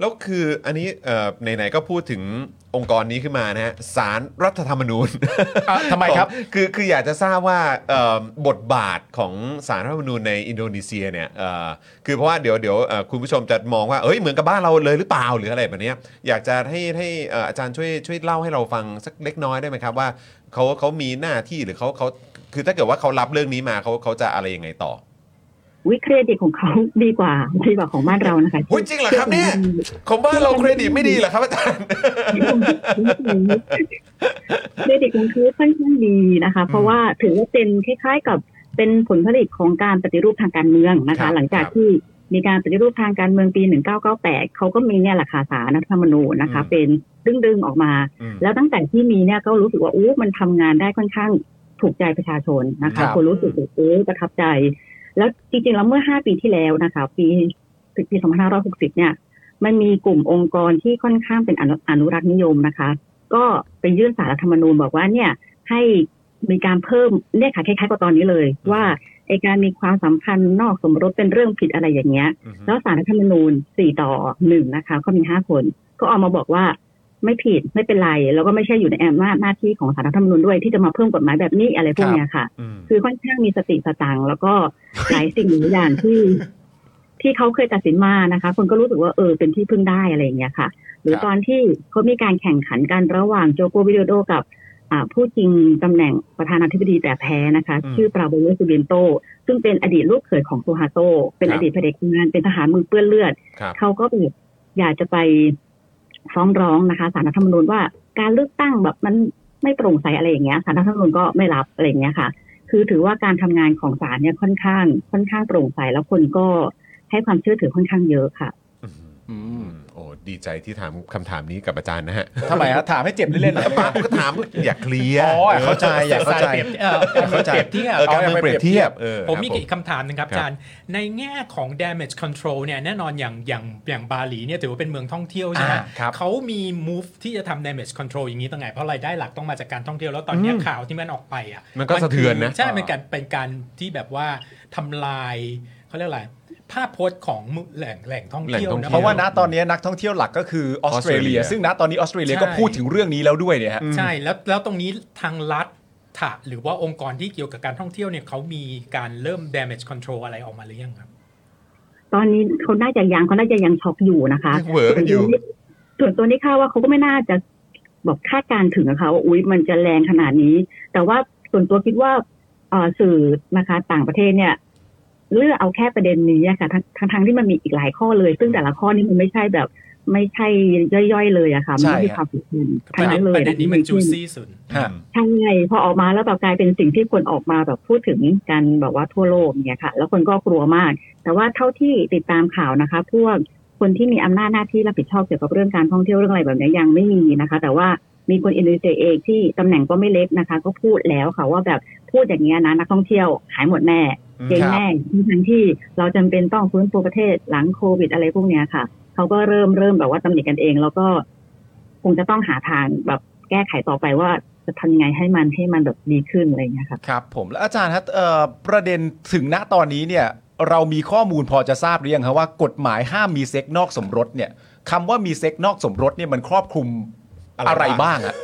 แล้วคืออันนี้เอ่อไหนๆก็พูดถึงองค์กรนี้ขึ้นมานะฮะสารรัฐธรรมนูญ อ่ะทำไม ครับ ของคือคืออยากจะทราบว่าเอ่อบทบาทของสารรัฐธรรมนูญในอินโดนีเซียเนี่ยเอ่อคือเพราะว่าเดี๋ยวเดี๋ยวเอ่อคุณผู้ชมจะมองว่าเอ้ยเหมือนกับบ้านเราเลยหรือเปล่าหรืออะไรแบบเนี้ยอยากจะให้ให้เอ่ออาจารย์ช่วยช่วยเล่าให้เราฟังสักเล็กน้อยได้ไหมครับว่าเขาเขามีหน้าที่หรือเขาเขาคือถ้าเกิดว่าเขารับเรื่องนี้มาเขาเขาจะอะไรยังไงต่อ วิเครดิตของเขา ดีกว่าดีกว่าของบ้านเรานะคะ อุ๊ยจริงเหรอครับเนี่ย ของบ้านเราเครดิตไม่ดีเหรอครับอาจารย์ เครดิตของเขาค่อนข้างดีนะคะ เพราะว่าถือว่าเป็นคล้ายๆกับเป็นผลผลิตของการปฏิรูปทางการเมืองนะ ครั คะ บ หลังจากที่มีการปฏิรูปทางการเมืองปี 1998 เขาก็มีเนี่ยแหละค่ะสารรัฐธรรมนูญนะคะ เป็นดึงๆออกมา อืม แล้วตั้งแต่ที่มีเนี่ยก็รู้สึกว่าอู้มันทำงานได้ค่อนข้างถูกใจประชาชนนะ ครั คะ บ คนรู้สึกว่าเออประทับใจ แล้วจริงๆแล้วเมื่อ 5 ปีที่แล้วนะคะ ปีปี 2560 เนี่ย มันมีกลุ่มองค์กรที่ค่อนข้างเป็นอนุอนุรักษ์นิยมนะคะ ก็ไปยื่นสารรัฐธรรมนูญบอกว่าเนี่ยให้มีการเพิ่มเนี่ยค่ะคล้ายๆกับตอนนี้เลย ว่าไอการมีความสัมพันธ์นอกสมรสเป็นเรื่องผิดอะไรอย่างเงี้ย อือหือ แล้วสารรัฐธรรมนูญ 4 ต่อ 1 นะคะ ก็มี 5 คน ก็ออกมาบอกว่าไม่ผิดไม่เป็นไร แล้วก็ไม่ใช่อยู่ในอำนาจหน้าที่ของสารรัฐธรรมนูญด้วยที่จะมาเพิ่มกฎหมายแบบนี้อะไรพวกเนี้ยค่ะ อืม คือค่อนข้างมีสติสตังค์แล้วก็ หลายสิ่งหลายอย่างที่ ที่เขาเคยตัดสินมานะคะ คนก็รู้สึกว่าเออเป็นที่พึ่งได้อะไรอย่างเงี้ยค่ะ หรืคอรับ ตอนที่เขามีการแข่งขันกันระหว่างโจโกวิโดโดกับ อ่าผู้จริงตำแหน่งประธานาธิบดีแต่แพ้นะคะ อืม ชื่อปราโบโลซูเบียนโต ซึ่งเป็นอดีตลูกเขยของโซฮาโต เป็นอดีตเผด็จการเป็นทหารมือเปื้อนเลือด ครับ เขาก็แบบอยากจะไปฟ้องร้องนะคะสารรัฐธรรมนูญว่าการเลือกตั้งแบบมันไม่โปร่งใสอะไรอย่างเงี้ยสารรัฐธรรมนูญก็ไม่รับอะไรอย่างเงี้ยค่ะ คือถือว่าการทำงานของศาลเนี่ยค่อนข้าง ค่อนข้างโปร่งใสแล้วคนก็ให้ความเชื่อถือค่อนข้างเยอะค่ะ อือหือ อื อื ม มโอ้ดีใจที่ถามคำถามนี้กับอาจารย์นะ ฮะ ทำไมฮะถามให้เจ็บเล่นๆนะ ปากก็ถามอยากเคลียร์ อ๋อเข้าใจอยากเข้าใจ สยเปรียบเอ่อการเมืองเปรียบเทียบ เออการเมืองเปรียบเทียบเออ ผมมี ครับ อีกคำถามหนึงครับ ครับ อาจารย์ ในแง่ของ damage control เนี่ยแน่นอนอย่างอย่างอย่างบาหลีเนี่ยถือว่าเป็นเมืองท่องเที่ยวใช่ไหม อ่าครับ เขามี move ที่จะทำ damage control อย่างนี้ตั้งไง เพราะรายได้หลักต้องมาจากการท่องเที่ยวแล้วตอนเนี้ยข่าวที่มันออกไปอ่ะ มันก็สะเทือนนะ ใช่ มันการเป็นการที่แบบว่าทำลายเขาเรียกอะไรภาพพจน์ของแหล่งแหล่งท่องเที่ยว แหล่งท่องเที่ยว น เพราะว่าณตอนนี้นักท่องเที่ยวหลักก็คือออสเตรเลีย ออสเตรเลีย ซึ่งณตอนนี้ออสเตรเลียก็พูดถึงเรื่องนี้แล้วด้วยเนี่ยฮะ ใช่แล้วแล้วตรงนี้ทางรัฐถะหรือว่าองค์กรที่เกี่ยวกับการท่องเที่ยวเนี่ยเขามีการเริ่ม damage control อะไรออกมาหรือยังครับ ตอนนี้เขาน่าจะยังเขาน่าจะยังช็อกอยู่นะคะ ยังเหวอกันอยู่ ส่วนตัวนี่คาดว่าเขาก็ไม่น่าจะบอกคาดการณ์ถึงนะคะว่าอุ๊ยมันจะแรงขนาดนี้ แต่ว่าส่วนตัวคิดว่าเอ่อสื่อนะคะต่างประเทศเนี่ย เลือกเอาแค่ประเด็นนี้อะค่ะทั้งทั้งทั้งที่มันมีอีกหลายข้อเลย ซึ่งแต่ละข้อนี่มันไม่ใช่แบบ ไม่ใช่ย่อยๆเลยอะค่ะ ใช่ มันมีความสำคัญ ป ทั้ ระ ง เด็ นั้น นเลย ประเด็นนี้มันจูซี่สุด ฮะ ใช่พอออกมาแล้วแบบกลายเป็นสิ่งที่คนออกมาแบบพูดถึงกันแบบว่าทั่วโลกเนี่ยค่ะ แล้วคนก็กลัวมาก แต่ว่าเท่าที่ติดตามข่าวนะคะ พวกคนที่มีอำนาจหน้าที่รับผิดชอบเกี่ยวกับเรื่องการท่องเที่ยวเรื่องอะไรแบบเนี้ยยังไม่มีนะคะ แต่ว่ามีคนอินโดนีเซียเองที่ตำแหน่งก็ไม่เล็กนะคะ ก็พูดแล้วค่ะว่าแบบพูดอย่างเงี้ยนะนักท่องเที่ยวหายหมดแน่เจ๊งแน่ทั้งที่เราจำเป็นต้องฟื้นฟูประเทศหลังโควิดอะไรพวกเนี้ยค่ะเขาก็เริ่มเริ่มแบบว่าตำหนิกันเอง แล้วก็คงจะต้องหาทางแบบแก้ไขต่อไปว่าจะทำยังไงให้มันให้มันแบบดีขึ้นอะไรอย่างเงี้ยค่ะ ครับผมแล้วอาจารย์ฮะเอ่อประเด็นถึงณตอนนี้เนี่ยเรามีข้อมูลพอจะทราบหรือยังฮะว่ากฎหมายห้ามมีเซ็กนอกสมรสเนี่ยคำว่ามีเซ็กนอกสมรสเนี่ยมันครอบคลุม อะ อะไร ไร บ้าง บ้างอะ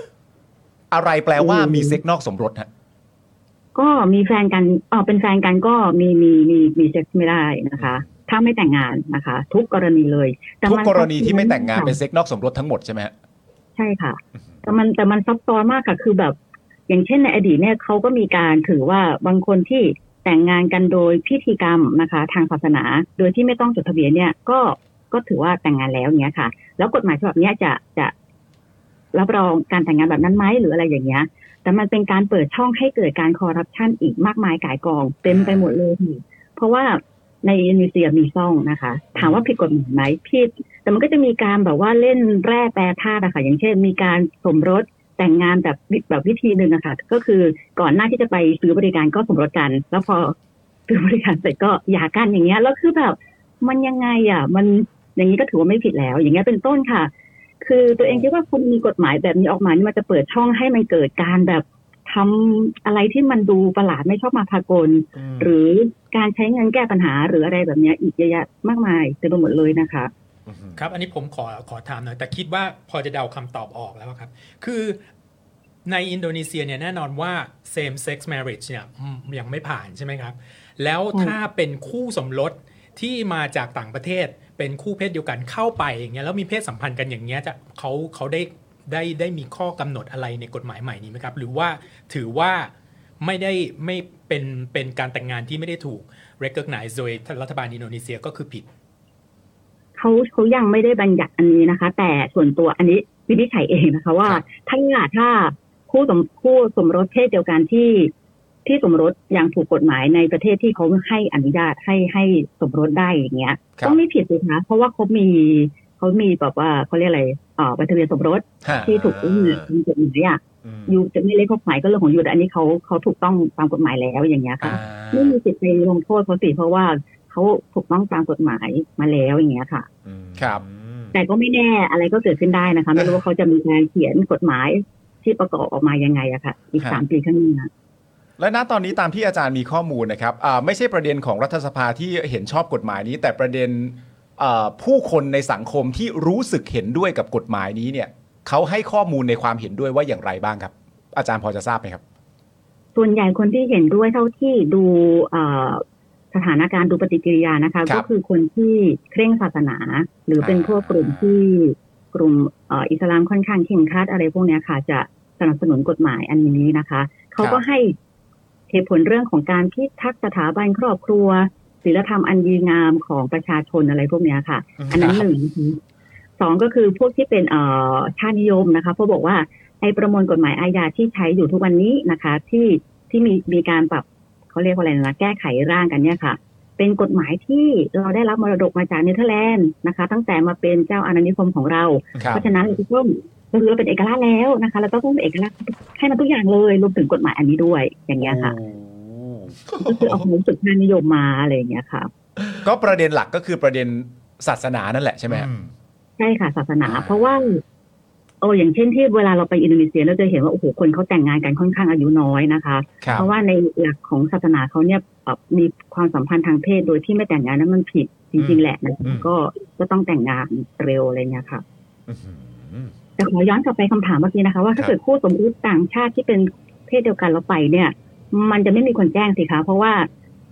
อะไรแปลว่ามีเซ็กนอกสมรสฮะ ก็มีแฟนกันเออเป็นแฟนกันก็มีมีมีมีเซ็กซ์ไม่ได้นะคะ ถ้าไม่แต่งงานนะคะ ทุกกรณีเลยแต่ ทุก มัน กรณีที่ไม่แต่งงาน ค่ะ เป็นเซ็กนอกสมรสทั้งหมดใช่ไหมฮะ ใช่ค่ะ แต่มันแต่มันซับซ้อนมากค่ะคือแบบ อย่างเช่นในอดีตเนี่ยเขาก็มีการถือว่าบางคนที่แต่งงานกันโดยพิธีกรรมนะคะ ทางศาสนาโดยที่ไม่ต้องจดทะเบียนเนี่ยก็ก็ถือว่าแต่งงานแล้วเนี้ยค่ะ แล้วกฎหมายฉบับเนี้ยจะจะรับรองการแต่งงานแบบนั้นไหมหรืออะไรอย่างเงี้ย แต่มันเป็นการเปิดช่องให้เกิดการคอร์รัปชันอีกมากมายก่ายกองเต็มไปหมดเลยค่ะเพราะว่าในอินโดนีเซียมีซ่องนะคะ ถามว่าผิดกฎหมายไหมผิด แต่มันก็จะมีการแบบว่าเล่นแร่แปรธาตุอะค่ะ อย่างเช่น มีการสมรสแต่งงานแบบวิแบบวิธีหนึ่งอะค่ะ ก็คือก่อนหน้าที่จะไปซื้อบริการก็สมรสกัน แล้วพอซื้อบริการเสร็จก็หย่ากันอย่างเงี้ยแล้วคือแบบมันยังไงอะมันอย่างนี้ก็ถือว่าไม่ผิดแล้ว อย่างเงี้ยเป็นต้นค่ะ คือตัวเองคิดว่าคุณมีกฎหมายแบบนี้ออกมานี่มันจะเปิดช่องให้มันเกิดการแบบทำอะไรที่มันดูประหลาดไม่ชอบมาพากล หรือการใช้เงินแก้ปัญหาหรืออะไรแบบเนี้ยอีกเยอะแยะมากมายเต็มไปหมดเลยนะคะ ครับ อันนี้ผมขอขอถามหน่อยแต่คิดว่าพอจะเดาคำตอบออกแล้วครับ คือในอินโดนีเซียเนี่ยแน่นอนว่า same sex marriage เนี่ยอืมยังไม่ผ่านใช่ไหมครับ แล้วถ้าเป็นคู่สมรสที่มาจากต่างประเทศเป็นคู่เพศเดียวกันเข้าไปอย่างเงี้ยแล้วมีเพศสัมพันธ์กันอย่างเงี้ยจะเขาเขาได้ได้ได้มีข้อกำหนดอะไรในกฎหมายใหม่นี้ไหมครับ หรือว่าถือว่าไม่ได้ไม่เป็นเป็นการแต่งงานที่ไม่ได้ถูก recognize โดยรัฐบาลอินโดนีเซียก็คือผิด เขาเขายังไม่ได้บัญญัติอันนี้นะคะ แต่ส่วนตัวอันนี้วินิจฉัยเองนะคะ ว่า ครับ ถ้าถ้าคู่สมคู่สมรสเพศเดียวกันที่ที่สมรสอย่างถูกกฎหมายในประเทศที่เขาให้อนุญาตให้ให้สมรสได้อย่างเงี้ย ครับ ก็ไม่ผิดสิคะเพราะว่าเขามีเขามีแบบว่าเขาเรียกอะไรเอ่อใบทะเบียนสมรส ฮะ ที่ถูกต้องตามกฎหมายอ่ะยูจะไม่เล็กกฎหมายก็เรื่องของยูแต่อันนี้เขาเขาถูกต้องตามกฎหมายแล้วอย่างเงี้ยค่ะ ไม่มีสิทธิ์ไปลงโทษเขาสิเพราะว่าเขาถูกต้องตามกฎหมายมาแล้วอย่างเงี้ยค่ะ ครับ แต่ก็ไม่แน่อะไรก็เกิดขึ้นได้นะคะ ไม่รู้ว่าเขาจะมีการเขียนกฎหมายที่ประกอบออกมายังไงอะค่ะ อีก ครับ สามปีข้างหน้า และณตอนนี้ตามที่อาจารย์มีข้อมูลนะครับอ่าไม่ใช่ประเด็นของรัฐสภาที่เห็นชอบกฎหมายนี้ แต่ประเด็นอ่าผู้คนในสังคมที่รู้สึกเห็นด้วยกับกฎหมายนี้เนี่ยเขาให้ข้อมูลในความเห็นด้วยว่าอย่างไรบ้างครับ อาจารย์พอจะทราบไหมครับ ส่วนใหญ่คนที่เห็นด้วยเท่าที่ดูเอ่อสถานการณ์ดูปฏิกิริยานะคะ ครับ ก็คือคนที่เคร่งศาสนา หรือเป็น อ่า พวกกลุ่มที่กลุ่มเอ่ออิสลามค่อนข้างเข่งครัดอะไรพวกเนี้ยค่ะ จะสนับสนุนกฎหมายอันนี้นะคะ เขาก็ให้เหตุผลเรื่องของการพิทักษ์สถาบันครอบครัวศีลธรรมอันดีงามของประชาชนอะไรพวกเนี้ยค่ะ อันนั้นหนึ่งนะคะสองก็คือพวกที่เป็นเอ่อชาตินิยมนะคะเพราะบอกว่าไอ้ประมวลกฎหมายอาญาที่ใช้อยู่ทุกวันนี้นะคะ ที่ที่มีมีการปรับเขาเรียกว่าอะไรนะแก้ไขร่างกันเนี่ยค่ะ เป็นกฎหมายที่เราได้รับมรดกมาจากเนเธอร์แลนด์นะคะ ตั้งแต่มาเป็นเจ้าอาณานิคมของเรา ครับ เพราะฉะนั้นเราจะต้องก็คือเราเป็นเอกลักษณ์แล้วนะคะเราก็ต้องเป็นเอกลักษณ์ให้มันทุกอย่างเลยรวมถึงกฎหมายอันนี้ด้วยอย่างเงี้ยค่ะ ก็คือเอาความรู้สึกทางนิยมมาอะไรอย่างเงี้ยค่ะ ก็ประเด็นหลักก็คือประเด็นศาสนานั่นแหละใช่ไหมฮะ ใช่ค่ะศาสนา อ่า เพราะว่าโอ้อย่างเช่นที่เวลาเราไปอินโดนีเซียเราจะเห็นว่าโอ้โหคนเขาแต่งงานกันค่อนข้างอายุน้อยนะคะ ครับ เพราะว่าในหลักของศาสนาเขาเนี่ยเอ่อมีความสัมพันธ์ทางเพศโดยที่ไม่แต่งงานนั้นมันผิดจริง ๆ แหละนะคะก็ก็ต้องแต่งงานเร็วอะไรเงี้ยค่ะ แต่ขอย้อนกลับไปคำถามเมื่อกี้นะคะ ว่าถ้าเกิดคู่สมรสต่างชาติที่เป็นเพศเดียวกันเราไปเนี่ย มันจะไม่มีคนแจ้งสิคะ เพราะว่า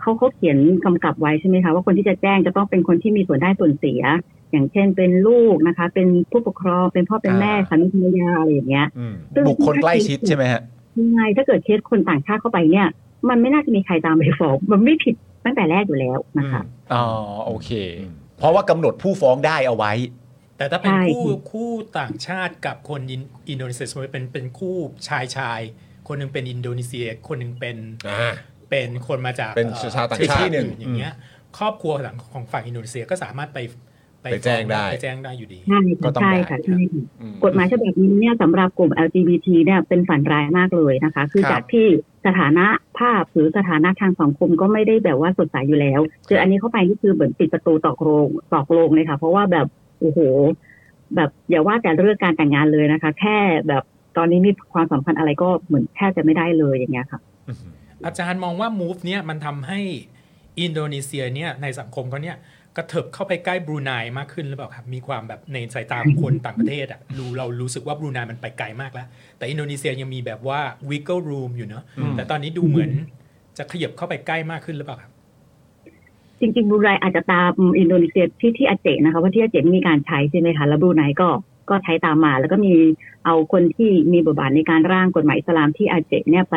เขาเขาเขียนกำกับไว้ใช่ไหมคะว่าคนที่จะแจ้งจะต้องเป็นคนที่มีส่วนได้ส่วนเสีย อย่างเช่นเป็นลูกนะคะ เป็นผู้ปกครองเป็นพ่อเป็นแม่สามีภรรยาอะไรอย่างเงี้ยซึ่ง บุคคลใกล้ชิดใช่ไหมฮะ ยังไงถ้าเกิดเคสคนต่างชาติเข้าไปเนี่ย มันไม่น่าจะมีใครตามไปฟ้องมันไม่ผิดตั้งแต่แรกอยู่แล้วนะคะ อ๋อโอเค เพราะว่ากำหนดผู้ฟ้องได้เอาไว้ แต่ถ้าเป็น ใช่ คู่ ค่ะ คู่ต่างชาติกับคนอินอินโดนีเซียสมมติเป็นเป็นคู่ชายชาย คนหนึ่งเป็นอินโดนีเซีย คนหนึ่งเป็น อ่า เป็นคนมาจาก เป็น อ่อ ชาวต่างชาติ อื่นอย่างเงี้ยครอบครัวหลังของฝั่งอินโดนีเซียก็สามารถไป ไปแจ้งได้ ไปแจ้งได้อยู่ดี ใช่ ก็ ค่ะ ต้อง ใช่ ได้ ค่ะใช่ค่ะ กฎหมายฉบับนี้เนี่ยสำหรับกลุ่ม LGBT เนี่ยเป็นฝันร้ายมากเลยนะคะ คือ ครับ จากที่สถานะภาพหรือสถานะทางสังคมก็ไม่ได้แบบว่าสดใสอยู่แล้วเจออันนี้เข้าไปนี่คือเหมือนปิดประตูตอกโรงตอกโรงเลยค่ะ เพราะว่าแบบโอ้โห แบบอย่าว่าแต่เรื่องการแต่งงานเลยนะคะ แค่แบบตอนนี้มีความสัมพันธ์อะไรก็เหมือนแทบจะไม่ได้เลยอย่างเงี้ยค่ะ อาจารย์มองว่า move เนี่ยมันทำให้อินโดนีเซียเนี่ยในสังคมเขาเนี่ยกระเถิบเข้าไปใกล้บรูไนมากขึ้นหรือเปล่าครับมีความแบบในสายตาของคนต่างประเทศอะรู้เรารู้สึกว่าบรูไนมันไปไกลมากแล้ว แต่อินโดนีเซียยังมีแบบว่า wiggle room อยู่เนอะแต่ตอนนี้ดูเหมือนจะขยับเข้าไปใกล้มากขึ้นหรือเปล่าครับ จริงๆบรูไนอาจจะตามอินโดนีเซียที่ที่อาเจนะคะเพราะที่อาเจมีการใช้ใช่ไหมคะแล้วบรูไนก็ก็ใช้ตามมา แล้วก็มีเอาคนที่มีบทบาทในการร่างกฎหมายอิสลามที่อาเจเนี่ยไป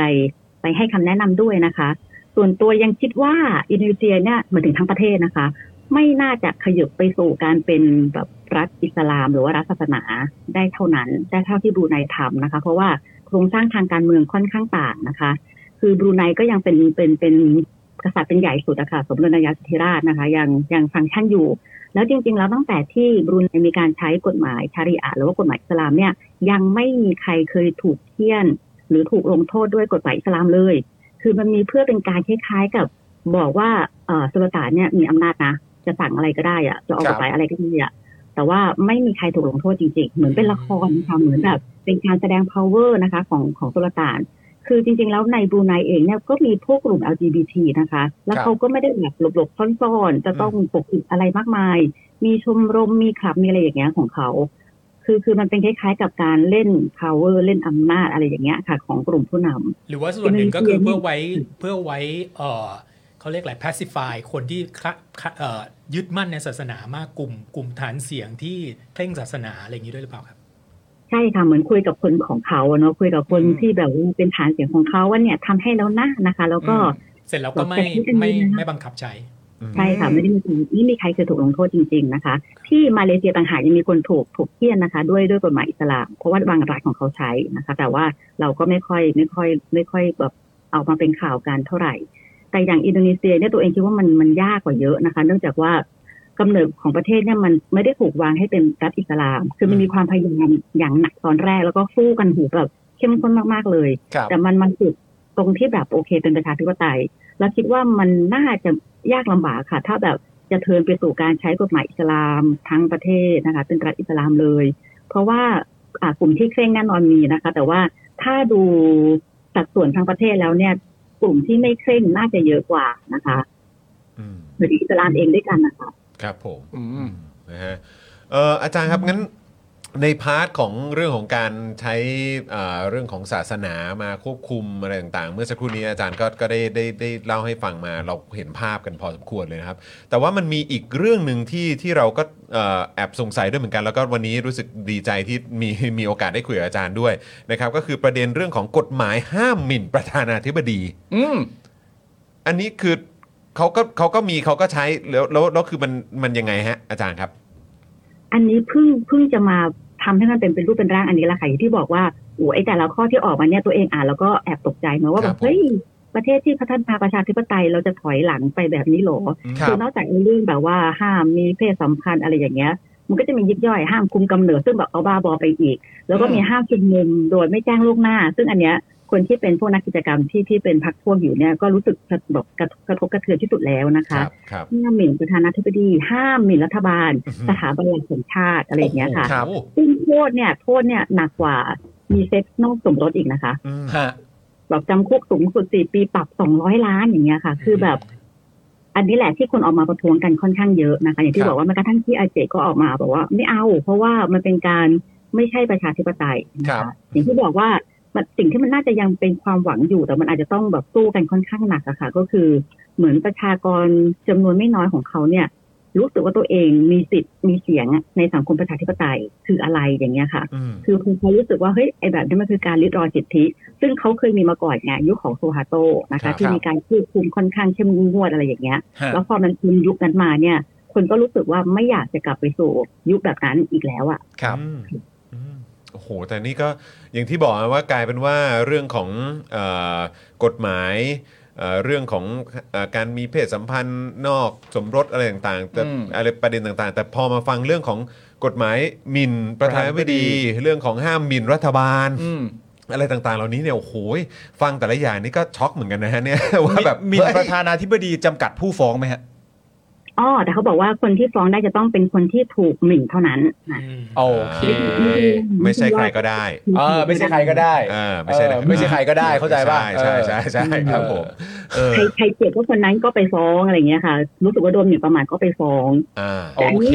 ไปให้คำแนะนำด้วยนะคะ ส่วนตัวยังคิดว่าอินโดนีเซียเนี่ยหมายถึงทั้งประเทศนะคะ ไม่น่าจะขยับไปสู่การเป็นแบบรัฐอิสลาม หรือว่ารัฐศาสนาได้เท่านั้นได้เท่าที่บรูไนทำนะคะ เพราะว่าโครงสร้างทางการเมืองค่อนข้างต่างนะคะ คือบรูไนก็ยังเป็นเป็นเป็น กษัตริย์เป็นใหญ่สุดอะค่ะสมเด็จนายาธิราชนะคะ ยังยังฟังก์ชันอยู่ แล้วจริงๆแล้วตั้งแต่ที่บรูไนมีการใช้กฎหมายชารีอะห์หรือว่ากฎหมายอิสลามเนี่ยยังไม่มีใครเคยถูกเคี่ยน หรือถูกลงโทษด้วยกฎหมายอิสลามเลย คือมันมีเพื่อเป็นการคล้ายๆกับบอกว่าเอ่อสุลต่านเนี่ยมีอำนาจนะ จะสั่งอะไรก็ได้อะจะออกกฎหมายอะไรก็ได้อะแต่ว่าไม่มีใครถูกลงโทษจริงๆ เหมือนเป็นละครค่ะเหมือนแบบเป็นการแสดง power นะคะของของสุลต่าน คือจริงๆ แล้วในบรูไนเองเนี่ยก็มีพวกกลุ่ม LGBT นะคะ แล้ว ครับ เขาก็ไม่ได้แบบหลบๆซ่อนๆ จะต้องปกปิดอะไรมากมาย มีชมรมมีคลับมีอะไรอย่างเงี้ยของเขา คือคือมันเป็นคล้ายๆ กับการเล่น power เล่นอำนาจอะไรอย่างเงี้ยค่ะ ของกลุ่มผู้นำ หรือว่าส่วนหนึ่งก็คือเพื่อไว้เพื่อไว้เออเขาเรียกอะไร pacify คนที่คะคะเอ่อยึดมั่นในศาสนามากกลุ่ม กลุ่มฐานเสียงที่เคร่งศาสนาอะไรอย่างนี้ด้วยหรือเปล่าครับ ใช่ค่ะเหมือนคุยกับคนของเขาอะเนาะคุยกับคน อืม ที่แบบว่าเป็นฐานเสียงของเขาว่าเนี่ยทำให้แล้วนะนะคะ แล้วก็ อืมเสร็จแล้วก็ไม่ไม่ แต่ที่อันนี้นะ ไม่บังคับใช้ ใช่ค่ะไม่ได้มีไม่มีใครเคยถูกลงโทษจริง ๆนะคะ ที่มาเลเซียต่างหากยังมีคนถูกถูกเคี่ยนนะคะ ด้วยด้วยกฎหมายอิสลามเพราะว่าบางรัฐของเขาใช้นะคะ แต่ว่าเราก็ไม่ค่อยไม่ค่อยไม่ค่อยแบบเอามาเป็นข่าวกันเท่าไหร่ แต่อย่างอินโดนีเซียเนี่ยตัวเองคิดว่ามันมันยากกว่าเยอะนะคะ เนื่องจากว่ากำเนิดของประเทศเนี่ยมันไม่ได้ถูกวางให้เป็นรัฐอิสลาม คือมันมีความพยายามอย่างหนักตอนแรก แล้วก็สู้กันหูแบบเข้มข้นมากๆเลย ครับ แต่มันมันจุดตรงที่แบบโอเคเป็นประชาธิปไตย แล้วคิดว่ามันน่าจะยากลำบากค่ะ ถ้าแบบจะเทินไปสู่การใช้กฎหมายอิสลามทั้งประเทศนะคะ เป็นรัฐอิสลามเลย เพราะว่าอ่ากลุ่มที่เคร่งแน่นอนมีนะคะ แต่ว่าถ้าดูสัดส่วนทางประเทศแล้วเนี่ย กลุ่มที่ไม่เคร่งน่าจะเยอะกว่านะคะหรืออิสลามเองด้วยกันนะคะ ครับผม อืม นะฮะเอ่ออาจารย์ครับงั้นในพาร์ทของเรื่องของการใช้เอ่อเรื่องของศาสนามาควบคุมอะไรต่างๆ เมื่อสักครู่นี้อาจารย์ก็ก็ได้ได้ได้เล่าให้ฟังมาเราเห็นภาพกันพอสมควรเลยนะครับ แต่ว่ามันมีอีกเรื่องหนึ่งที่ที่เราก็เอ่อแอบสงสัยด้วยเหมือนกัน แล้วก็วันนี้รู้สึกดีใจที่มีมีโอกาสได้คุยกับอาจารย์ด้วยนะครับก็คือประเด็นเรื่องของกฎหมายห้ามหมิ่นประธานาธิบดี อืม อันนี้คือเขาก็เขาก็มีเขาก็ใช้แล้วแล้วแล้วคือมันมันยังไงฮะ อาจารย์ครับ อันนี้เพิ่งเพิ่งจะมาทำให้มันเป็นเป็นรูปเป็นร่างอันนี้แหละค่ะอย่างที่บอกว่าโอ้ไอแต่ละข้อที่ออกมาเนี่ยตัวเองอ่านแล้วก็แอบตกใจเนอะว่า ค แบ รับบ ผม เฮ้ยประเทศที่พัฒนาประชาธิปไตยเราจะถอยหลังไปแบบนี้เหรอ ครับ อนอกจากเรื่องแบบว่าห้ามมีเพศสัมพันธ์อะไรอย่างเงี้ย มันก็จะมียิบย่อยห้ามคุมกำเนิดซึ่งแบบเอาบ้าบอไปอีก แล้วก็มีห้ามชุมนุมโดยไม่แจ้งล่วงหน้า ซึ่งอันเนี้ยคนที่เป็นพวกนักกิจกรรมที่ที่เป็นพรรคพวกอยู่เนี่ยก็รู้สึกแบบกระทบกระทบกระเทือนที่สุดแล้วนะ ค คะ รับครับ ห้ามหมิ่นประธานาธิบดีห้ามหมิ่นรัฐบาล อือฮึ สถาบันหลักของชาติอะไรอย่างเงี้ยค่ะ ครับ โอ้โห ซึ่งโทษเนี่ยโทษเนี่ยหนักกว่ามีเซ็กซ์นอกสมรสอีกนะคะ อืม ฮะ แบบจำคุกสูงสุดสี่ปีปรับสองร้อยล้านอย่างเงี้ยค่ะ คือแบบ อันนี้แหละที่คนออกมาประท้วงกันค่อนข้างเยอะนะคะ อย่างที่บอกว่าแม้กระทั่งที่อาเจก็ออกมาบอกว่าไม่เอา เพราะว่ามันเป็นการไม่ใช่ประชาธิปไตยนะ ครั คะ บ อย่างที่บอกว่ามันสิ่งที่มันน่าจะยังเป็นความหวังอยู่ แต่มันอาจจะต้องแบบสู้กันค่อนข้างหนักอะค่ะ ก็คือเหมือนประชากรจำนวนไม่น้อยของเขาเนี่ย รู้สึกว่าตัวเองมีสิทธิ์มีเสียงอะในสังคมประชาธิปไตยคืออะไรอย่างเงี้ยค่ะ อืม คือคุณเขารู้สึกว่าเฮ้ยไอแบบนี้มันคือการริดรอนสิทธิ ซึ่งเขาเคยมีมาก่อนไงยุคของโซฮาโตนะ ครั คะ บ ที่มีการควบคุมค่อนข้างเข้มงวดอะไรอย่างเงี้ย ฮะ แล้วพอมันคุมยุคนั้นมาเนี่ย คนก็รู้สึกว่าไม่อยากจะกลับไปสู่ยุคแบบนั้นอีกแล้วอะ ครับ อืมอืมโอ้โห แต่นี่ก็อย่างที่บอกนะว่ากลายเป็นว่าเรื่องของเออกฎหมายเอ่อเรื่องของเออการมีเพศสัมพันธ์นอกสมรสอะไรต่างๆแต่ อืม อะไรประเด็นต่างๆ แต่พอมาฟังเรื่องของกฎหมายหมิ่นประธานาธิบ ประธานาธิบดี ดี เรื่องของห้ามหมิ่นรัฐบาล อืม อะไรต่างๆ เหล่านี้เนี่ยโอ้โหฟังแต่ละอย่างนี่ก็ช็อกเหมือนกันนะฮะเนี่ย ว่าแบบ ห มิน เฮ้ย ประธานาธิบดีจำกัดผู้ฟ้องไหมฮะ อ๋อ แต่เขาบอกว่าคนที่ฟ้องได้จะต้องเป็นคนที่ถูกหมิ่นเท่านั้นนะ อืม โอเค ไม่ใช่ใครก็ได้ เออไม่ใช่ใครก็ได้ เออไม่ใช่ เออไม่ใช่ใครก็ได้เข้าใจป่ะ ใช่ใช่ใช่ เออ ครับผมเออ ใครใครเจ็บก็คนนั้นก็ไปฟ้องอะไรอย่างเงี้ยค่ะ รู้สึกว่าโดนหมิ่นประมาทก็ไปฟ้อง อ่า แต่อันนี้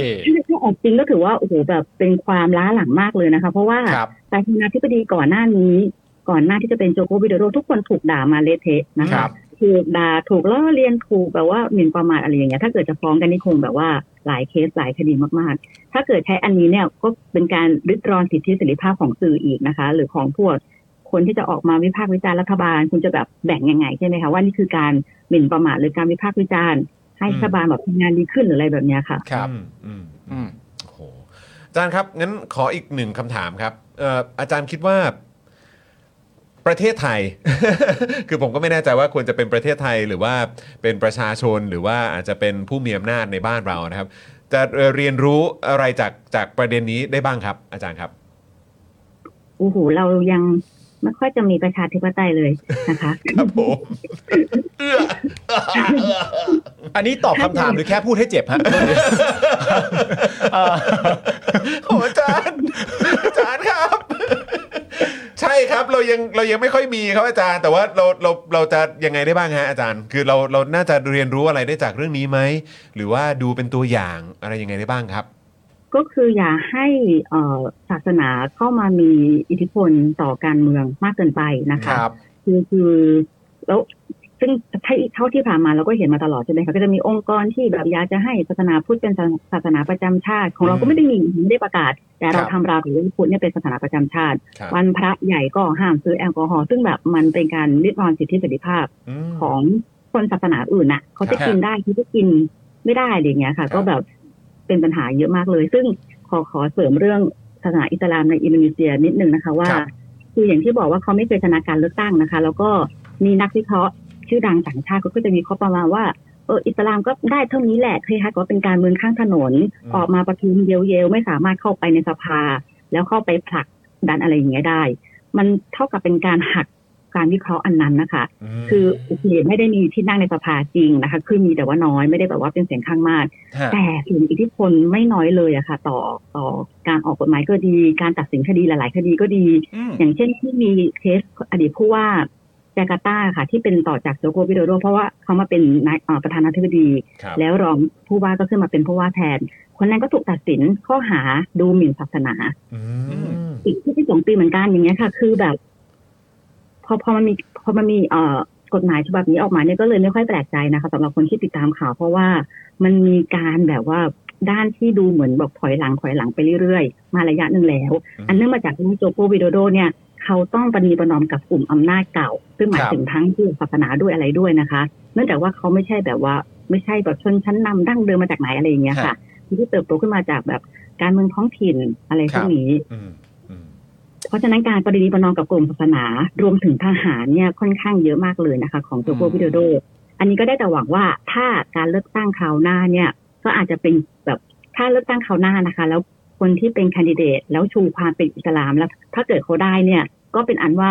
ถ้าออกจริงก็ถือว่าโอ้โหแบบเป็นความล้าหลังมากเลยนะคะ เพราะว่า ครับ ประธานาธิบดีก่อนหน้านี้ ก่อนหน้าที่จะเป็นโจโกวิโดโดทุกคนถูกด่ามาเละเทะนะ ครั คะ บ ถูกด่าถูกล้อเลียนถูกแบบว่าหมิ่นประมาทอะไรอย่างเงี้ยถ้าเกิดจะฟ้องกันนี่คงแบบว่าหลายเคสหลายคดีมากๆ ถ้าเกิดใช้อันนี้เนี่ยก็เป็นการริดรอนสิทธิเสรีภาพของสื่ออีกนะคะ หรือของพวกคนที่จะออกมาวิพากษ์วิจารณ์รัฐบาล คุณจะแบบแบ่งยังไงใช่ไหมคะว่านี่คือการหมิ่นประมาทหรือการวิพากษ์วิจารณ์ให้รัฐบาลแบบทำงานดีขึ้นหรืออะไรแบบเนี้ยค่ะ ครับ อืมอืม อืม โอ้โหอาจารย์ครับ งั้นขออีกหนึ่งคำถามครับเอ่ออาจารย์คิดว่าประเทศไทย คือผมก็ไม่แน่ใจว่าควรจะเป็นประเทศไทยหรือว่าเป็นประชาชนหรือว่าอาจจะเป็นผู้มีอำนาจในบ้านเรานะครับ จะเรียนรู้อะไรจากจากประเด็นนี้ได้บ้างครับ อาจารย์ครับ โอ้โหเรายังไม่ค่อยจะมีประชาธิปไตยเลยนะคะ ครับผมเอื้อ อันนี้ตอบคำถามหรือแค่พูดให้เจ็บฮะ โอ้อาจารย์อาจารย์ครับ ใช่ครับเรายังเรายังไม่ค่อยมีครับอาจารย์ แต่ว่าเราเราเราจะยังไงได้บ้างฮะอาจารย์ คือเราเราน่าจะเรียนรู้อะไรได้จากเรื่องนี้ไหมหรือว่าดูเป็นตัวอย่างอะไรยังไงได้บ้างครับ ก็คืออย่าให้เอ่อศาสนาเข้ามามีอิทธิพลต่อการเมืองมากเกินไปนะคะ คือคือแล้วซึ่งถ้าเท่าที่ผ่านมาเราก็เห็นมาตลอดใช่ไหมคะก็จะมีองค์กรที่แบบอยากจะให้ศาสนาพุทธเป็นศาสนาประจำชาติ ของเราก็ไม่ได้มีไม่ได้ประกาศ แต่คเรารับ ทำราหรือพุทธเนี่ยเป็นศาสนาประจำชาติ ครับ วันพระใหญ่ก็ห้ามซื้อแอลกอฮอล์ซึ่งแบบมันเป็นการริดรอนสิทธิเสรีภาพ ม ของคนศาสนาอื่นน่ะเขาจะ ครับ กินได้เขาจะกินไม่ได้อะไรอย่างเงี้ยคค่ะรับ ก็แบบเป็นปัญหาเยอะมากเลย ซึ่งขอขอเสริมเรื่องศาสนาอิสลามในอินโดนีเซียนิดนึงนะคะว่า คืออย่างที่บอกว่าเขาไม่เคยชนะการเลือกตั้งนะคะ แล้วก็มีนักวิเคราะห์ชื่อดังต่างชาติเขาก็จะมีข้อประมาณว่าเอออิสลามก็ได้เท่านี้แหละเคยฮะก็เป็นการเมืองข้างถนน อืม ออกมาประท้วงเยลๆไม่สามารถเข้าไปในสภา แล้วเข้าไปผลักดันอะไรอย่างเงี้ยได้ มันเท่ากับเป็นการหักการวิเคราะห์อันนั้นนะคะ ม คือโอเคไม่ได้มีที่นั่งในสภาจริงนะคะ คือมีแต่ว่าน้อยไม่ได้แบบว่าเป็นเสียงข้างมาก ฮะ แต่ถึงอิทธิพลไม่น้อยเลยอะค่ะ ต่อต่อการออกกฎหมายก็ดี การตัดสินคดีหลาย ๆ คดีก็ดี อืม อย่างเช่นที่มีเคสอดีตผู้ว่าจาการ์ตาค่ะ ที่เป็นต่อจากโจโกวิโดโดเพราะว่าเขามาเป็นนายเอ่อประธานาธิบดี ครับ แล้วรองผู้ว่าก็ขึ้นมาเป็นผู้ว่าแทน คนนั้นก็ถูกตัดสินข้อหาดูหมิ่นศาสนา อืม อีกที่ที่สองปีเหมือนกันอย่างเงี้ยค่ะ คือแบบ พอพอมันมีพอมันมีเอ่อกฎหมายฉบับนี้ออกมาเนี่ยก็เลยไม่ค่อยแปลกใจนะคะสำหรับคนที่ติดตามข่าว เพราะว่ามันมีการแบบว่าด้านที่ดูเหมือนแบบถอยหลังถอยหลังไปเรื่อยๆ มาระยะหนึ่งแล้ว อืม อันเนื่องมาจากที่โจโกวิโดโดเนี่ย เขาต้องปณีประนอมกับกลุ่มอำนาจเก่า ซึ่งหมาย ครับ ถึงทั้งที่ศาสนาด้วยอะไรด้วยนะคะ เนื่องจากว่าเขาไม่ใช่แบบว่า ไม่ใช่แบบชนชั้นนำดั้งเดิมมาจากไหนอะไรอย่างเงี้ยค่ะที่เติบโตขึ้นมาจากแบบการเมืองท้องถิ่นอะไรพวกนี้ อืมอืม เพราะฉะนั้นการปฏิบัติประนอมกับกลุ่มศาสนารวมถึงทหารเนี่ยค่อนข้างเยอะมากเลยนะคะ ของโจโก อืม วิโดโด อันนี้ก็ได้แต่หวังว่าถ้าการเลือกตั้งคราวหน้าเนี่ย ก็อาจจะเป็นแบบถ้าเลือกตั้งคราวหน้านะคะ แล้วคนที่เป็นแคนดิเดต แล้วชูความเป็นอิสลามแล้ว ถ้าเกิดเขาได้เนี่ย ก็เป็นอันว่า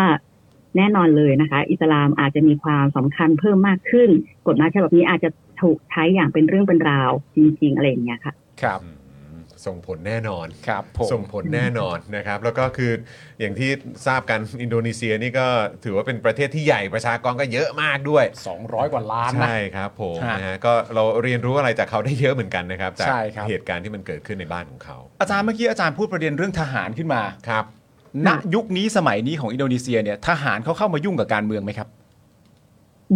แน่นอนเลยนะคะ อิสลามอาจจะมีความสำคัญเพิ่มมากขึ้น กฎหมายฉบับนี้อาจจะถูกใช้อย่างเป็นเรื่องเป็นราวจริง ๆ อะไรอย่างเงี้ยค่ะ ครับ ส่งผลแน่นอน ครับผม ส่งผลแน่นอนนะครับ แล้วก็คืออย่างที่ทราบกันอินโดนีเซียนี่ก็ถือว่าเป็นประเทศที่ใหญ่ประชากรก็เยอะมากด้วย 200 กว่าล้านนะ ใช่ครับผม ฮะ นะฮะก็เราเรียนรู้อะไรจากเขาได้เยอะเหมือนกันนะครับ จาก ใช่ครับ เหตุการณ์ที่มันเกิดขึ้นในบ้านของเขา อาจารย์เมื่อกี้อาจารย์พูดประเด็นเรื่องทหารขึ้นมา ครับ ณยุคนี้สมัยนี้ของอินโดนีเซียเนี่ยทหารเขาเข้ามายุ่งกับการเมืองไหมครับ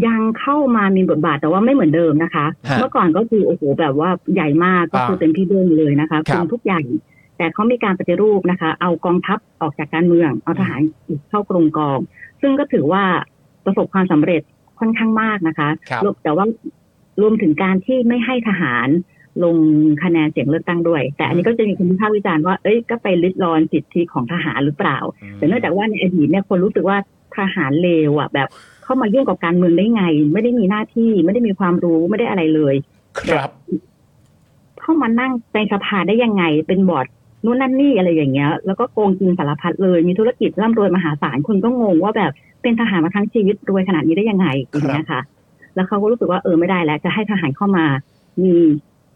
ยังเข้ามามีบทบาทแต่ว่าไม่เหมือนเดิมนะคะ ฮะ เมื่อก่อนก็คือโอ้โหแบบว่าใหญ่มากก็คือเป็นพี่เบิ้มเลยนะคะ ครับ มทุกอย่าง แต่เขามีการปฏิรูปนะคะ เอากองทัพออกจากการเมือง เอาทหารเข้ากรงกอง ซึ่งก็ถือว่าประสบความสำเร็จค่อนข้างมากนะคะ ครับ รวมแต่ว่ารวมถึงการที่ไม่ให้ทหารลงคะแนนเสียงเลือกตั้งด้วย แต่อันนี้ก็จะมีคนวิพากษ์วิจารณ์ว่าเอ้ยก็ไปลิดรอนสิทธิของทหารหรือเปล่า แต่เนื่องจากว่าในอดีตเนี่ยคนรู้สึกว่าทหารเลวอ่ะ แบบเข้ามายุ่งกับการเมืองได้ไง ไม่ได้มีหน้าที่ไม่ได้มีความรู้ไม่ได้อะไรเลย ครับ เข้ามานั่งในสภาได้ยังไง เป็นบอร์ดนู่นนั่นนี่อะไรอย่างเงี้ย แล้วก็โกงกินสารพัดเลย มีธุรกิจร่ำรวยมหาศาลคนก็งงว่าแบบเป็นทหารมาทั้งชีวิตรวยขนาดนี้ได้ยังไงอย่างเงี้ยค่ะ แล้วเขาก็รู้สึกว่าเออไม่ได้แล้วจะให้ทหารเข้ามา มี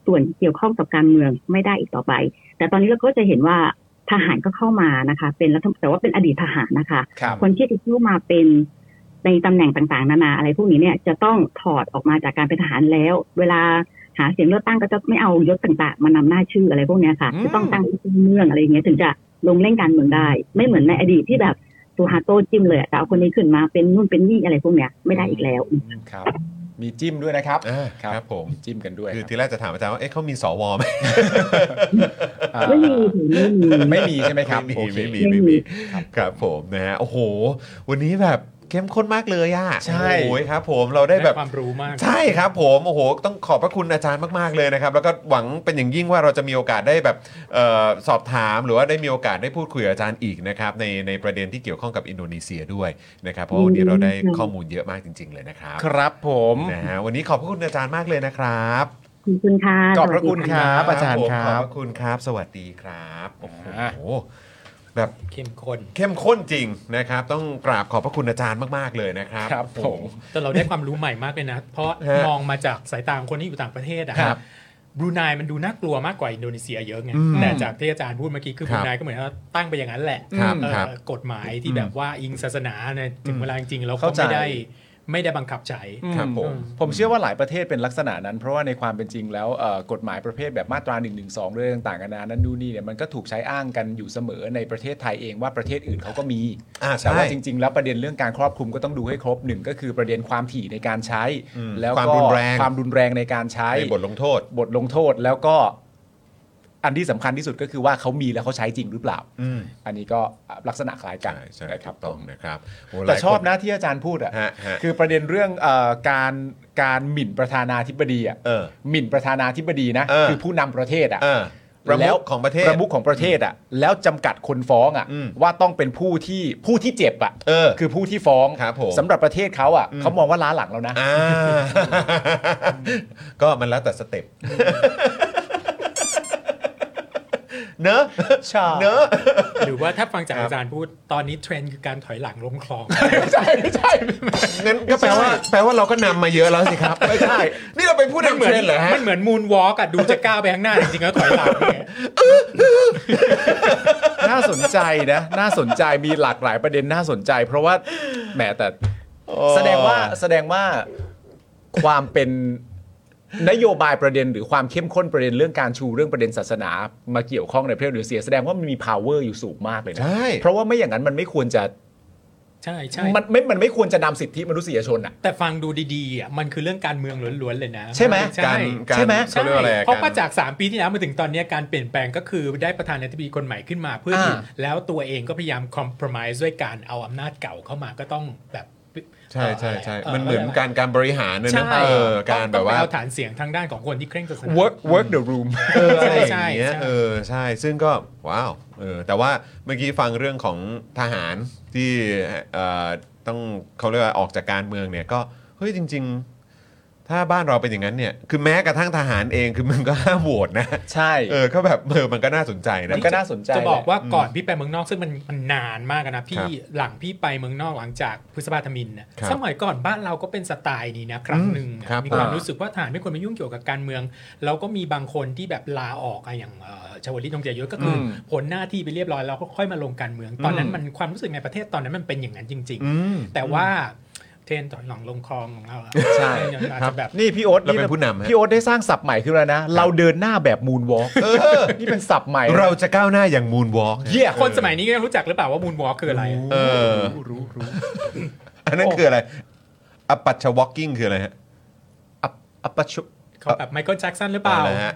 ส่วนเกี่ยวข้องกับการเมืองไม่ได้อีกต่อไป แต่ตอนนี้เราก็จะเห็นว่าทหารก็เข้ามานะคะ เป็นรัฐมแต่ว่าเป็นอดีตทหารนะคะ ครับ คนที่จะเข้ามาเป็นในตำแหน่งต่างๆ นานาอะไรพวกนี้เนี่ยจะต้องถอดออกมาจากการเป็นทหารแล้ว เวลาหาเสียงเลือกตั้งก็จะไม่เอายศต่างๆ มานำหน้าชื่ออะไรพวกเนี้ยค่ะ อืม จะต้องตั้งชื่อเมืองอะไรอย่างเงี้ยถึงจะลงเล่นการเมืองได้ ไม่เหมือนในอดีตที่แบบตัวฮาโต้จิ้มเลยอะแต่เอาคนนี้ขึ้นมาเป็นนู่นเป็นนี่อะไรพวกเนี้ยไม่ได้อีกแล้ว ครับ มีจิ้มด้วยนะครับ อ่าครับผม จิ้มกันด้วย คือทีแรกจะถามอาจารย์ว่าเอ๊ะเขามีสวไหม อ่า ไม่มีไม่มี ไม่มีใช่ไหมครับ ไม่ โอ มี เค ไม่มี ไม่มี ไม่มีครับผมนะฮะโอ้โห วันนี้แบบเข้มข้นมากเลยอ่ะ ใช่ โอ้ยครับ ผมเราได้แบบ ความรู้มาก ใช่ครับผมโอ้โหต้องขอบพระคุณอาจารย์มาก ๆ เลยนะครับ แล้วก็หวังเป็นอย่างยิ่งว่าเราจะมีโอกาสได้แบบเออสอบถามหรือว่าได้มีโอกาสได้พูดคุยกับอาจารย์อีกนะครับในในประเด็นที่เกี่ยวข้องกับอินโดนีเซียด้วยนะครับเพราะวันนี้เราได้ข้อมูลเยอะมากจริง ๆ เลยนะครับ ครับผม นะฮะวันนี้ขอบพระคุณอาจารย์มากเลยนะครับ อบคุณค่ะ ขอบพระคุณ สวัสดี ครับอาจารย์ครั ผมขอบ บพะคุณครับ สวัสดีครับโอ้โห อ่ะ แบบ เข้มข้น เข้มข้นจริงนะครับ ต้องกราบขอบพระคุณอาจารย์มาก ๆ เลยนะครับ ครับผม แต่เราได้ความรู้ใหม่มากเลยนะ เพราะ ฮะ มองมาจากสายตาของคนที่อยู่ต่างประเทศอะ ครับ บรูไนมันดูน่ากลัวมากกว่าอินโดนีเซียเยอะไง อืม แต่จากที่อาจารย์พูดเมื่อกี้คือ ค บ รับ รูไนก็เหมือนว่าตั้งไปอย่างนั้นแหละ ครับ เอ่อ ครับ กฎหมายที่แบบว่าอิงศาสนาเนี่ยถึงเวลาจริงๆเราก็ เข้าไม่ใจได้ไม่ได้บังคับใช้ ครับผม ผมเชื่อว่าหลายประเทศเป็นลักษณะนั้น เพราะว่าในความเป็นจริงแล้วเอ่อกฎหมายประเภทแบบมาตรา1นึเรื่องต่างๆกันานานั้นนู่นนี่เนี่ยมันก็ถูกใช้อ้างกันอยู่เสมอในประเทศไทยเองว่าประเทศอื่นเขาก็มี อ่าใช่ แต่ว่าจริง ๆ แล้วประเด็นเรื่องการครอบคลุมก็ต้องดูให้ครบหนึ่งก็คือประเด็นความถี่ในการใช้ อืม แล้ว ความ ก็ รุนแรง ความรุนแรงในการใช้ ในบทลงโทษ บทลงโทษแล้วก็ อันที่สำคัญที่สุดก็คือว่าเขามีแล้วเขาใช้จริงหรือเปล่า อืม อันนี้ก็ลักษณะคล้ายกัน ใช่ใช่ นะค ครั รั บบ ต้องนะครับโห แต่ชอบ หลายค นะที่อาจารย์พูดอ่ะ ฮะฮะ คือประเด็นเรื่องเออการการหมิ่นประธานาธิบดีอ่ะ เออ หมิ่นประธานาธิบดีนะ เออ คือผู้นำประเทศอ่ะ เออประมุ แล้ว ขของประเทศ ประมุขของประเทศอ่ะแล้วจำกัดคนฟ้องอ่ะ อืม ว่าต้องเป็นผู้ที่ผู้ที่เจ็บอ่ะ เออ คือผู้ที่ฟ้อง ครับผม สำหรับประเทศเขาอ่ะเขามองว่าล้าหลังแล้วนะ อ่า ก็มันแล้วแต่สเต็ปเนอะ ใช่ เนอะ หรือว่าถ้าฟังจากอาจารย์พูดตอนนี้เทรนด์คือการถอยหลังลงคลอง ไม่ใช่ไม่ใช่ งั้นก็แปลว่า แปลว่าเราก็นำมาเยอะแล้วสิครับ ไม่ใช่ นี่เราเป็นผู้นำเทรนด์เหรอฮะ มันเหมือนมูนวอล์กอะดูจะก้าวไปข้างหน้า จริงๆแล้วถอยหลังเนี่ย น่าสนใจนะ น่าสนใจมีหลากหลายประเด็นน่าสนใจ เพราะว่าแหมแต่แสดงว่าแสดงว่าความเป็นนโยบายประเด็น หรือความเข้มข้นประเด็นเรื่องการชูเรื่องประเด็นศาสนา มาเกี่ยวข้องในประเทศอินโดนีเซียแสดงว่ามันมี power อยู่สูงมากเลยนะ ใช่ เพราะว่าไม่อย่างนั้นมันไม่ควรจะ ใช่ใช่ มันไม่มันไม่ควรจะนำสิทธิมนุษยชนอ่ะ แต่ฟังดูดีๆอะมันคือเรื่องการเมืองล้วนๆเลยนะ ใช่ไหม ใช่ การการ ใช่ไหม ใช่ เขาเรียกว่าอะไร เพราะว่า การ จาก 3 ปีที่แล้วมาถึงตอนเนี้ยการเปลี่ยนแปลงก็คือได้ประธานาธิบดีคนใหม่ขึ้นมา เพื่อที่ อ่า แล้วตัวเองก็พยายามคอม p r o m i s e ด้วยการเอาอำนาจเก่าเข้ามาก็ต้องแบบ ใช่ใช่ใช่ เอ่อ มันเหมือนการการบริหารนะ ใช่ นะเออการแบบว่า ต้องไปเอาฐานเสียงทางด้านของคนที่เคร่งศาสนา work work the room เออ ใช่ อะไรอ ใช่ ย่างเงี้ย ใช่ เออใช่ซึ่งก็ว้าวเออแต่ว่าเมื่อกี้ฟังเรื่องของทหารที่เอ่อต้องเขาเรียกว่าออกจากการเมืองเนี่ยก็เฮ้ยจริง ๆ ถ้าบ้านเราเป็นอย่างนั้นเนี่ยคือแม้กระทั่งทหารเองคือมึงก็ห้ามโหวต นะ ใช่ เออก็แบบเออมันก็น่าสนใจนะ มันก็น่าสนใจ จะบอก แหล ว่าก่อนพี่ไปเมืองนอกซึ่งมันมันนานมากอะนะพี่ ครับ หลังพี่ไปเมืองนอกหลังจากพฤษภาธมินนะครับ สมัยก่อนบ้านเราก็เป็นสไตล์นี้นะครั้งหนึ่งอะ ครับ มีความ อ่ารู้ รู้สึกว่าทหารไม่ควรมายุ่งเกี่ยวกับการเมือง แล้วก็มีบางคนที่แบบลาออกอะอย่างเอ่อชาวลิตทองเจียยศก็คืออ ม ผลหน้าที่ไปเรียบร้อยแล้วก็ค่อยมาลงการเมือง ตอนนั้นมันความรู้สึกในประเทศตอนนั้นมันเป็นอย่างนั้นจริง อืม ๆ แต่ว่าเทรนต่อยหลังลงคลองของเราอะ ใช่ อาจจะแบบ นี่พี่โอ๊ต เราเป็นผู้นำฮะ พี่โอ๊ตได้สร้างศัพท์ใหม่ขึ้นแล้วนะเราเดินหน้าแบบมูนวอล์กนี่เป็นศัพท์ใหม่นะ เราจะก้าวหน้าอย่างมูนวอล์ก เยี่ย คนสมัยนี้ก็ยังรู้จักหรือเปล่าว่ามูนวอล์คืออะไรอะ เออ รู้รู้ อันนั้นคืออะไรอปัชชวอล์กิ้งคืออะไรฮะ อัปอัปปะชุ เขาแบบไมเคิลแจ็คสันหรือเปล่า อะไรฮะ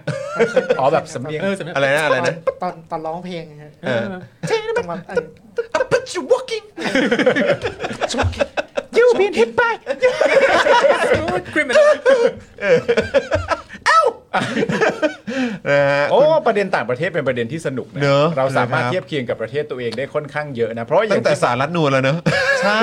อ๋อแบบสำเนียง เออสำหรับ อะไรนะอะไรนะ ตอนตอนร้องเพลงนะฮะ เออ จังหวะเออ อปัชชวอล์กิ้ง ยูบินฮิปไป คริมินอล นะฮะ โอ้ประเด็นต่างประเทศเป็นประเด็นที่สนุกนะ เนอะ เราสามารถ นะครับ เทียบเคียงกับประเทศตัวเองได้ค่อนข้างเยอะนะเพราะอย่า ตั้ ง งแต่สารรัฐนูนแล้วเนอะ ใช่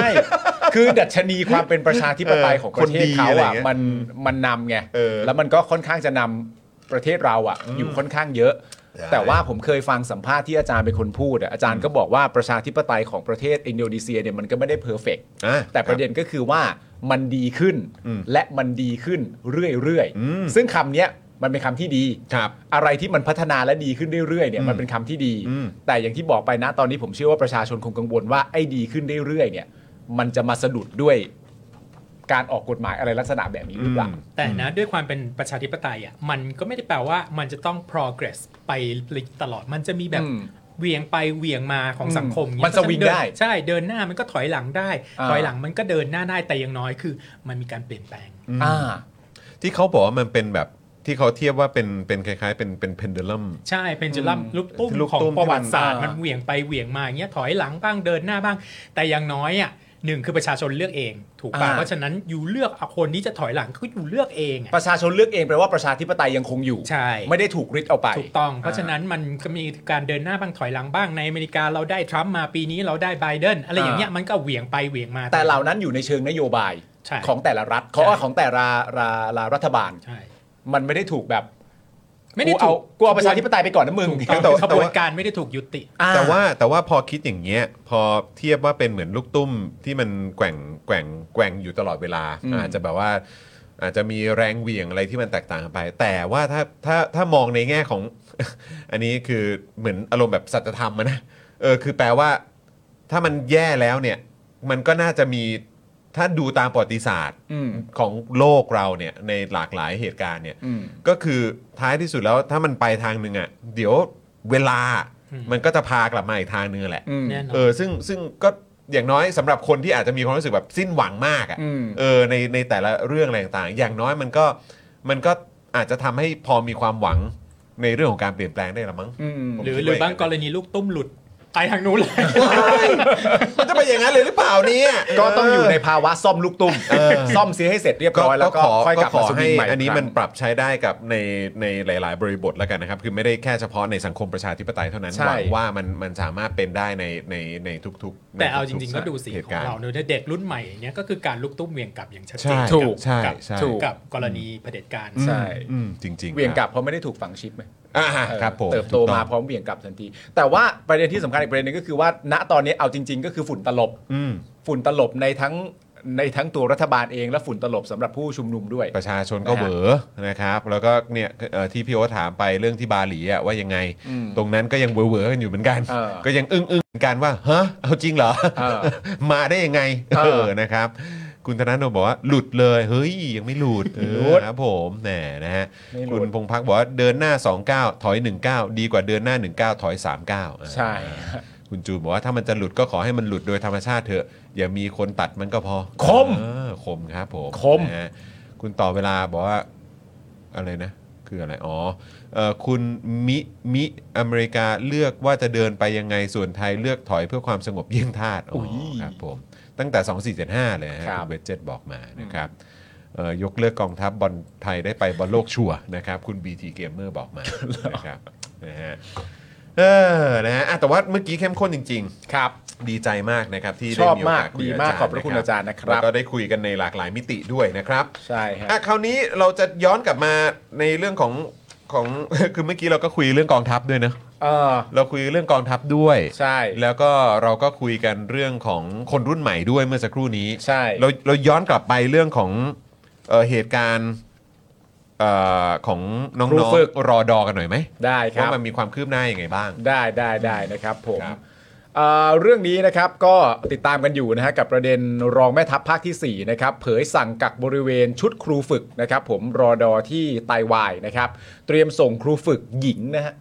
คือดัชนีความเป็นประชาธิปไตย เออ ของประเทศคเขานดีอะไร อ่ะ เงี้ย มันมันนำไง เออ แล้วมันก็ค่อนข้างจะนำประเทศเราอ่ะอยู่ค่อนข้างเยอะ ใช่ แต่ว่าผมเคยฟังสัมภาษณ์ที่อาจารย์เป็นคนพูดอะอาจารย์ก็บอกว่าประชาธิปไตยของประเทศอินโดนีเซียเนี่ยมันก็ไม่ได้เพอร์เฟก อ่ แต่ประเด็นก็คือว่ามันดีขึ้นและมันดีขึ้นเรื่อยๆ ซึ่งคำเนี้ยมันเป็นคำที่ดี ครับ อะไรที่มันพัฒนาและดีขึ้นเรื่อยๆเนี่ยมันเป็นคำที่ดี อืม แต่อย่างที่บอกไปนะตอนนี้ผมเชื่อว่าประชาชนคงกังวลว่าไอ้ดีขึ้นเรื่อยๆเนี่ย มันจะมาสะดุดด้วยการออกกฎหมายอะไรลักษณะแบบนี้หรือเปล่า แต่นะด้วยความเป็นประชาธิปไตยอ่ะมันก็ไม่ได้แปลว่ามันจะต้อง progress ไปตลอดมันจะมีแบบ อืม เหวียงไปเหวียงมาของสังคม อืม เย มันสวิง เพราะฉะ ได้ เนใช่เดินหน้ามันก็ถอยหลังได้ อ่า ถอยหลังมันก็เดินหน้าได้แต่อยังน้อยคือ มันมีการเปลี่ยนแปลง อ่า ที่เขาบอกว่ามันเป็นแบบที่เขาเทียบว่าเป็นเป็นคล้ายๆ เป็นเป็นเพนดูลัม ใช่เป็นจุลัมลูกตุ้ม ที่ลูก ของ ตุ้ม ประวัติศาสตร์ ที่มัน มันเหวี่ยงไปเหวี่ยงมาอย่างเงี้ยถอยหลังบ้างเดินหน้าบ้าง แต่อย่างน้อยอ่ะหนึ่งคือประชาชนเลือกเอง ถูกป่ะ อ่า เพราะฉะนั้นอยู่เลือกเอาคนที่จะถอยหลังก็อยู่เลือกเองอะ ประชาชนเลือกเองแปลว่าประชาธิปไตยยังคงอยู่ ใช่ ไม่ได้ถูกริดเอาไป ถูกต้อง เพราะฉะนั้นมันก็มีการเดินหน้าบ้างถอยหลังบ้างในอเมริกาเราได้ทรัมป์มาปีนี้เราได้ไบเดนอะไรอย่างเงี้ยมันก็เหวี่ยงไปเหวี่ยงมา แต่เหล่านั้นอยู่ในเชิงนโยบาย ใช่ ของแต่ละรัฐเขา ใช่ ของแต่ละละละรัฐบาล ใช่ มันไม่ได้ถูกแบบ ไม่ได้ กู ถู เอา ก กูเอาประชาธิปไตยไปก่อนนะมึง ถูกต้อง แต่ว่า ขบวนการไม่ได้ถูกยุติ อ่ แต่ว่าแต่ว่าพอคิดอย่างเงี้ยพอเทียบว่าเป็นเหมือนลูกตุ้มที่มันแกว่งแกว่งแกว่งอยู่ตลอดเวลา อาจจะแบบว่า อาจจะมีแรงเหวี่ยงอะไรที่มันแตกต่างกันไป แต่ว่าถ้าถ้าถ้ามองในแง่ของ อันนี้คือเหมือนอารมณ์แบบสัจธรรมอะนะเออคือแปลว่า ถ้ามันแย่แล้วเนี่ย มันก็น่าจะมีถ้าดูตามประวัติศาสตร์ อืม ของโลกเราเนี่ยในหลากหลายเหตุการณ์เนี่ย อืม ก็คือท้ายที่สุดแล้วถ้ามันไปทางหนึ่งอะ่ะเดี๋ยวเวลามันก็จะพากลับมาอีกทางหนึงแหละ อืม แน่นอน เออซึ่งซึ่งก็อย่างน้อยสำหรับคนที่อาจจะมีความรู้สึกแบบสิ้นหวังมาก อืม อะ่ะเออในในแต่ละเรื่องอะไรต่างๆ อย่างน้อยมันก็มันก็อาจจะทำให้พอมีความหวังในเรื่องของการเปลี่ยนแปลงได้ละมั้ง อืม ผม หรือ คิด ห ว่ รือบางกรณีลูกตุ้มหลุดไปทางนู้นเลย มันจะไปนอย่างนั้นเลยหรือเปล่าเนี่ย ก็ต้องอยู่ในภาวะซ่อมลูกตุ้มซ่อมเสียให้เสร็จเรียบร้อยแล้วก็ ขอ ค่อย ก็ กลับ ขอ มาสวิ ให้ งใหม่ อันนี้ กค มั รั้ น ง ปรับใช้ได้กับในในหลาย ๆ บริบทแล้วกันนะครับ คือไม่ได้แค่เฉพาะในสังคมประชาธิปไตยเท่านั้น ใช่ หวังว่ามันมันสามารถเป็นได้ในในในทุกๆ แต่เอาจ ในทุๆริงๆก็ดูสิ เหตุ ขอรงณ์ เราเนอะเด็กรุ่นใหม่อย่างเนี้ยก็คือการลุกตุ้มเหวียงกลับอย่างชัดเจ ใช่ น ถูกใช่ กับ ใช่ กับกับกรณีเผด็จการ ใช่ อืมจริงๆ เหวียงกลับเพราะไม่ได้ถูกฝังชิปไหม อ่าครับผม เติบโต ถูกอง มาพร้อมเหวียงกลับทันที แต่ว่าประเด็นที่สำคัญอีกประเด็นหนึงก็คือว่า ณตอนนี้เอาจริง ๆ ก็คือฝุ่นตลบ อืม ฝุ่นตลบในทั้งในทั้งตัวรัฐบาลเองและฝุ่นตลบสำหรับผู้ชุมนุมด้วย ประชาชนก็ นะฮะ เบอนะครับ แล้วก็เนี่ยเอ่อที่พี่โอ๊ตถามไปเรื่องที่บาหลีอะว่ายังไง อืม ตรงนั้นก็ยังเบอๆกันอยู่เหมือนกัน เออ ก็ยังอึ้งๆเหมือนกันว่าฮะเอาจริงเหรอ เออ มาได้ยังไง เออ เออนะครับ คุณธนาโนบอกว่าหลุดเลย เฮ้ย ยังไม่หลุดเอ หลุ อ ด ครับผมแหมนะฮะ ไม่หลุ คุ ด ณพงพักบอกว่าเดินหน้า 29 ถอย 19 ดีกว่าเดินหน้า 19 ถอย 39 ใช่ อ่าคุณจูนบอกว่าถ้ามันจะหลุดก็ขอให้มันหลุดโดยธรรมชาติเถอะอย่ามีคนตัดมันก็พอ คม เออคมครับผม คม นะฮะคุณต่อเวลาบอกว่า อะไรนะ คืออะไร อ๋อเอ่อคุณมิมิอเมริกาเลือกว่าจะเดินไปยังไงส่วนไทยเลือกถอยเพื่อความสงบเยี่ยงทาตอ๋ออย ครับผมตั้งแต่ 2475 เลยนะฮะ ครับ คุณเวจเจตบอกมานะครับเอ่อยกเลิกกองทัพบอลไทยได้ไปบอลโลกชัวร์นะครับ คุณ BT Gamer บอกมานะครับนะฮะเออนะฮะอ่ะแต่ว่าเมื่อกี้เข้มข้นจริง ๆ ครับ ดีใจมากนะครับที่ ช ได้ อบ มีโอ มาก กาสคุย ดี กับ มาก จารย์ ขอบพระคุณอาจารย์นะครับ แล้วก็ได้คุยกันในหลากหลายมิติด้วยนะครับ ใช่ฮะ อ่ะคราวนี้เราจะย้อนกลับมาในเรื่องของของ คือเมื่อกี้เราก็คุยเรื่องกองทัพด้วยนะ เออ เราคุยเรื่องกองทัพด้วย ใช่ แล้วก็เราก็คุยกันเรื่องของคนรุ่นใหม่ด้วยเมื่อสักครู่นี้ ใช่ เราเราย้อนกลับไปเรื่องของเอ่อเหตุการณ์เอ่อของน้ ครู อง ฝึก ๆรอดอกันหน่อยไหม ได้ครั ว่า บ มันมีความคืบหน้ายังไงบ้าง ได้ได้ได้นะครับผม ครับ เอ่อเรื่องนี้นะครับก็ติดตามกันอยู่นะฮะกับประเด็นรองแม่ทัพภาคที่ 4 นะครับ เผยสั่งกักบริเวณชุดครูฝึกนะครับ ผมรอดอที่ไตวายนะครับ เตรียมส่งครูฝึกหญิงนะฮะ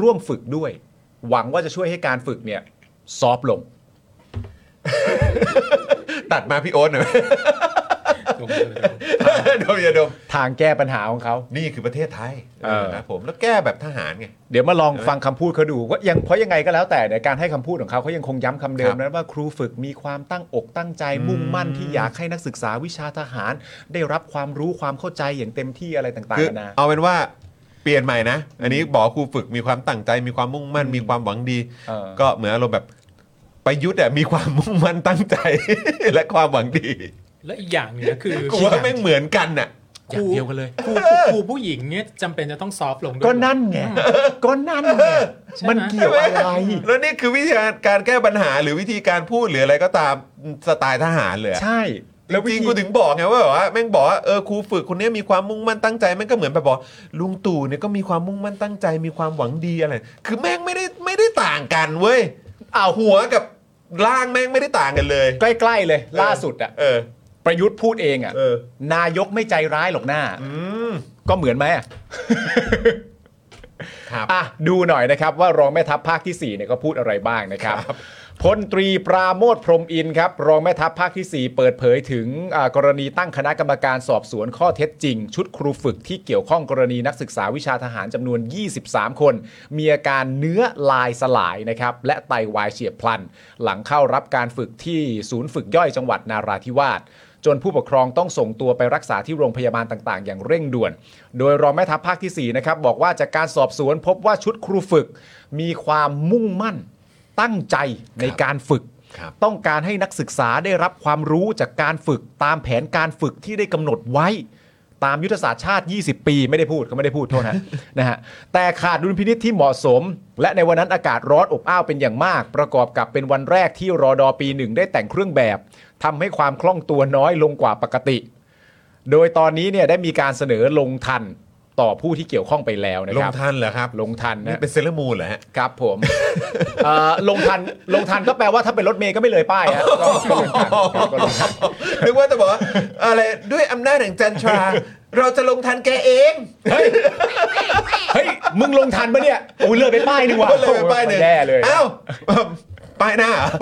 ร่วมฝึกด้วย หวังว่าจะช่วยให้การฝึกเนี่ยซอฟต์ลง ตัดมาพี่โอ๊ตหน่อยไหม ดมอย่าดม ทางแก้ปัญหาของเขา นี่คือประเทศไทย เออ ครับผมแล้วแก้แบบทหารไง เดี๋ยวมาลองฟังคำพูดเขาดูว่ายังเพราะยังไงก็แล้วแต่ในยการให้คำพูดของเขาเขายังคงย้ำคำเดิ ค ม รับ นั้นว่าครูฝึกมีความตั้งอกตั้งใจมุ่งมั่นที่อยากให้นักศึกษาวิชาทหาร ได้รับความรู้ความเข้าใจอย่างเต็มที่อะไรต่าง คือ ๆนานะ เอาเป็นว่าเปลี่ยนใหม่นะ อันนี้บอกครูฝึกมีความตั้งใจมีความมุ่งมั่นมีความหวังดี เออ ก็เหมือนอารมณ์แบบประยุทธ์อะมีความมุ่งมั่นตั้งใจ และความหวังดี และอีกอย่างหนึงนะคือ กูว่าไม่งเหมือนกันน่ะ ครูเดียวกันเลยครูครูผู้หญิงเนี่ยจำเป็นจะต้องซอฟต์ลงด้วย ก็นั่นไงก็นั่นไง ใช่ไหม มันเกี่ยวอะไร แล้วนี่คือวิธีการแก้ปัญหาหรือวิธีการพูดหรืออะไรก็ตามสไตล์ทหารเลยอะ ใช่ แล้วจริงๆกูถึงบอกไงว่าแบบว่าแม่งบอกว่าเออครูฝึกคนเนี้ยมีความมุ่งมั่นตั้งใจแม่งก็เหมือนแบบบอกลุงตู่เนี่ยก็มีความมุ่งมั่นตั้งใจมีความหวังดีอะไร คือแม่งไม่ได้ไม่ได้ต่างกันเว้ยอ้าวหัวกับล่างแม่งไม่ได้ต่างกันเลย ใกล้ๆเลยล่าสุดอะ เออ ประยุทธ์พูดเองอะ เออ นายกไม่ใจร้ายหรอกหน้า อืม ก็เหมือนไหมอะ ครับ อ่ะดูหน่อยนะครับว่ารองแม่ทัพภาคที่4เนี่ยเขาพูดอะไรบ้างนะครับพลตรีปราโมทพรหมอินทร์ครับรองแม่ทัพภาคที่ 4 เปิดเผยถึงอ่ากรณีตั้งคณะกรรมการสอบสวนข้อเท็จจริง ชุดครูฝึกที่เกี่ยวข้องกรณีนักศึกษาวิชาทหารจำนวน 23 คน มีอาการเนื้อลายสลายนะครับและไตวายเฉียบพลัน หลังเข้ารับการฝึกที่ศูนย์ฝึกย่อยจังหวัดนาราธิวาส จนผู้ปกครองต้องส่งตัวไปรักษาที่โรงพยาบาลต่างๆ อย่างเร่งด่วน โดยรองแม่ทัพภาคที่ 4 นะครับ บอกว่าจากการสอบสวนพบว่าชุดครูฝึก มีความมุ่งมั่น ตั้งใจในการฝึก ครับ ต้องการให้นักศึกษาได้รับความรู้จากการฝึกตามแผนการฝึกที่ได้กำหนดไว้ ตามยุทธศาสตร์ชาติ 20 ปีไม่ได้พูดเขาไม่ได้พูดโทษนะ นะฮะแต่ขาดดุลพินิษที่เหมาะสม และในวันนั้นอากาศร้อนอบอ้าวเป็นอย่างมาก ประกอบกับเป็นวันแรกที่รอดอปีหนึ่งได้แต่งเครื่องแบบทำให้ความคล่องตัวน้อยลงกว่าปกติ โดยตอนนี้เนี่ยได้มีการเสนอลงทันต่อผู้ที่เกี่ยวข้องไปแล้วนะ ลงครับ ทันเหรอครับ ลงทัน นี่ นะ เป็นเซเลอร์มูนเหรอฮะ ครับผม เอ่อลงทันลงทันก็แปลว่าถ้าเป็นรถเมย์ก็ไม่เลย ป้ายฮะก็ก็ลงทันก็ลงทัน นึกว่าจะบอกว่าอะไรด้วยอำนาจแห่งจันทรา เราจะลงทันแกเอง เฮ้ย มึงลงทันปะเนี่ยอุ้ยเลยไปป้ายหนึ่งว่ะ ก็เลยไปป้ายหนึ่ง แย่เลย อ้าว ป้ายหน้าเหรอ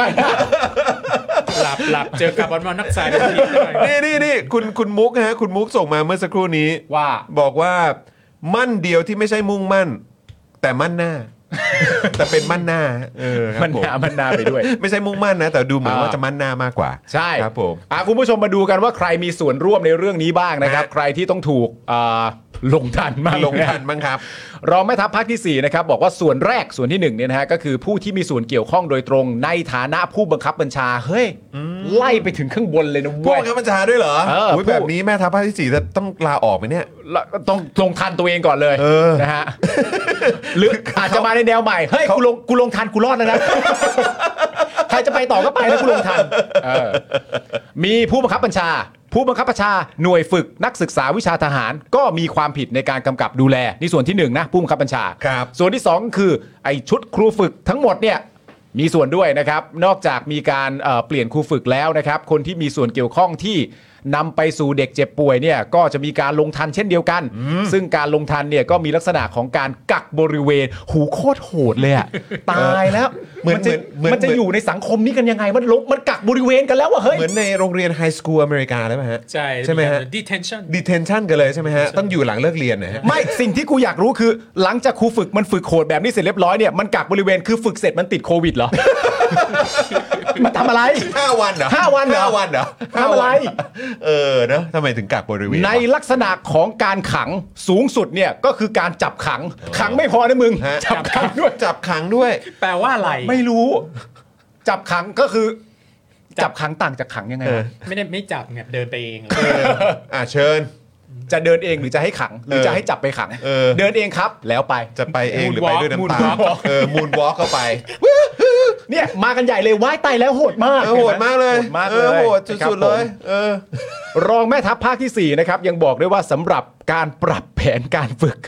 หลับหลับเจอกับบอลมอนนักสาย นี่นี่นี่คุณคุณมุกฮะคุณมุกส่งมาเมื่อสักครู่นี้ ว่า บอกว่ามั่นเดียวที่ไม่ใช่มุ่งมั่น แต่มั่นหน้า แต่เป็นมั่นหน้าเออครับ มัน ผ หนามันหนาไปด้วย ไม่ใช่มุ่งมั่นนะ แต่ดูเหมือน อ่า ว่าจะมั่นหน้ามากกว่า ใช่ ครับผม อ่ะคุณผู้ชมมาดูกันว่าใครมีส่วนร่วมในเรื่องนี้บ้างนะครับ ฮะ ใครที่ต้องถูกอ่าลงทันมาก ลงทันบ้างครับ รองแม่ทัพภาคที่ 4 นะครับ บอกว่าส่วนแรกส่วนที่1เนี่ยนะฮะก็คือผู้ที่มีส่วนเกี่ยวข้องโดยตรงในฐานะผู้บังคับบัญชาเฮ้ยไล่ไปถึงข้างบนเลยนะ พว เว้ ก ย ข้าบัญชาด้วยเหรอ เออ โอ้ย พวก แบบนี้แม่ทัพภาคที่สี่จะต้องลาออกไหมเนี่ย แล้วต้องลงทันตัวเองก่อนเลย เออ นะฮะหรืออาจจะมาในแนวใหม่เฮ้ยกูลงกูลงทันกูรอดแล้วนะ ใครจะไปต่อก็ไปแล้วกูลงทันเออมีผู้บังคับบัญชา ผู้บังคับบัญชาหน่วยฝึกนักศึกษาวิชาทหาร ก็มีความผิดในการกำกับดูแลนี่ส่วนที่หนึ่งนะผู้บังคับบัญชา ครับ ส่วนที่สองคือไอชุดครูฝึกทั้งหมดเนี่ยมีส่วนด้วยนะครับ นอกจากมีการเอ่อเปลี่ยนครูฝึกแล้วนะครับ คนที่มีส่วนเกี่ยวข้องที่นำไปสู่เด็กเจ็บป่วยเนี่ยก็จะมีการลงทันเช่นเดียวกัน ซึ่งการลงทันเนี่ยก็มีลักษณะของการกักบริเวณ หูโคตรโหดเลยอะตายแล้ว เหมือน จะ เหมือน มันจะอยู่ในสังคมนี้กันยังไง มันลงมันกักบริเวณกันแล้วอะเฮ้ย เหมือนในโรงเรียนไฮสคูลอเมริกาเลยไหมฮะ ใช่ ใช่ไหมฮะ detention detention กันเลยใช่ไหมฮะ ต้องอยู่หลังเลิกเรียนนะฮะ ไม่ สิ่งที่กูอยากรู้คือ หลังจากครูฝึกมันฝึกโหดแบบนี้เสร็จเรียบร้อยเนี่ยมันกักบริเวณคือฝึกเสร็จมันติดโควิดเหรอ มันทำอะไร ห้าวันเหรอ ห้าวันเหรอ ห้าวันเหรอ ทำอะห้าไรวันเออเนอะทำไมถึงกักบริเวณ ในลักษณะของการขังสูงสุดเนี่ยก็คือการจับขัง ขังไม่พอนะมึง ฮะ จับขังด้วย จับขังด้วย แปลว่าอะไร ไม่รู้ จับขังก็คือ จับขังต่างจากขังยังไง เออ วะ ไม่ได้ไม่จับเนี่ยเดินไปเอง อ่ะเชิญ จะเดินเองหรือจะให้ขัง หรือจะให้จับไปขัง เออ นเองครับ แล้วไป จะไปเองหรือไปด้วยน้ำตา Moonwalk Moonwalk เออมูนวอล์กเข้าไป เนี่ยมากันใหญ่เลยว่ายไตายแล้วโหดมาก เออโหดมากเลย โหดมาก เอ เลอยโหด ครับ สุดๆเล ผ ย ม เออ รองแม่ทัพภาคที่ 4 นะครับ ยังบอกด้วยว่าสำหรับการปรับแผนการฝึก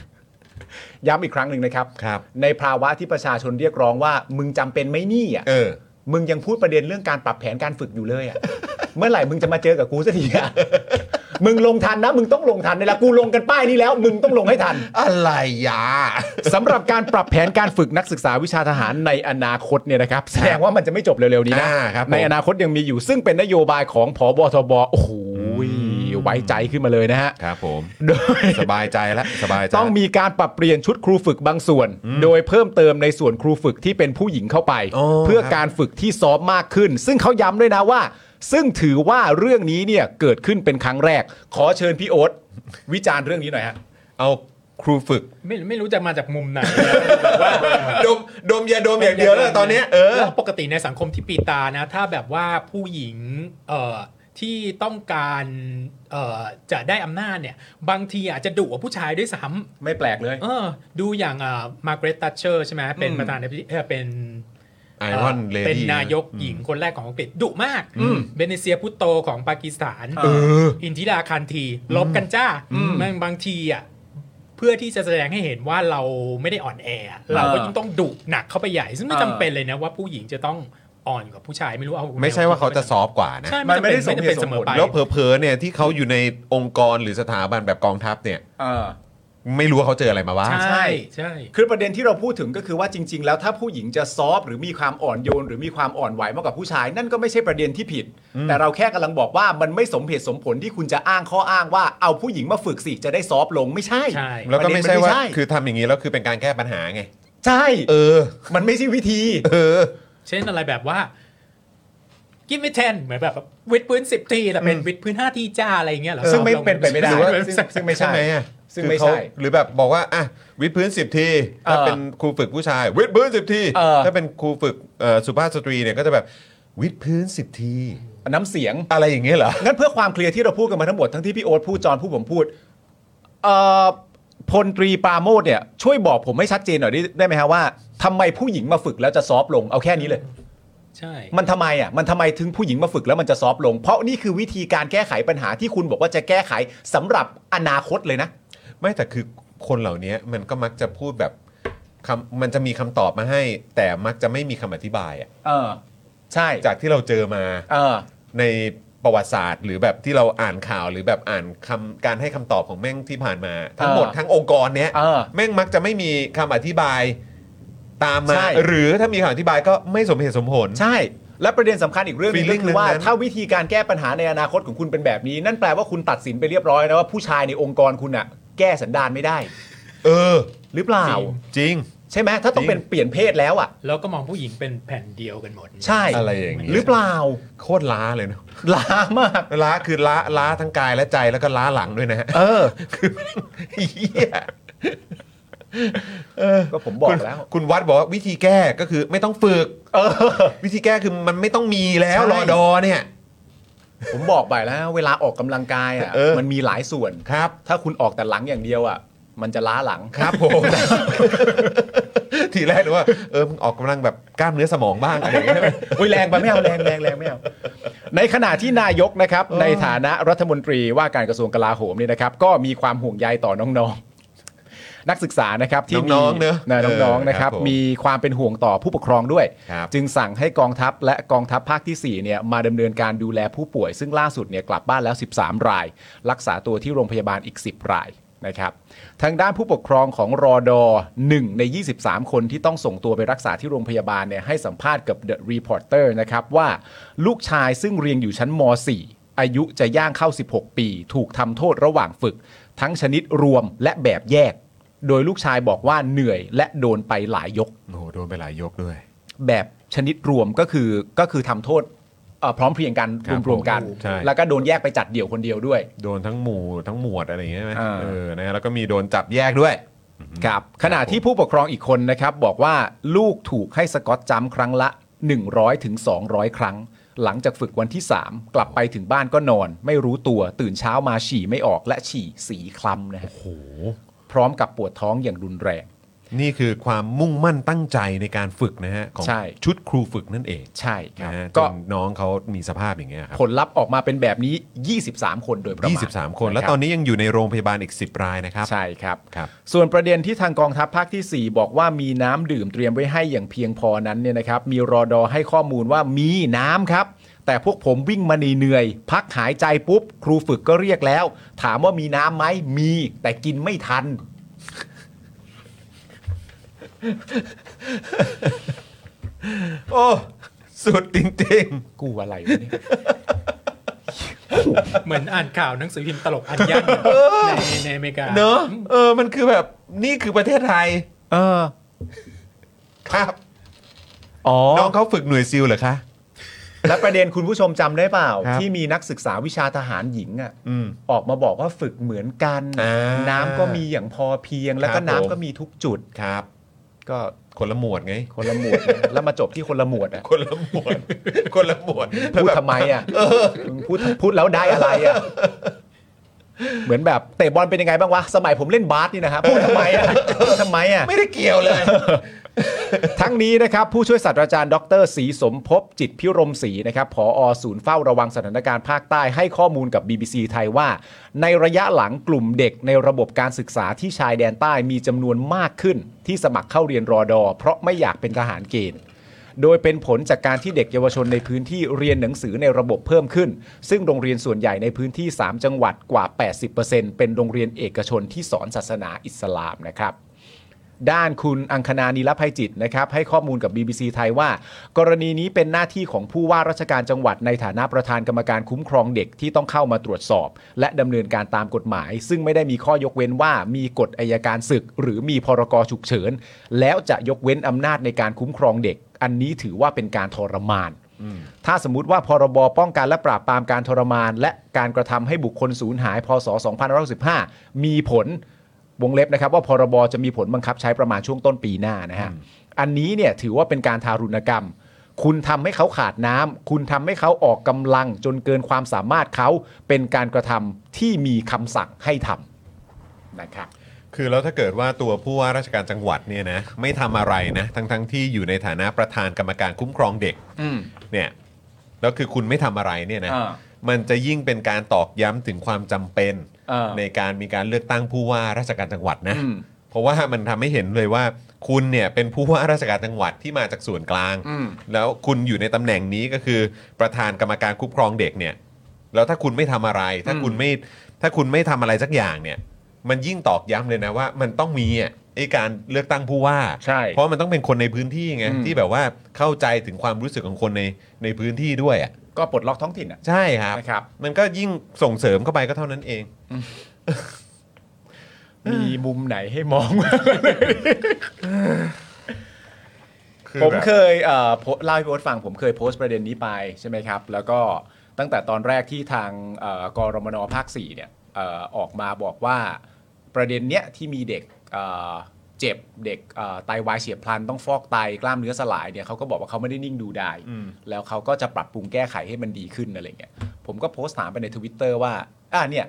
ย้ำอีกครั้งหนึ่งนะครับ ครับ ในภาวะที่ประชาชนเรียกร้องว่า มึงจำเป็นไหม่นี่อ่ะ เออ มึงยังพูดประเด็นเรื่องการปรับแผนการฝึกอยู่ เลยอ่ะ เมื่อไหร่มึงจะมาเจอกับกูสักทีอ่ะ มึงลงทันนะ มึงต้องลงทันในละกูลงกันป้ายนี้แล้ว มึงต้องลงให้ทัน อะไรยา สำหรับการปรับแผนการฝึกนักศึกษาวิชาทหารในอนาคตเนี่ยนะครับ แสดงว่ามันจะไม่จบเร็วๆนี้นะ อ่าครับผม ในอนาคตยังมีอยู่ซึ่งเป็นนโยบายของผบทบโอ้โหไว้ใจขึ้นมาเลยนะฮะ ครับผม โดย สบายใจแล้วสบายใจละ ต้องมีการปรับเปลี่ยนชุดครูฝึกบางส่วน โดยเพิ่มเติมในส่วนครูฝึกที่เป็นผู้หญิงเข้าไป อ๋อ เพื่อ ครับ การฝึกที่ซ้อมมากขึ้น ซึ่งเขาย้ำด้วยนะว่า ซึ่งถือว่าเรื่องนี้เนี่ยเกิดขึ้นเป็นครั้งแรก ขอเชิญพี่โอ๊ตวิจารณ์เรื่องนี้หน่อยฮะ เอาครูฝึก ไม่ไม่รู้จะมาจากมุ มไหนแบบว่า ดมดมยาดมอย่างเดียวแล้วตอนเนี้ยเออ แล้วปกติในสังคมที่ปีตานะ ถ้าแบบว่าผู้หญิงเอ่อที่ต้องการเอ่อจะได้อำนาจเนี่ย บางทีอาจจะดุกว่าผู้ชายด้วยซ้ ไม่แปลกเลย ำเออ ดูอย่างมาร์เกรตตัชเชอร์ใช่ไหมเป็นประธานาธิบดีเอ่อเป็น ไอรอนเลดี้ เป็นนายกหญิงคนแรกของอังกฤษดุมาก เบเนเซียพุตโตของปากีสถานอินทิราคันที ลบกันจ้าแม่งบางทีอ่ะเพื่อที่จะแสดงให้เห็นว่าเราไม่ได้อ่อนแอ เราก็ยิ่งต้องดุหนักเข้าไปใหญ่ ซึ่งไม่ เออ จำเป็นเลยนะว่าผู้หญิงจะต้องอ่อนกว่าผู้ชายไม่รู้เอา ไม่ใช่ว่าเขาจะซอฟต์กว่านะ ใช่ไม่จำเป็นไม่จำเป็นเสมอไป แล้วเผลอๆเนี่ยที่เขาอยู่ในองค์กรหรือสถาบันแบบกองทัพเนี่ย เออ ไม่รู้ว่าเขาเจออะไรมาบ้าง ใช่ใช่ คือประเด็นที่เราพูดถึงก็คือว่าจริง ๆ แล้วถ้าผู้หญิงจะซอฟต์หรือมีความอ่อนโยน หรือมีความอ่อนไหวมากกว่าผู้ชาย นั่นก็ไม่ใช่ประเด็นที่ผิด แต่เราแค่กำลังบอกว่ามันไม่สมเหตุสมผลที่คุณจะอ้างข้ออ้างว่าเอาผู้หญิงมาฝึกสิจะได้ซอฟต์ลงไม่ใช่ ใช่ แล้วก็ไม่ ป ใช่ ระเด็นน ว่าคือทำอย่างนี้แล้วคือเป็นการแก้ปัญหาไง ใช่ เออ มันไม่ใช่วิธี เออ เช่นอะไรแบบว่า กิฟไม่แทนเหมือนแบบวิดพื้นสิบทีแต่เป็นวิดพื้นห้าทีจ้าอะไรอย่างเงี้ยเหรอ ซึ่งไม่เป็นไปไม่ได้ หรือว่า ซึ่งซึ่งไม่ใช่ใช่ไหมอ่ะ ซึ่งไม่คือใช่เขาหรือแบบบอกว่าอ่ะวิดพื้น 10 ทีถ้า เออ เป็นครูฝึกผู้ชาย วิดพื้น 10 ที เออ ถ้าเป็นครูฝึกเอ่อสุภาพสตรีเนี่ยก็จะแบบวิดพื้น 10 ที น้ำเสียง อะไรอย่างเงี้ยเหรอ งั้นเพื่อความเคลียร์ที่เราพูดกันมาทั้งหมดทั้งที่พี่โอ๊ตพูดจอนพูดผมพูด เอ่อพลตรีปราโมทเนี่ยช่วยบอกผมให้ชัดเจนหน่อยได้ได้ไหมฮะว่าทำไมผู้หญิงมาฝึกแล้วจะซอฟต์ลงเอาแค่นี้เลย ใช่ มันทำไมอ่ะมันทำไมถึงผู้หญิงมาฝึกแล้วมันจะซอฟต์ลง เพราะนี่คือวิธีการแก้ไขปัญหาที่คุณบอกว่าจะแก้ไขสำหรับอนาคตเลยนะ ไม่แต่คือคนเหล่านี้มันก็มักจะพูดแบบคำมันจะมีคำตอบมาให้ แต่มักจะไม่มีคำอธิบายอะ เออ ใช่ จากที่เราเจอมา เออ ในประวัติศาสตร์ หรือแบบที่เราอ่านข่าวหรือแบบอ่านคำการให้คำตอบของแม่งที่ผ่านมา ทั้งหมด เออ ทั้งองค์กรเนี้ย เออ แม่งมักจะไม่มีคำอธิบายตามมา ใช่ หรือถ้ามีคำอธิบายก็ไม่สมเหตุสมผล ใช่ และประเด็นสำคัญอีกเรื่องหนึงก็ Feeling คือว่า นั้นๆ ถ้าวิธีการแก้ปัญหาในอนาคตของคุณเป็นแบบนี้ นั่นแปลว่าคุณตัดสินไปเรียบร้อยแล้วว่าผู้ชายในองค์กรคุณอ่ะ แก้สันดานไม่ได้ เออ หรือเปล่า จริง ใช่ไหมถ้าต้อง จริง เป็นเปลี่ยนเพศแล้วอ่ะ แล้วก็มองผู้หญิงเป็นแผ่นเดียวกันหมด ใช่ อะไรอย่างเงี้ย หรือเปล่า โคตรล้าเลยเนอะ ล้ามาก ล้าคือล้าล้าทั้งกายและใจแล้วก็ล้าหลังด้วยนะฮะ เออ คือเหี้ย ก็ผมบอกแล้ว คุณคุณวัดบอกว่าวิธีแก้ก็คือไม่ต้องฝึก เออ วิธีแก้คือมันไม่ต้องมีแล้ว ใช่ รอดอเนี่ย ผมบอกไปแล้ว เวลาออกกำลังกายอ่ะ เออ มันมีหลายส่วน ครับ ถ้าคุณออกแต่หลังอย่างเดียวอ่ะ มันจะล้าหลัง ครับผม ทีแรกหรือว่า เออมึงออกกำลังแบบกล้ามเนื้อสมองบ้างอะไรอย่างเงี้ยใช่ไหม โอ้ยแรงไปไม่เอาแรงแรงแรงไม่เอาในขณะที่นายกนะครับ ในฐานะรัฐมนตรีว่าการกระทรวงกลาโหมเนี่ยนะครับ ก็มีความห่วงใยต่อน้องๆ นักศึกษานะครับที่มี น้องๆเนอะ นะน้อง เออ ๆนะครับ ครับผม มีความเป็นห่วงต่อผู้ปกครองด้วย ครับ จึงสั่งให้กองทัพและกองทัพภาคที่ 4 เนี่ยมาดำเนินการดูแลผู้ป่วย ซึ่งล่าสุดเนี่ยกลับบ้านแล้ว 13 ราย รักษาตัวที่โรงพยาบาลอีก 10 รายนะครับ ทางด้านผู้ปกครองของรอดอ1ใน 23 คนที่ต้องส่งตัวไปรักษาที่โรงพยาบาลเนี่ยให้สัมภาษณ์กับ The Reporter นะครับว่าลูกชายซึ่งเรียนอยู่ชั้นม .4 อายุจะย่างเข้า 16 ปี ถูกทำโทษระหว่างฝึก ทั้งชนิดรวมและแบบแยก โดยลูกชายบอกว่าเหนื่อยและโดนไปหลายยก โอ้โหโดนไปหลายยกด้วย แบบชนิดรวมก็คือก็คือทำโทษเอ่อพร้อมเพรียงกัน ครับ รวมๆกัน ผมใช่ แล้วก็โดนแยกไปจัดเดี่ยวคนเดียวด้วย โดนทั้งหมู่ทั้งหมวดอะไรอย่างเงี้ยใช่ไหม อ่า เออนะแล้วก็มีโดนจับแยกด้วย ครับขณะที่ผู้ปกครองอีกคนนะครับ บอกว่าลูกถูกให้สกอตจัมป์ครั้งละ 100ถึง200 ครั้ง หลังจากฝึกวันที่ 3 กลับไปถึงบ้านก็นอน ไม่รู้ตัวตื่นเช้ามาฉี่ไม่ออกและฉี่สีคล้ำนะฮะพร้อมกับปวดท้องอย่างรุนแรง นี่คือความมุ่งมั่นตั้งใจในการฝึกนะฮะของ ใช่ ชุดครูฝึกนั่นเอง ใช่ครับ นะฮะจ ก็ นน้องเขามีสภาพอย่างเงี้ยครับ ผลลัพธ์ออกมาเป็นแบบนี้ 23 คนโดยประมาณ ยี่สิบสามคน แล้ว ะรับ ตอนนี้ยังอยู่ในโรงพยาบาลอีกสิบรายนะครับ ใช่ครับ ครับ ส่วนประเด็นที่ทางกองทัพภาคที่ 4 บอกว่ามีน้ำดื่มเตรียมไว้ให้อย่างเพียงพอนั้นเนี่ยนะครับ มีรอดอให้ข้อมูลว่ามีน้ำครับ แต่พวกผมวิ่งมาเหนื่อยๆพักหายใจปุ๊บ ครูฝึกก็เรียกแล้ว ถามว่ามีน้ำไหมมี แต่กินไม่ทัน โอ้สุดจริง ๆ กูอะไรวะเนี่ย เหมือนอ่านข่าวหนังสือพิมพ์ตลกอันยันในในอเมริกา เนอะเออ มันคือแบบนี่คือประเทศไทย เออ ครับ อ๋อ น้องเขาฝึกหน่วยซิลเหรอคะ และประเด็นคุณผู้ชมจำได้เปล่า ครับ ที่มีนักศึกษาวิชาทหารหญิงอ่ะ อืม ออกมาบอกว่าฝึกเหมือนกัน อ่า น้ำก็มีอย่างพอเพียง แล้ว ครับก็ผม น้ำก็มีทุกจุด ครับ ก็ คนละหมวดไง คนละหมวดนะแล้วมาจบที่คนละหมวดอ่ะ คนละหมวด คนละหมวด พูดทำไมอ่ะมึงพูดพูดแล้วได้อะไรอ่ะเหมือนแบบเตะบอลเป็นยังไงบ้างวะสมัยผมเล่นบาสนี่นะครับพูดทำไมอ่ะพูดทำไมอ่ะ ไม่ได้เกี่ยวเลย ทั้งนี้นะครับผู้ช่วยศาสตราจารย์ดรศรีสมภพจิตพิรมศรีนะครับผอศูนย์เฝ้าระวังสถานการณ์ภาคใต้ให้ข้อมูลกับ BBC ไทยว่า ในระยะหลังกลุ่มเด็กในระบบการศึกษาที่ชายแดนใต้มีจำนวนมากขึ้น ที่สมัครเข้าเรียนรอดอ เพราะไม่อยากเป็นทหารเกณฑ์ โดยเป็นผลจากการที่เด็กเยาวชนในพื้นที่เรียนหนังสือในระบบเพิ่มขึ้น ซึ่งโรงเรียนส่วนใหญ่ในพื้นที่ 3 จังหวัดกว่า 80%เป็นโรงเรียนเอกชนที่สอนศาสนาอิสลามนะครับ ด้านคุณอังคณานีรภัยจิตนะครับให้ข้อมูลกับ BBC ไทยว่า กรณีนี้เป็นหน้าที่ของผู้ว่าราชการจังหวัดในฐานะประธานกรรมการคุ้มครองเด็กที่ต้องเข้ามาตรวจสอบ และดำเนินการตามกฎหมาย ซึ่งไม่ได้มีข้อยกเว้นว่ามีกฎอายการศึก หรือมีพรกฉุกเฉิน แล้วจะยกเว้นอำนาจในการคุ้มครองเด็ก อันนี้ถือว่าเป็นการทรมาน ถ้าสมมติว่าพรบป้องกันและปราบปรามการทรมาน และการกระทำให้บุคคลสูญหายพศ2565มีผล วงเล็บนะครับว่าพรบจะมีผลบังคับใช้ประมาณช่วงต้นปีหน้านะฮะ อันนี้เนี่ยถือว่าเป็นการทารุณกรรม คุณทำให้เขาขาดน้ำคุณทำให้เขาออกกำลังจนเกินความสามารถเขาเป็นการกระทำที่มีคำสั่งให้ทำ นะครับ คือแล้วถ้าเกิดว่าตัวผู้ว่าราชการจังหวัดเนี่ยนะไม่ทำอะไรนะทั้งทั้งๆที่อยู่ในฐานะประธานกรรมการคุ้มครองเด็ก อืม เนี่ยแล้วคือคุณไม่ทำอะไรเนี่ยนะ อ่า มันจะยิ่งเป็นการตอกย้ำถึงความจำเป็น อ่า ในการมีการเลือกตั้งผู้ว่าราชการจังหวัดนะ อืม เพราะว่ามันทำให้เห็นเลยว่า คุณเนี่ยเป็นผู้ว่าราชการจังหวัดที่มาจากส่วนกลาง อืม แล้วคุณอยู่ในตำแหน่งนี้ก็คือประธานกรรมการคุ้มครองเด็กเนี่ยแล้วถ้าคุณไม่ทำอะไร ถ้า อืม คุณไม่ถ้าคุณไม่ทำอะไรสักอย่างเนี่ย มันยิ่งตอกย้ำเลยนะว่า มันต้องมีอ่ะไอการเลือกตั้งผู้ว่า ใช่ เพราะมันต้องเป็นคนในพื้นที่ไง อืม ที่แบบว่าเข้าใจถึงความรู้สึกของคนในในพื้นที่ด้วยอ่ะ ก็ปลดล็อกท้องถิ่นอ่ะ ใช่ครับ นะครับ มันก็ยิ่งส่งเสริมเข้าไปก็เท่านั้นเอง มีมุมไหนให้มอง ผม เคยเอ่อโพเล่าให้พี่โอ๊ตฟัง ผมเคยโพสต์ประเด็นนี้ไปใช่ไหมครับ แล้วก็ตั้งแต่ตอนแรกที่ทางเอ่อกรมนภาค4เนี่ยเอ่อออกมาบอกว่าประเด็นเนี้ยที่มีเด็กเอ่อเจ็บเด็กเอ่อไตวายเฉียบพลันต้องฟอกไตกล้ามเนื้อสลายเนี่ยเขาก็บอกว่าเขาไม่ได้นิ่งดูได้ แล้วเขาก็จะปรับปรุงแก้ไขให้มันดีขึ้นอะไรเงี้ยผมก็โพสต์ถามไปในทวิตเตอร์ว่าอ่าเนี่ย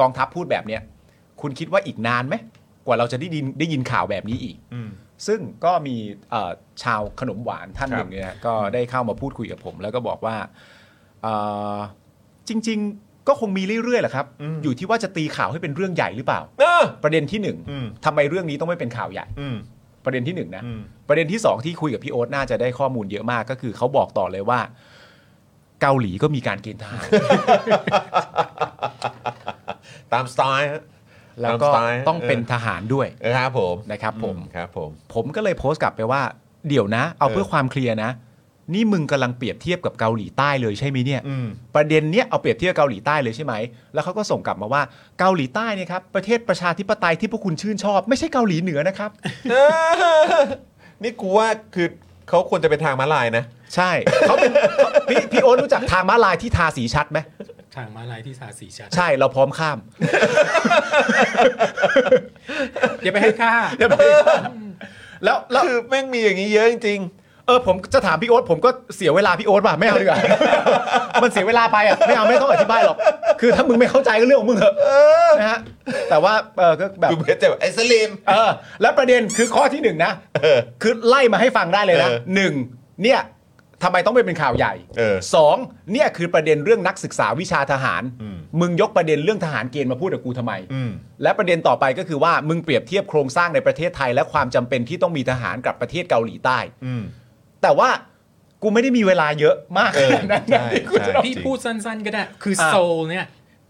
กองทัพพูดแบบเนี้ยคุณคิดว่าอีกนานไหมกว่าเราจะได้ยินได้ยินข่าวแบบนี้อีก ซึ่งก็มีเอ่อชาวขนมหวานท่านหนึ่งเนี่ยนะก็ได้เข้ามาพูดคุยกับผม แล้วก็บอกว่าเอ่อจริง ๆ ก็คงมีเรื่อยๆแหละครับ อืม อยู่ที่ว่าจะตีข่าวให้เป็นเรื่องใหญ่หรือเปล่า เออ ประเด็นที่หนึ่ง อืม ทำไมเรื่องนี้ต้องไม่เป็นข่าวใหญ่ อืม ประเด็นที่หนึ่งนะ อืม ประเด็นที่สองที่คุยกับพี่โอ๊ตน่าจะได้ข้อมูลเยอะมากก็คือเขาบอกต่อเลยว่า เกาหลีก็มีการเกณฑ์ทหาร ตามสไตล์ฮะ แล้วก็ ตามสไตล์ฮะ ต้องเป็นทหารด้วย ครับผม นะครับผม อืครับผม ผมก็เลยโพสต์กลับไปว่า เดี๋ยวนะ เอา เออ เพื่อความเคลียร์นะ นี่มึงกำลังเปรียบเทียบกับเกาหลีใต้เลยใช่ไหมเนี่ย อืม ประเด็นเนี้ยเอาเปรียบเทียบเกาหลีใต้เลยใช่ไหม แล้วเขาก็ส่งกลับมาว่าเกาหลีใต้เนี่ยครับประเทศประชาธิปไตยที่พวกคุณชื่นชอบ ไม่ใช่เกาหลีเหนือนะครับ นี่กูว่าคือเขาควรจะเป็นทางม้าลายนะ ใช่เขาเป็นเขาพี่พี่โอ๊ตรู้จักทางม้าลายที่ทาสีชัดไหม ทางมาลายที่สาสีชัด ใช่เราพร้อมข้าม อย่าไปให้ค่า แล้วแล้ว คือแม่งมีอย่างนี้เยอะจริง เออผมจะถามพี่โอ๊ตผมก็เสียเวลาพี่โอ๊ตว่ะไม่เอาดีกว่า มันเสียเวลาไปอ่ะไม่เอาไม่ต้องอธิบายหรอก คือถ้ามึงไม่เข้าใจก็เรื่องของมึงเถอะนะฮะแต่ว่าเออก็แบบ ๆดูเพชรจะแบบไอ้สลิม เออแล้วประเด็นคือข้อที่หนึ่งนะ เออ คือไล่มาให้ฟังได้เลยนะ เออ หนึ่งเนี่ยทำไมต้องไปเป็นข่าวใหญ่ เออ สองเนี่ยคือประเด็นเรื่องนักศึกษาวิชาทหาร อืม มึงยกประเด็นเรื่องทหารเกณฑ์มาพูดกับกูทำไม อืม และประเด็นต่อไปก็คือว่ามึงเปรียบเทียบโครงสร้างในประเทศไทย และความจำเป็นที่ต้องมีทหารกับประเทศเกาหลีใต้ อืม แต่ว่ากูไม่ได้มีเวลาเยอะมาก เออ ขนาดนั้นนะ ใช่ ที่กูจะ ใช่ ต้อง พี่พูดสั้นๆก็ได้ คือ อ่ะ โซลเนี่ย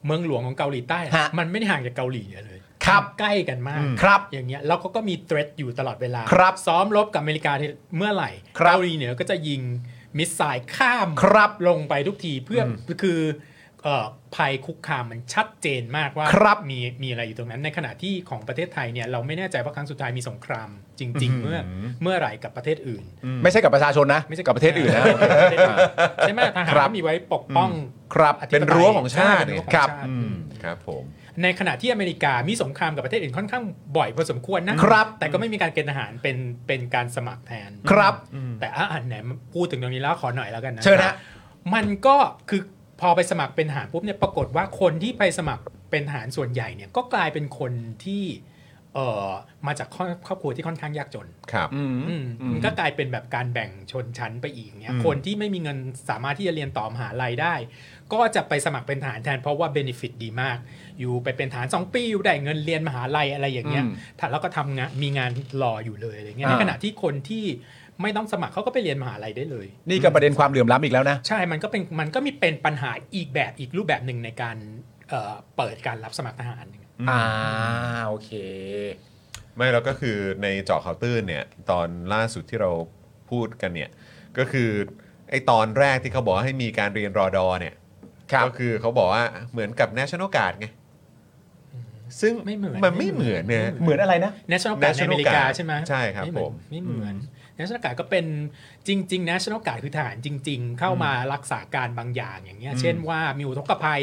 เมืองหลวงของเกาหลีใต้ ฮะ มันไม่ได้ห่างจากเกาหลีเลย ครับ มันใกล้กันมาก อืมครับ อย่างเงี้ยแล้วเขาก็มีเทรดอยู่ตลอดเวลา ครับ ซ้อมรบกับอเมริกาที่เมื่อไหร่ ครับ เกาหลีเหนือก็จะยิงมิสไซล์ข้าม ครับ ลงไปทุกทีเพื่ออคือเอ่อภัยคุกคามมันชัดเจนมากว่า ครับ มีมีอะไรอยู่ตรงนั้น ในขณะที่ของประเทศไทยเนี่ยเราไม่แน่ใจว่าครั้งสุดท้ายมีสงครามจริง ๆ เมื่อเมื่อไหร่กับประเทศอื่น ไม่ใช่กับประชาชนนะ ไม่ใช่ กับประเทศอื่นนะ ใช่ไหมทหาร ครับ มีไว้ปกป้อง ครับ อธิปไตย เป็นรั้วของชาติ เป็นรั้วของ ค ชาติ รับอืมครับผม ในขณะที่อเมริกามีสงครามกับประเทศอื่นค่อนข้างบ่อยพอสมควรนะครับ แต่ก็ไม่มีการเกณฑ์ทหารเป็นเป็นการสมัครแทน ครับ แต่อ่ะอันไหนพูดถึงตรงนี้แล้วขอหน่อยแล้วกันนะ เชิญฮะ มันก็คือพอไปสมัครเป็นทหารปุ๊บเนี่ยปรากฏว่าคนที่ไปสมัครเป็นทหารส่วนใหญ่เนี่ยก็กลายเป็นคนที่เอ่อมาจากครอบครอบครัวที่ค่อนข้างยากจน ครับ อืม อืมมันก็กลายเป็นแบบการแบ่งชนชั้นไปอีกเนี่ย อืม คนที่ไม่มีเงินสามารถที่จะเรียนต่อมหาลัยได้ ก็จะไปสมัครเป็นทหารแทนเพราะว่าเบนฟิตดีมาก อยู่ไปเป็นทหาร 2 ปีอยู่ได้เงินเรียนมหาลัยอะไรอย่างเงี้ย อืม ถ้าแล้วก็ทำงานมีงานรออยู่เลยอะไรเงี้ย อ่า ในขณะที่คนที่ไม่ต้องสมัครเขาก็ไปเรียนมหาลัยได้เลย นี่ก็ประเด็นความเหลื่อมล้ำอีกแล้วนะ ใช่ มันก็เป็นมันก็มีเป็นปัญหาอีกแบบอีกรูปแบบหนึ่งในการเอ่อเปิดการรับสมัครทหาร อ่าโอเค ไม่แล้วก็คือในเจาะข่าวตื้นเนี่ย ตอนล่าสุดที่เราพูดกันเนี่ย ก็คือไอตอนแรกที่เขาบอกให้มีการเรียนรอดอเนี่ย ครับ ก็คือเขาบอกว่าเหมือนกับ national guard ไงซึ่ง ไม่เหมือน มันไม่เหมือนเนี่ย เหมือนอะไรนะ National Guard ในอ National เมริกา Guard ใช่ไหม ใช่ครับ ไเหอน ผม ไม่เหมือน National Guard ก็เป็นจริง ๆ National Guard คือทหารจริง ๆ เข้ามารักษาการบางอย่างอย่างเงี้ย เช่นว่ามีอุทกภัย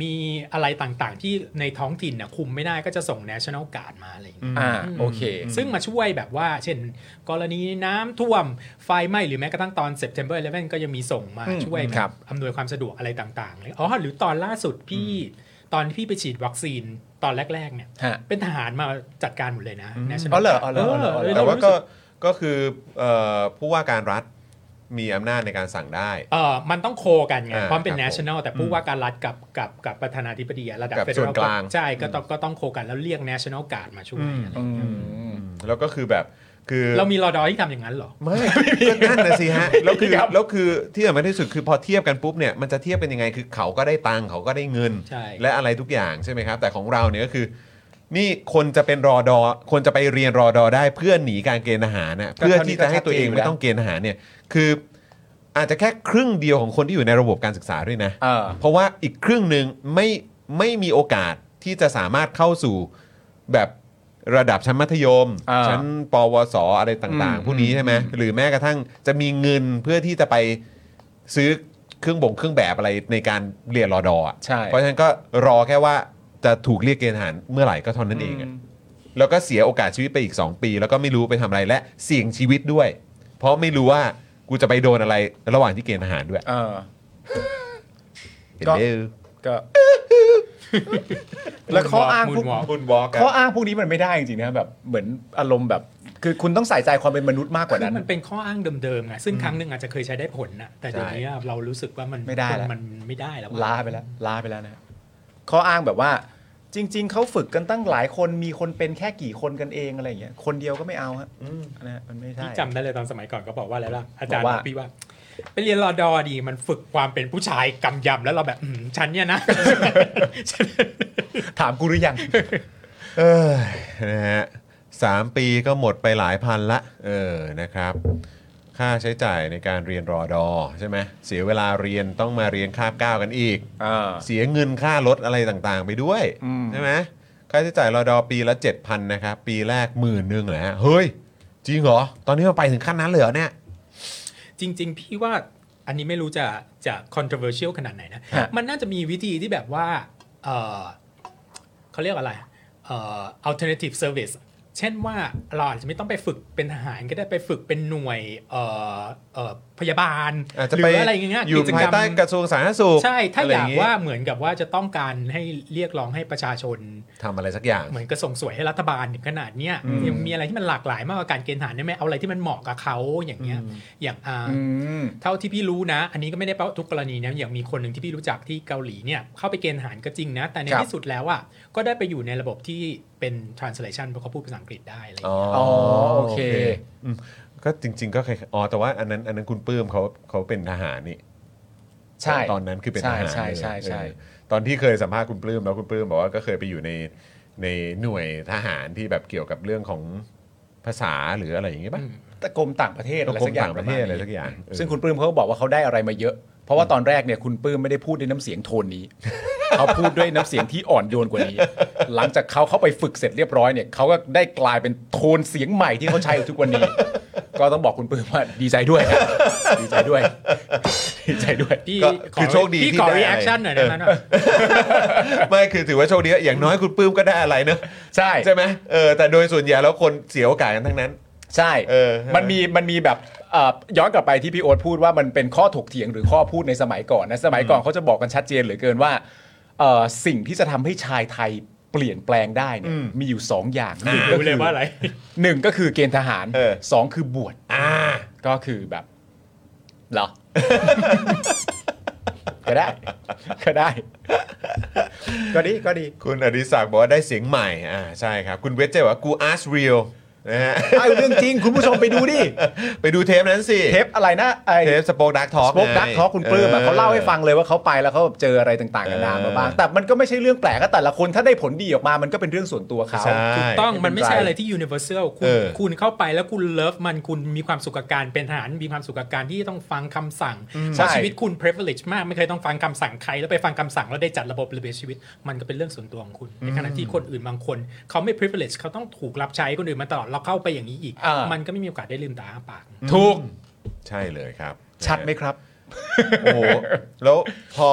มีอะไรต่างๆ ที่ในท้องถิ่นน่ะคุมไม่ได้ก็จะส่ง National Guard มาอะไรอย่างเงี้ย อ่าโอเค ซึ่งมาช่วยแบบว่า เช่น กรณีน้ำท่วมไฟไหม้หรือแม้กระทั่งตอน September 11 ก็ยังมีส่งมา อืม ช่วย ครับ อำนวยความสะดวกอะไรต่างๆเลยอ๋อหรือตอนล่าสุดพี่ ตอนที่พี่ไปฉีดวัคซีนตอนแรก ๆ เนี่ย ฮะ เป็นทหารมาจัดการหมดเลยนะ National อ๋อเหรออ๋อเหรออ๋อเหรอ เออ แต่ เร ว่า รู้ ก็ สึ ก็คือเอ่อผู้ว่าการรัฐมีอำนาจในการสั่งได้ เออมันต้องโคกันไง อ่า เพราะมันเป็น ครับผม national แต่ผู้ว่าการรัฐกับกับกับประธานาธิบดีอะระดับ กับ federal ส่วนกลาง ใช่ก็ต้องก็ต้องโคกันแล้วเรียก national guard มาช่วยอะไรอย่างเงี้ย แล้วก็คือแบบคือ เรามีรอดอที่ทำอย่างนั้นเหรอ ไม่ก็นั่นนะสิฮะแล้วคือแล้วคือที่สำคัญที่สุดคือพอเทียบกันปุ๊บเนี่ยมันจะเทียบเป็นยังไงคือเขาก็ได้ตังค์เขาก็ได้เงิน ใช่ และอะไรทุกอย่างใช่ไหมครับ แต่ของเราเนี่ยก็คือ นี่คนจะเป็นรอดอคนจะไปเรียนรอดอได้เพื่อหนีการเกณฑ์ทหารนะ ก็ เพื่อ เท่านี้ ที่ ก็ จะให้ตัวเอง ชัดเจนอยู่ ไม่ แล้ว ต้องเกณฑ์ทหารเนี่ยคืออาจจะแค่ครึ่งเดียวของคนที่อยู่ในระบบการศึกษาด้วยนะ เออ เพราะว่าอีกครึ่งหนึ่งไม่ไม่มีโอกาสที่จะสามารถเข้าสู่แบบระดับชั้นมัธยม อ่า ชั้นปวสอะไรต่าง อืม ๆ พวกนี้ใช่ไหมหรือแม้กระทั่งจะมีเงินเพื่อที่จะไปซื้อเครื่องบ่งเครื่องแบบอะไรในการเรียนรอดอะ ใช่ เพราะฉะนั้นก็รอแค่ว่าจะถูกเรียกเกณฑ์ทหารเมื่อไหร่ก็เท่านั้นเองอะแล้วก็เสียโอกาสชีวิตไปอีก 2 ปี แล้วก็ไม่รู้ไปทำอะไรและเสี่ยงชีวิตด้วย เพราะไม่รู้ว่ากูจะไปโดนอะไรระหว่างที่เกณฑ์ทหารด้วย เออ เห็น ก็ ไหม ก็ แล้วข้ออ้างพวก Moonwalk คุณวอล์ก ข้ออ้างพวกนี้มันไม่ได้จริงๆนะแบบเหมือนอารมณ์แบบ คือคุณต้องใส่ใจความเป็นมนุษย์มากกว่า คือนั้น มันเป็นข้ออ้างเดิมๆไงซึ่งครั้งหนึ่งอาจจะเคยใช้ได้ผลนะแต่เดี๋ยวนี้เรารู้สึกว่ามัน ไม่ได้แล้ว มันไม่ได้แล้ว ล้าไปแล้วล้าไปแล้วนะข้ออ้างแบบว่า จริง ๆเขาฝึกกันตั้งหลายคนมีคนเป็นแค่กี่คนกันเองอะไรอย่างเงี้ยคนเดียวก็ไม่เอาฮะนะฮะมันไม่ใช่ พี่จำได้เลยตอนสมัยก่อนก็บอกว่าอะไรล่ะอาจารย์ บอกว่า บอกพี่ว่า ไปเรียนรอดอดีมันฝึกความเป็นผู้ชายกำยำแล้วเราแบบอืมฉันเนี่ยนะ ถามกูหรือยัง เออนะฮะสามปีก็หมดไปหลายพันละ เออ นะครับ ค่าใช้จ่ายในการเรียนรอดอใช่ไหม เสียเวลาเรียนต้องมาเรียนคาบเก้ากันอีก เสียเงินค่ารถอะไรต่างๆ ไปด้วย อืม ใช่ไหม ค่าใช้จ่ายรอดอปีละ 7,000 นะครับ ปีแรกหมื่นหนึ่งเหรอฮะ เฮ้ย จริงเหรอ ตอนนี้มันไปถึงขั้นนั้นเลยเหรอเนี่ย จริง ๆ พี่ว่าอันนี้ไม่รู้จะจะ controversial ขนาดไหนนะ ฮะ มันน่าจะมีวิธีที่แบบว่าเอ่อเขาเรียกอะไรเอ่อ alternative service เช่นว่าเราอาจจะไม่ต้องไปฝึกเป็นทหารก็ได้ไปฝึกเป็นหน่วยเอ่อเอ่อพยาบาล อาจจะ หรื ไป ออะไรอย่างเงี้ย อยู่ กิจ ภากย รรม ใต้กระทรวงสาธารณสุข ใช่ ถ้า ะ อ ไร ยาก ง ว่าเหมือนกับว่าจะต้องการให้เรียกร้องให้ประชาชน ทำอะไรสักอย่าง เหมือนกระส่งสวยให้รัฐบาลถึงขนาดเนี้ยยังมีอะไรที่มันหลากหลายมากกว่าการเกณฑ์ทหารได้ไหมเอาอะไรที่มันเหมาะกับเขาอย่างเงี้ยอย่างอ่า อืม เท่าที่พี่รู้นะ อันนี้ก็ไม่ได้แปลว่าทุกกรณีนะ อย่างมีคนหนึ่งที่พี่รู้จักที่เกาหลีเนี่ย เข้าไปเกณฑ์ทหารก็จริงนะ แต่ใน ครับ ที่สุดแล้วอ่ะ ก็ได้ไปอยู่ในระบบที่เป็น translation เพราะเขาพูดภาษาอังกฤษได้อะไรอย่าง อ๋อเงี้ยอ๋อโอเค อืมก็จริง ๆ ก็เคยอ๋อแต่ว่าอันนั้นอันนั้นคุณปื้มเขาเขาเป็นทหารนี่ ใช่ ตอนนั้นคือเป็นทหาร ใช่ใช่ เลย ใช่ใช่ เออตอนที่เคยสัมภาษณ์คุณปลื้มแล้วคุณปลื้มบอกว่าก็เคยไปอยู่ในในหน่วยทหารที่แบบเกี่ยวกับเรื่องของภาษาหรืออะไรอย่างงี้ป่ะ ตะกรมต่างประเทศอะไร กร สั ม กอย่าง ต่าง ป ประ ระ มา เท ณ ศอะไรสั นี้ กอย่าง ซึ่งคุณปลื้มเขาก็บอกว่าเขาได้อะไรมาเยอะ เพราะว่าตอนแรกเนี่ยคุณปลื้มไม่ได้พูดด้วยน้ำเสียงโทน นี้ เขาพูดด้วยน้ำเสียงที่อ่อนโยนกว่านี้ หลังจากเขาเข้าไปฝึกเสร็จเรียบร้อยเนี่ยเขาก็ได้กลายเป็นโทนเสียงใหม่ที่เขาใช้อยู่ทุกวันนี้ ก็ต้องบอกคุณปลื้มว่าดีใจด้วยนะดีใจด้วย ดีใจด้วย พี่ ก็ ข คือโชคดี พี่ ที่ ขอ ได้อะไร reaction หน่อยได้ไหมนะ ไม่คือถือว่าโชคดีอย่างน้อยคุณปลื้มก็ได้อะไรเนอะ ใช่ ใช่ไหมเออแต่โดยส่วนใหญ่แล้วคนเสียโอกาสกันทั้งนั้น ใช่ เออ มันมีมันมีแบบเอ่อย้อนกลับไปที่พี่โอ๊ตพูดว่ามันเป็นข้อถกเถียงหรือข้อพูดในสมัยก่อนนะสมัยก่อนเขาจะบอกกันชัดเจนเหลือเกินว่าเอ่อสิ่งที่จะทำให้ชายไทยเปลี่ยนแปลงได้เนี่ยมีอยู่ 2 อย่างหนึ่งก็ รู้ คื เลย อ ว่าอะไร หนึ่งก็คือเกณฑ์ทหาร เออ สองคือบวช อ่า ก็คือแบบเหร อ ก็ได้ ก็ได้ ก็ดีก็ดี คุณอดิศักดิ์บอกว่าได้เสียงใหม่ อ่า ใช่ครับ คุณเวจเจบอกว่ากูอาร์ r เรียลนะ ฮะ ไอ้เรื่องจริงคุณผู้ชมไปดูดิ ไปดูเทปนั้นสิ เทปอะไรนะไอ้ เทปสปอคดักทอล์ก สปอกดักทอคุณปลื้มอะเขาเล่าให้ฟังเลยว่าเขาไปแล้วเขาแบบเจออะไรต่างๆกันานามาบ้าง แต่มันก็ไม่ใช่เรื่องแปลกอะแต่ละคนถ้าได้ผลดีออกมามันก็เป็นเรื่องส่วนตัวเขา ใช่ ต้องมันไม่ใช่อะไรที่ universal คุณ เออ คุณเข้าไปแล้วคุณเลิฟมันคุณมีความสุขกับการเป็นทหารมีความสุขกับการที่ต้องฟังคำสั่งเพราะ ใช่ ชีวิตคุณ privilege มากไม่เคยต้องฟังคำสั่งใครแล้วไปฟังคำสั่งแล้วได้จัดระบบระเบียบชีวิต มันก็เป็นเรื่องส่วนตัวของคุณ ในขณะที่คนอื่นบางคน เขาไม่ privilege เขาต้องถูกรับใช้คนอื่นมาตลอดเราเข้าไปอย่างนี้อีก อ่ามั มันก็ไม่มีโอกาสได้ลืมตาอ้าปาก ถูก ใช่เลยครับ ชัดไหมครับ โอ้โห แล้วพอ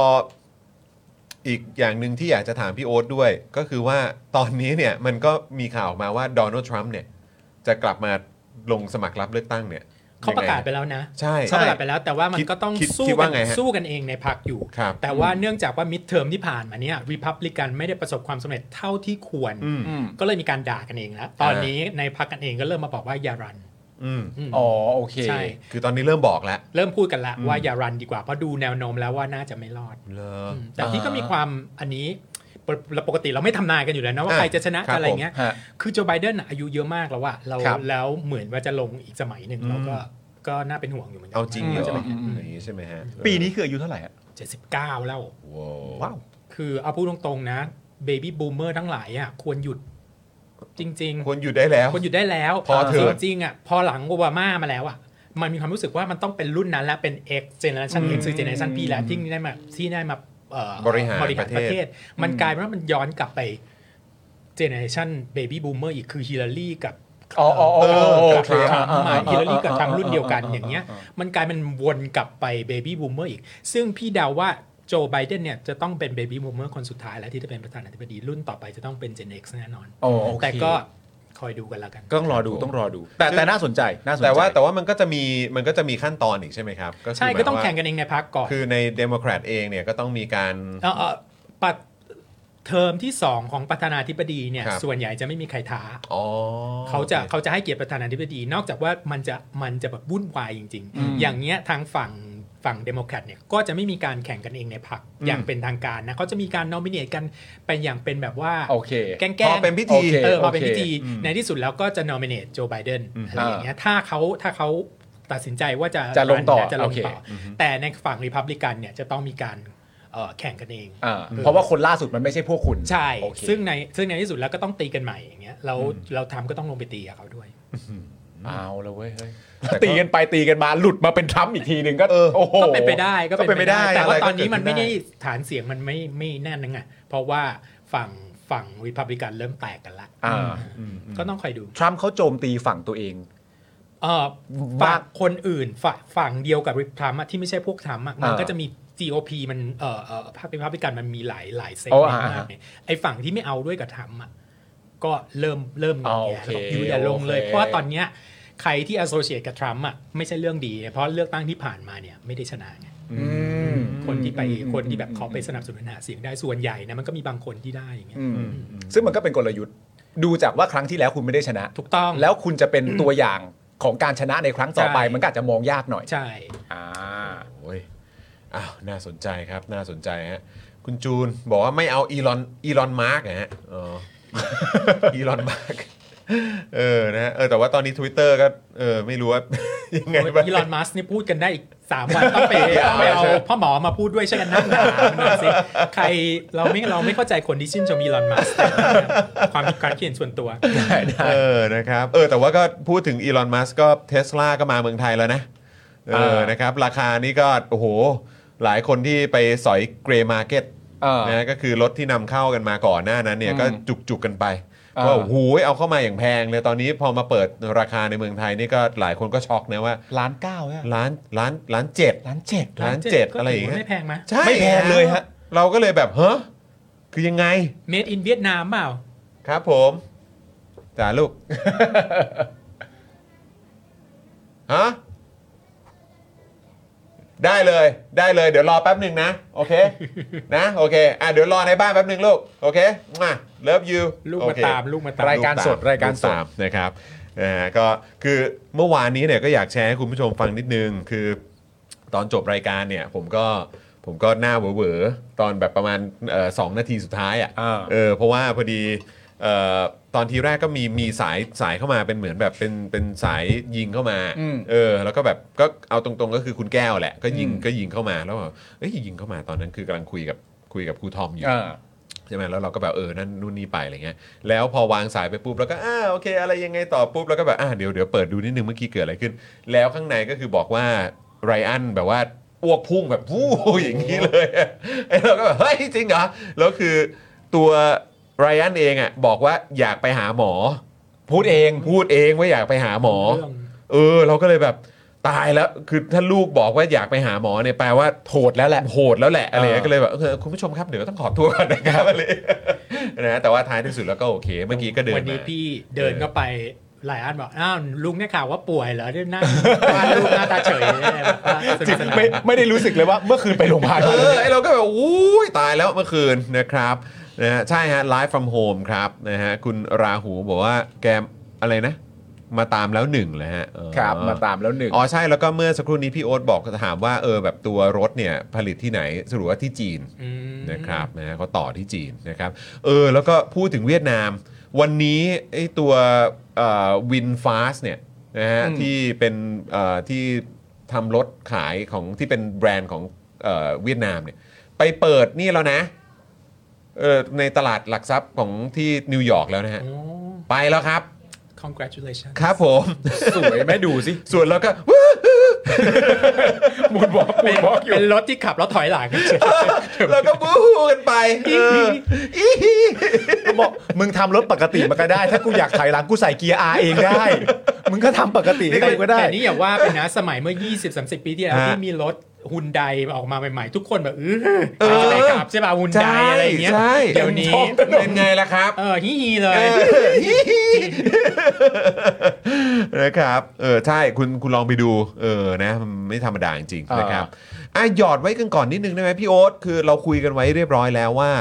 อีกอย่างหนึ่งที่อยากจะถามพี่โอ๊ตด้วย ก็คือว่าตอนนี้เนี่ยมันก็มีข่าวออกมาว่าโดนัลด์ทรัมป์เนี่ย จะกลับมาลงสมัครรับเลือกตั้งเนี่ย เขาประกาศไปแล้วนะ ใช่ เขาประกาศไปแล้ว แต่ว่ามันก็ต้อง คิด สู้ คิด กั ว่าไงฮะ สู้กันเองในพรรคอยู่ ครับ แต่ว่าเนื่องจากว่ามิดเทอมที่ผ่านมาเนี่ยริพับลิกันไม่ได้ประสบความสำเร็จเท่าที่ควร อืม ก็เลยมีการด่ากันเองแล้ว ตอนนี้ในพรรคกันเองก็เริ่มมาบอกว่าอย่ารัน อืม ม อ๋อโอเค ใช่ คือตอนนี้เริ่มบอกแล้ว เริ่มพูดกันละว่าอย่ารันดีกว่าเพราะดูแนวโน้มแล้วว่าน่าจะไม่รอด เหรอ มแต่ที่ก็มีความอันนี้ปกปกติเราไม่ทำนายกันอยู่แล้วนะว่า อ่ะ ใครจะชนะครับ อะไรเงี้ย ผมฮะ คือโจไบเดนน่ะอายุเยอะมากแล้วว่าเรา ครับ แล้วเหมือนว่าจะลงอีกสมัยหนึ่ง อืม เราก็ก็น่าเป็นห่วงอยู่เหมือนกั เอาจริงเหรอ จะ อ ป็น มอย่างนี้ใช่ไหมฮะ ปีนี้คืออายุเท่าไหร่อะ เจ็ดสิบเก้าแล้ว ว้าว คือเอาพูดตรงๆนะเบบี้บูมเมอร์ทั้งหลายอ่ะควรหยุดจริง ๆ ควรหยุดได้แล้ว คนหยุดได้แล้ว พอเถอะ จริงๆอ่ะพอหลังโอบามามาแล้วอ่ะมันมีความรู้สึกว่ามันต้องเป็นรุ่นนั้นแล้วเป็น X generation X หรือ generation P แล้วที่ได้มาที่ได้มาเอ่อบ ริหาร บริหาปรประ ระ เท เท ศ ศ มันกลายเป็นว่ามันย้อนกลับไป generation baby boomer อีกคือฮิลลารีกับ อ๋ออ๋ออ๋ออ๋อ เอ่อ โอ กับ เค ทรัม อ่า ป์มา อ่า ฮิลลารี อ่า กับทรัมป์รุ่นเดียวกัน อ่ อย่างเงี้ย มันกลายเป็นวนกลับไป baby boomer อีก ซึ่งพี่เดาว่าโจไบเดนเนี่ยจะต้องเป็น baby boomer คนสุดท้ายแล้วที่จะเป็นประธานาธิบดีรุ่นต่อไปจะต้องเป็น gen X แน่นอน อ๋อโอเค แต่ก็คอยดูกันละกัน ก็ต้องรอดูต้องรอดู แต่แต่น่าสนใจน่าสนใจ แต่ว่าแต่ว่ามันก็จะมีมันก็จะมีขั้นตอนอีกใช่ไหมครับคื ใช่ หมาย ก็ต้อง ว่า แข่งกันเองในพักก่อน คือในเดโมแครตเองเนี่ยก็ต้องมีการ เอ่อเอ่อปัดเทอมที่ 2 ของประธานาธิบดีเนี่ย ครับ ส่วนใหญ่จะไม่มีใครท้า อ๋อ เขาจะ โอค เขาจะให้เกียรติประธานาธิบดี นอกจากว่ามันจะมันจะแบบวุ่นวายจริง ๆ อย่างเงี้ยทางฝั่งฝั่งเดโมแครตเนี่ยก็จะไม่มีการแข่งกันเองในพรรคอย่างเป็นทางการนะเขาจะมีการนอมิเนตกันเป็นอย่างเป็นแบบว่า โอเค แกล้งๆ พอเป็นพิธี เออพอเป็น โอเค พิธีในที่สุดแล้วก็จะนอมิเนตโจไบเดนอะไรอย่างเงี้ยถ้าเขาถ้าเขาตัดสินใจว่าจะ จะลงต่อ จะล โอง เค ต่ออแต่ในฝั่งริพับลิกันเนี่ยจะต้องมีการเอ่อแข่งกันเอง อ่าเพราะว่าคนล่าสุดมันไม่ใช่พวกคุณ ใช่ โอเค ซึ่งในซึ่งในที่สุดแล้วก็ต้องตีกันใหม่อย่างเงี้ยเราเราทำก็ต้องลงไปตีกับเขาด้วย เอาแล้วเว้ยเฮ้ยตีกันไปตีกันมาหลุดมาเป็นทรัมป์อีกทีหนึ่งก็ เออ โอ้โห ก็เป็นไปได้ก็เป็นไปได้ ก็เป็นไปได้ แต่ว่าตออะนไรก็เกิ นี้ ดขึ้น มันไม่ได้ฐานเสียงมันไม่ไม่แน่นนังอ่ะเพราะว่าฝั่งฝั่งวิพากษ์วิจารณ์เริ่มแตกกันละ อ่า อืมก็ต้องคอยดู ทรัมป์เขาโจมตีฝั่งตัวเอง เออ บ้า ฝั่งคนอื่นฝั่งฝั่งเดียวกับริพัมที่ไม่ใช่พวกทรัมป์อะมัน อ่า ก็จะมี GOP มันเออเออพรรควิพากษ์วิจารณ์มันมีหลายหลายเซก โอ้ เมนต์อ่ามากเนี่ยไอฝั่งที่ไม่เอาด้วยกับทรัมป์อะก็เริ่มเริ่มงอแง โอแล้วบอกอเคยู่อย่าลงเลย โอเค เพราะว่าตอนเนี้ยใครที่ associate กับทรัมป์อะไม่ใช่เรื่องดีเพราะเลือกตั้งที่ผ่านมาเนี่ยไม่ได้ชนะไง คนที่ไปคนที่แบบเขาไปสนับสนุนหาเสียงได้ส่วนใหญ่นะมันก็มีบางคนที่ได้อย่างเงี้ย อืมซึ่งมันก็เป็นกลยุทธ์ ดูจากว่าครั้งที่แล้วคุณไม่ได้ชนะ ถูกต้อง แล้วคุณจะเป็นตัวอย่างของการชนะในครั้งต่อไป ใช่ มันก็อาจจะมองยากหน่อย ใช่ อ่า โอ้ยอ้าวน่าสนใจครับน่าสนใจฮะคุณจูนบอกว่าไม่เอาอีลอนอีลอนมาร์กนะฮะอ๋ อ อีลอนมาร์กเออนะฮะเออแต่ว่าตอนนี้ Twitter ก็เออไม่รู้ว่า ยังไงบ้าง อี ลอนมัสก์นี่พูดกันได้อีกสามวันต้องไปต้องไปเอาพ่อหมอมาพูดด้วยช่วยกันนั่งหนาหน่อยสิใครเราไม่เราไม่เข้าใจคนที่ชื่นชมอีลอนมัสก์ความคิดการเขียนส่วนตัว ได้ได้ เออ นะครับ เออ แต่ว่าก็พูดถึงอีลอน มัสก็เทสลาก็มาเมืองไทยแล้วนะ เอ เอ อ อ นะครับ ราคานี่ก็ โอ้โห หลายคนที่ไปสอยเกรย์มาร์เก็ต เออ นะ ก็คือรถที่นำเข้ากันมาก่อนหน้านั้นเนี่ย อืม ก็จุกจุกๆกันไป เออ ว่าโอ้โหเอาเข้ามาอย่างแพงเลย ตอนนี้พอมาเปิดราคาในเมืองไทยนี่ก็หลายคนก็ช็อกนะว่า ล้านเก้าเนี่ย ล้านล้านล้านเจ็ด ล้านเจ็ด ล้านเจ็ดอะไรอย่างเงี้ ไม่ ย แพงมั้ย ใช่ ไม่แพงเลยฮะ เราก็เลยแบบเฮ้อคือยังไง made in เวียดนามเปล่า ครับผมจ๋าลูก ฮะ ได้เลย ได้เลย เดี๋ยวรอแป๊บหนึ่งนะ โอเค นะ โอเค อ่ะ เดี๋ยวรอในบ้านแป๊บหนึ่งลูก โอเค มา เลิฟยู ลูกมาตามลูกมาตาม รายการสดรายการสด นะครับนะฮะก็คือเมื่อวานนี้เนี่ยก็อยากแชร์ให้คุณผู้ชมฟังนิดนึง คือตอนจบรายการเนี่ยผมก็ผมก็หน้าเหวอๆตอนแบบประมาณเอ่อสองนาทีสุดท้ายอ่ะ อ่า เออเพราะว่าพอดีเอ่อตอนทีแรกก็มีมีสายสายเข้ามาเป็นเหมือนแบบเป็นเป็นสายยิงเข้ามาเออแล้วก็แบบก็เอาตรงๆก็คือคุณแก้วแหละก็ยิงก็ยิงเข้ามาแล้วแบบเอ้ยยิงเข้ามาตอนนั้นคือกำลังคุยกับคุยกับครูทอมอยู่ อ่า ใช่ไหมแล้วเราก็แบบเออ นั่นนู่นนี่ไปอะไรเงี้ย แล้วพอวางสายไปปุ๊บ แล้วก็อ่าโอเค อะไรยังไงต่อปุ๊บ แล้วก็แบบอ่าเดี๋ยวเดี๋ยวเปิดดูนิดนึงเมื่อกี้เกิดอะไรขึ้น แล้วข้างในก็คือบอกว่าไรอันแบบว่าอ้วกพุ่งแบบวู้อย่างนี้เลยอะไอ้เราก็แบบเฮ้ย จริงเหรอ แล้วคือตัวไรอันเองอ่ะบอกว่าอยากไปหาหมอ พูดเอง พูดเองว่าอยากไปหาหมอ เรื่อง เออ เราก็เลยแบบตายแล้ว คือถ้าลูกบอกว่าอยากไปหาหมอเนี่ยแปลว่า โหดแล้วแหละ โหดแล้วแหละอะไรเงี้ย เออ ก็เลยแบบเออคุณผู้ชมครับเดี๋ยวต้องขอตัวก่อนนะครับอะไรนะแต่ว่าท้ายที่สุดแล้วก็โอเค เมื่อกี้ก็เดิน วันนี้ มา พี่เดินเข้าไป หลายอันบอกอ้าวลุงเนี่ยข่าวว่าป่วยเหรอเนี่ย หน้าว่าลูกหน้าตาเฉยเนี่ยแบบว่าสนุกสนาน ไม่ไม่ได้รู้สึกเลยว่าเมื่อคืนไปโรงพยาบาล เอ มาเล อย ไอเราก็แบบอุ้ยตายแล้วเมื่อคืนนะครับนะฮะใช่ฮะไลฟ์ from home ครับนะฮะคุณราหูบอกว่าแกมอะไรนะ มาตามแล้วหนึ่งเลยฮะเออ ครับมาตามแล้วหนึ่ง อ๋อใช่แล้วก็เมื่อสักครู่นี้พี่โอ๊ตบอกถามว่าเออแบบตัวรถเนี่ยผลิตที่ไหนสรุปว่าที่จีน อืม นะครับนะเขาต่อที่จีนนะครับเออแล้วก็พูดถึงเวียดนาม วันนี้ไอ้ตัววินฟาสเนี่ยนะฮะ อืม ที่เป็นเอ่อที่ทำรถขายของที่เป็นแบรนด์ของเอ่อเวียดนามเนี่ยไปเปิดนี่แล้วนะเออในตลาดหลักทรัพย์ของที่นิวยอร์กแล้วนะฮะ โอ้ ไปแล้วครับ congratulations ครับผม สวยไหมดูสิ ส่วนเราก็ มูนบอกมู เป็น นบอกอยู่ เป็นรถที่ขับแล้วถอยหลั งเฉย แล้วก็บู๊ฮูกันไปเอ ออีฮี บอกมึงทำรถปกติมาก็ได้ ถ้ากูอยากถอยหลังกูใส่เกียร์ R เองได้ มึงก็ทำปกติให้กูก็ได้ แต่นี่อย่าว่าไปนะสมัยเมื่อ 20 30 ปีที่แล้ว ฮะ ที่มีรถฮุนไดออกมาใหม่ๆ ทุกคนแบบเออ เออ ไปกลับใช่ป่ะฮุนได ใช่ อะไรอย่างเงี้ย ใช่ เดี๋ยวนี้ เป็นไงล่ะครับ เออฮีฮีเล เอย ออีฮีนะครับ เออ ใช่ คุณคุณลองไปดู เออ นะมันไม่ธรรมดาจริงๆ อ่าน นะครับอ่ะหยอดไว้กันก่อนนิดนึงได้ไหมพี่โอ๊ต คือเราคุยกันไว้เรียบร้อยแล้วว่า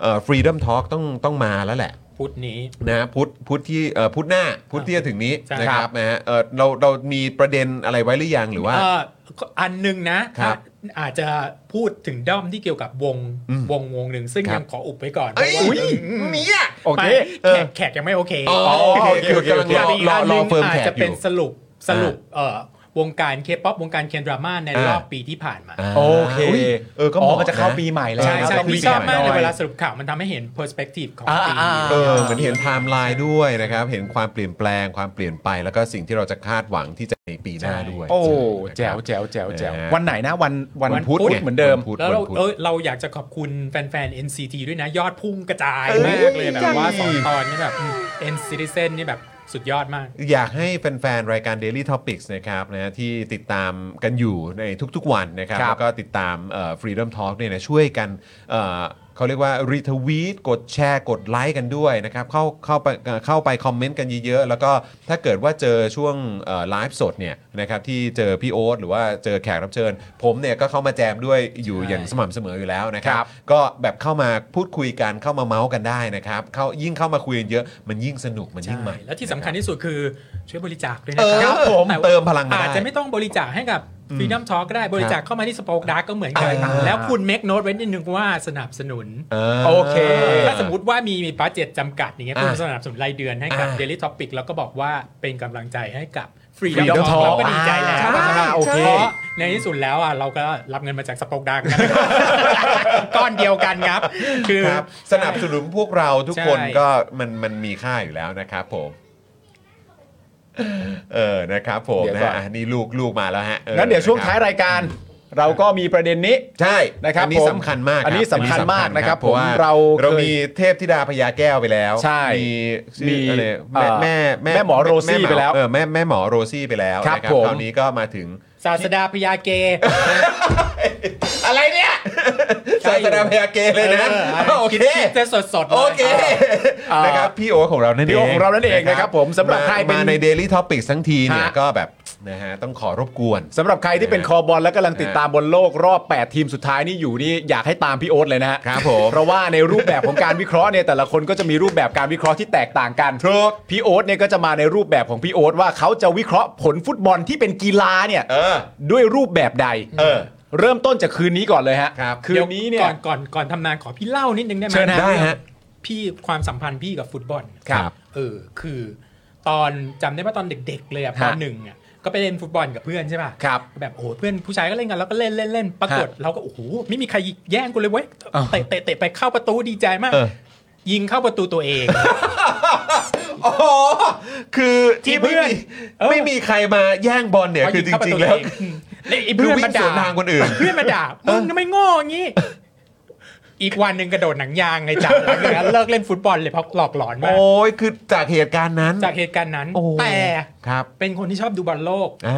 เอ่อ Freedom Talk ต้องต้องมาแล้วแหละ พุธนี้ นะฮะพุธพุธที่เอ่อพุธหน้าพุธที่จะถึงนี้ ใช่ นะครับนะฮะเออเราเรามีประเด็นอะไรไว้หรือยังหรือว่า เอออันหนึ่งนะครับ อาจจะพูดถึงด้อมที่เกี่ยวกับวงวงวงหนึ่งซึ่ง ครับ ยังขออุบไว้ก่อน เอ้ย เพราะว่า เนี่ย โอเค ไม่ เอ แข อ กแขกยังไม่โอเค อ๋อโอเคโอเคโอเค แต่อีก รอ อันห รอ นึง เฟิร์ม อา แข จ ก จะ อ เป็ ยู่ นสรุปสรุปเอ่อวงการเคป๊อปวงการเคนดราม่าใน อ่าร รอบปีที่ผ่านมา า โอเค ยเออก็ห อ๋อ มาะ มันจะเข้าปีใหม่แล้ว ใช่ใช่ ต้อง ผม รีบ ชอบมาก ห ใน น่อย เวลาสรุปข่าวมันทำให้เห็น perspective ของปี อ่า นี้ ๆ เออเหมือนเห็นไทม์ไลน์ด้วยนะครับ เห็นความเปลี่ยนแปลงความเปลี่ยนไป แล้วก็สิ่งที่เราจะคาดหวังที่จะในปีหน้าด้วย โอ้ ใช่ แจ๋ นะคว รับ แจ๋วแจ๋วแจ๋ว นะฮะ วันไหนนะวันวัน วัน พุ พุ ธ ธ เหมือนเดิม วันพุธ แล้วเรา นพุธ เออเราอยากจะขอบคุณแฟนๆ NCT ด้วยนะ ยอดพุ่งกระจาย เอ้ย มากเลย จั แบบ ง ว่าสองตอนนี่แบบ N Citizen นี่แบบสุดยอดมาก อยากให้แฟนๆ รายการ Daily Topics นะครับนะที่ติดตามกันอยู่ในทุกๆวันนะครับ ครับ แล้วก็ติดตามเอ่อ Freedom Talk เนี่ยนะช่วยกันเอ่อเขาเรียกว่ารีทวีตกดแชร์ กดไลค์กันด้วยนะครับเข้าเข้าไปเอ่อเข้าไปคอมเมนต์กันเยอะๆ แล้วก็ถ้าเกิดว่าเจอช่วงเอ่อไลฟ์สดเนี่ยนะครับที่เจอพี่โอ๊ตหรือว่าเจอแขกรับเชิญ ผมเนี่ยก็เข้ามาแจมด้วยอยู่ ใช่ อย่างสม่ำเสมออยู่แล้วนะครั ครับ บ ก็แบบเข้ามาพูดคุยกันเข้ามาเมาส์กันได้นะครับเข้ายิ่งเข้ามาคุยกันเยอะมันยิ่งสนุกมันยิ่ง ใช่ มัน แล้วที่สำคัญที่สุดคือช่วยบริจาคด้วย เอ นะ อ คครัรับผม แต่ เติมพลังมา อาจ ได้ จะไม่ต้องบริจาคให้กับ Freedom Talk ก็ได้บริจาคเข้ามาที่ Spoke Dark ก็เหมือนกัน อ่า แล้วคุณ make note ไว้นิดนึงว่าสนับสนุน โอเค ถ้าสมมติว่ามีมีบัตเจ็ตจำกัดอย่างเงี้ย อ่ะ คุณสนับสนุนรายเดือนให้กับ อ่ะ Daily Topic แล้วก็บอกว่าเป็นกำลังใจให้กับ Freedom Freedom Talk Talk เราก็ดีใจแล้ว อ่า ว่าสำหรับ โอเค เพราะในที่สุดแล้วอ่ะเราก็รับเงินมาจากสปอคดัง กัน ก้อนเดียวกันครับ คือ ครับสนับสนุนพวกเราทุก ใช่ คนก็มันมันมีค่าอยู่แล้วนะครับผมเออนะครับผม เดี๋ยว นะ ก่อน ฮะอ่ะนี่ลูกลูกมาแล้วฮะออ งั้นเดี๋ยวช่วง ะครับ ท้ายรายการ เราก็มีประเด็นนี้ ใช่ นะครับ อันี้ ผม สำคัญมาก อันนี้ รับ สำคัญมากนะครับ เพราะว่า ผมเราเคย เรามีเทพธิดาพญาแก้วไปแล้ว ใช่ มี มี มีอะไรแม่ เอ่อ แม่ แม่หมอโรซี่ ม่ ไปแล้ว เออแม่แม่หมอโรซี่ไปแล้ว ครับ นะ ผม คราวนี้ก็มาถึง ศาสดาพยาเก อะไรเนี่ยศาสดาพญาเกเลยนะ เออ อ้าวโอเค คิดจะสดๆเลย โอเคนะครับพี่โอ๊ตของเรานั่นเอง พี่โอ๊ตของเรานั่นเองนะครับผมสำหรับใครเป็น มาใน Daily Topics ทั้งทีเนี่ย ฮะ ก็แบบนะฮะต้องขอรบกวน สำหรับใครที่เป็น เออ คอบอลและกำลังติดตามบอลโลกรอบ 8 ทีมสุดท้ายนี่อยู่นี่อยากให้ตามพี่โอ๊ตเลยนะฮะ ครับผม เพราะว่าในรูปแบบของการวิเคราะห์เนี่ยแต่ละคนก็จะมีรูปแบบการวิเคราะห์ที่แตกต่าง กัน ทุก พี่โอ๊ตเนี่ยก็จะมาในรูปแบบของพี่โอ๊ตว่าเขาจะวิเคราะห์ผลฟุตบอลที่เป็นกีฬาเนี่ย เออ ด้วยรูปแบบใด เออ เริ่มต้นจากคืนนี้ก่อนเลยฮะ ครับ คืนนี้เนี่ย ก่อนก่อนก่อนทำนานขอพี่เล่านิดนึงได้ไหม เชิญฮะ ได้ฮะ พี่ความสัมพันธ์พี่กับฟุตบอล ครับ เออคือตอนจำได้ว่าตอนเด็ก ๆ เลยอะป ฮะ หนึ่งอะก็ไปเล่นฟุตบอลกับเพื่อนใช่ป่ะ ครับ แบบโอ้โหเพื่อนผู้ชายก็เล่นกันแล้วก็เล่นเล่นเล่นปรากฏเราก็โอ้โหไม่มีใครแย่งกูเลยเว้ย อ้าว เตะเตะเตะไปเข้าประตูดีใจมาก เออ ยิงเข้าประตูตัวเอง อ๋อคือที่ เพื่ ไม่ อน มี เออ ไม่มีใครมาแย่งบอลเนี่ย คือจริง ๆ แล้ว เลยไอ้เพื่อคืนอวิ่ มาง ด่า สวนทางคนอื่น เพื่อนมาด่ามึงทำไมโง่อย่างงี้ อีกวันหนึ่งกระโดดหนังยางไงจับหลังแล้วเลิกเล่นฟุตบอลเลยเพราะหลอกหลอนมาก โอ้ยคือจากเหตุการณ์นั้น จากเหตุการณ์นั้น โอ้ย แต่ ครับ เป็นคนที่ชอบดูบอลโลก อ่า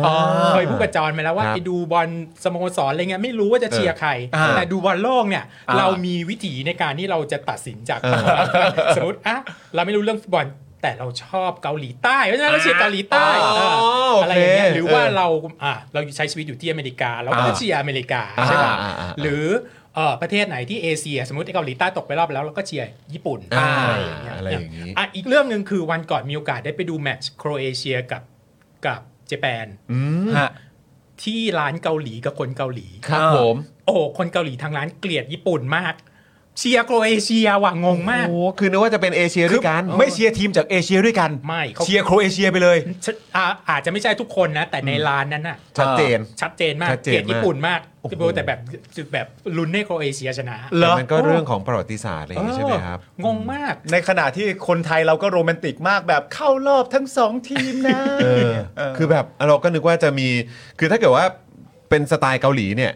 เคยพูดกับจอนไปแล้วว่า ครับ ไปดูบอลสโมสรอะไรเงี้ยไม่รู้ว่าจะเชียร์ใคร อ่า แต่ดูบอลโลกเนี่ย อ่า เรามีวิธีในการที่เราจะตัดสินจาก เออ สมมติอ่ะเราไม่รู้เรื่องฟุตบอล แต่เราชอบเกาหลีใต้เพราะฉะนั้นเราเชียร์เกาหลีใต้ อ๋อ เออ โอเค อะไรอย่างเงี้ยหรือว่า เออ เราอ่ะเราใช้ชีวิตอยู่ที่อเมริกาเราก็ อ่า เชียร์อเมริกาใช่ไหม อ่าอ่าอ่า หรือเอ่อประเทศไหนที่เอเชีย สมมติเกาหลีใต้ตกไปรอบแล้วเราก็เชียร์ญี่ปุ่น อ่า อะไรอย่างเงี้ย อะไรอย่างงี้ อ่ะอีกเรื่องหนึ่งคือวันก่อนมีโอกาสได้ไปดูแมตช์โครเอเชียกับกับเจแปน ฮะ ที่ร้านเกาหลีกับคนเกาหลี ครับผม โอ้คนเกาหลีทางร้านเกลียดญี่ปุ่นมาก เชียร์โครเอเชียว่ะงงมาก โอ้คือนึกว่าจะเป็นเอเชียด้วยกัน ไม่เชียร์ทีมจากเอเชียด้วยกัน ไม่เขา เชียร์โครเอเชียไปเลย ฉันอ่าอาจจะไม่ใช่ทุกคนนะ แต่ในร้านนั้นน่ะ ชัดเจน ชัดเจนมาก ชัดเจ เก นมาก ลียดญี่ปุ่นมาก โอ้โห แต่แบบแบบลุ้นให้โครเอเชียชนะ แต่มันก็เรื่องของประวัติศาสตร์อะไรอย่างงี้ใช่ไหมครับ เอองงมาก ในขณะที่คนไทยเราก็โรแมนติกมากแบบเข้ารอบทั้งสองทีมนะ เออคือแบบเราก็นึกว่าจะมี คือถ้าเกิดว่าเป็นสไตล์เกาหลีเนี่ย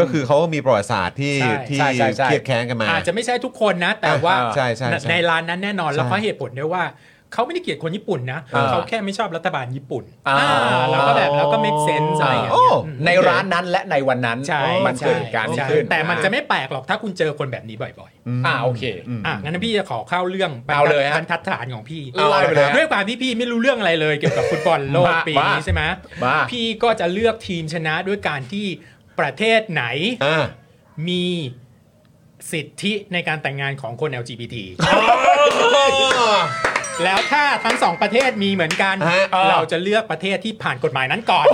ก็คือเขาก็มีประวัติศาสตร์ที่ ใช่ ที่ ใช่ใช่ใช่ เครียดแค้นกันมา อาจจะไม่ใช่ทุกคนนะ แต่ว่า อ่าใช่ใช่ใช่ ในร้านนั้นแน่นอนแล้ว ใช่ เขาให้เหตุผลด้วยว่าเขาไม่ได้เกลียดคนญี่ปุ่นนะ อ่า เขาแค่ไม่ชอบรัฐบาลญี่ปุ่น อ่า อ่าแล้วก็แบบแล้วก็ make sense อะไรอย่าง โอ้ เงี้ยอืม ในร้านนั้นและในวันนั้น ใช่ มันเกิดเหตุการณ์นี้ ใช่ ขึ้น แต่มันจะไม่แปลกหรอกถ้าคุณเจอคนแบบนี้บ่อย อ่าโอเค ๆอ่ะงั้นพี่จะขอเข้าเรื่องบรร เอา ทัด เลยฮะ บรรทัดฐานของพี่ เอาเลยครับ ด้วยความที่พี่ไม่รู้เรื่องอะไรเลยเกี่ยวกับฟุตบอลโลก มา ปีนี้ มา ใช่ไหม มา พี่ก็จะเลือกทีมชนะด้วยการที่ประเทศไหน อ่า มีสิทธิในการแต่งงานของคน LGBT แล้วถ้าทั้งสองประเทศมีเหมือนกัน ฮะ เราจะเลือกประเทศที่ผ่านกฎหมายนั้นก่อน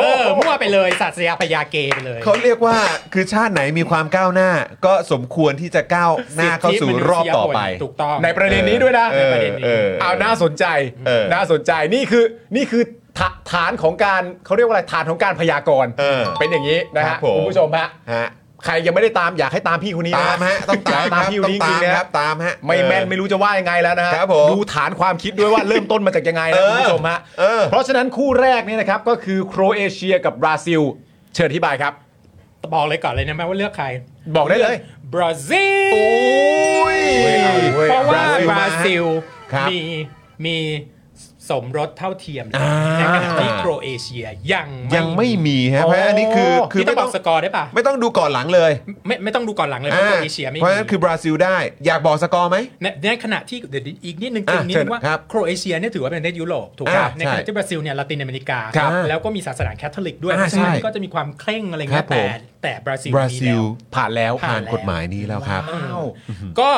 เออมั่วไปเลยศาสยาปยาเกไปเลย เขาเรียกว่าคือชาติไหนมีความก้าวหน้า ก็สมควรที่จะก้าวหน้าเข้าสู่รอบต่อไป ถูกต้อง ในประเด็นนี้ด้วยนะ เออ ประเด็นนี้ เออ เอาน่าสนใจ เออ น่าสนใจนี่คือนี่คือฐาฐานของการเขาเรียกว่าอะไรฐานของการพยากรณ์ เออ เป็นอย่างนี้นะ ครั ฮะ บผม คุณผู้ชมฮะ ฮะ ใครยังไม่ได้ตามอยากให้ตามพี่คนนี้น ตามฮะต้องตาม ยกครัให้ตาม บ พี่คน ต้อ นี้ งตามจริงๆนะครับ ตามฮะ ไม่แม่นไม่รู้จะว่ายังไงแล้วนะฮะ ครับผม ดูฐานความคิดด้วยว่าเริ่มต้นมาจากยังไงนะ เออ คุณผู้ชมฮะ เออ เพราะฉะนั้นคู่แรกเนี่ยนะครับก็คือโครเอเชียกับบราซิล เชิญอธิบายครับ บอกเลยก่อนเลยนะแม่ว่าเลือกใคร บอกได้เลย บราซิล โอ้ย เพราะว่าบราซิล ครับ มีมีสมรสเท่าเทียมในขณะที่โครเอเชียยัง ยังไม่มีฮะเพราะฉะนั้นอันนี้คือคือ พี่ต้ ไม่ องบ ต้ออง กสกอร์ได้ป่ะ ไม่ต้องดูก่อนหลังเลย ไม่ไม่ต้องดูก่อนหลังเลยเพ อ่า ราะโครเอเชียไม่ เพราะ มี ฉะนั้นคือบราซิลได้ อยากบอกสกอร์ไหม ในในขณะที่เดี๋ยวอีกนิดนึง อ่ะ อีกนิดนึงว่า เชิญครับ โครเอเชียเนี่ยถือว่าเป็นประเทศยุโรปถูก อ่า ป่ะ ใช่ ในขณะที่บราซิลเนี่ยลาตินอเมริกา ครับ แล้วก็มีศาสนาแคทอลิกด้วย อ่า เพราะฉะนั้น ใช่ ก็จะมีความเคร่งอะไร ครั เงี้ บ ย ผ แต่ ม แต่บราซิบลมี ราซิ แล้ ล ว ผ่านแล้ว ผ่า ผ่าน น แล้ว กฎหมายนี้แล้วครับ ก็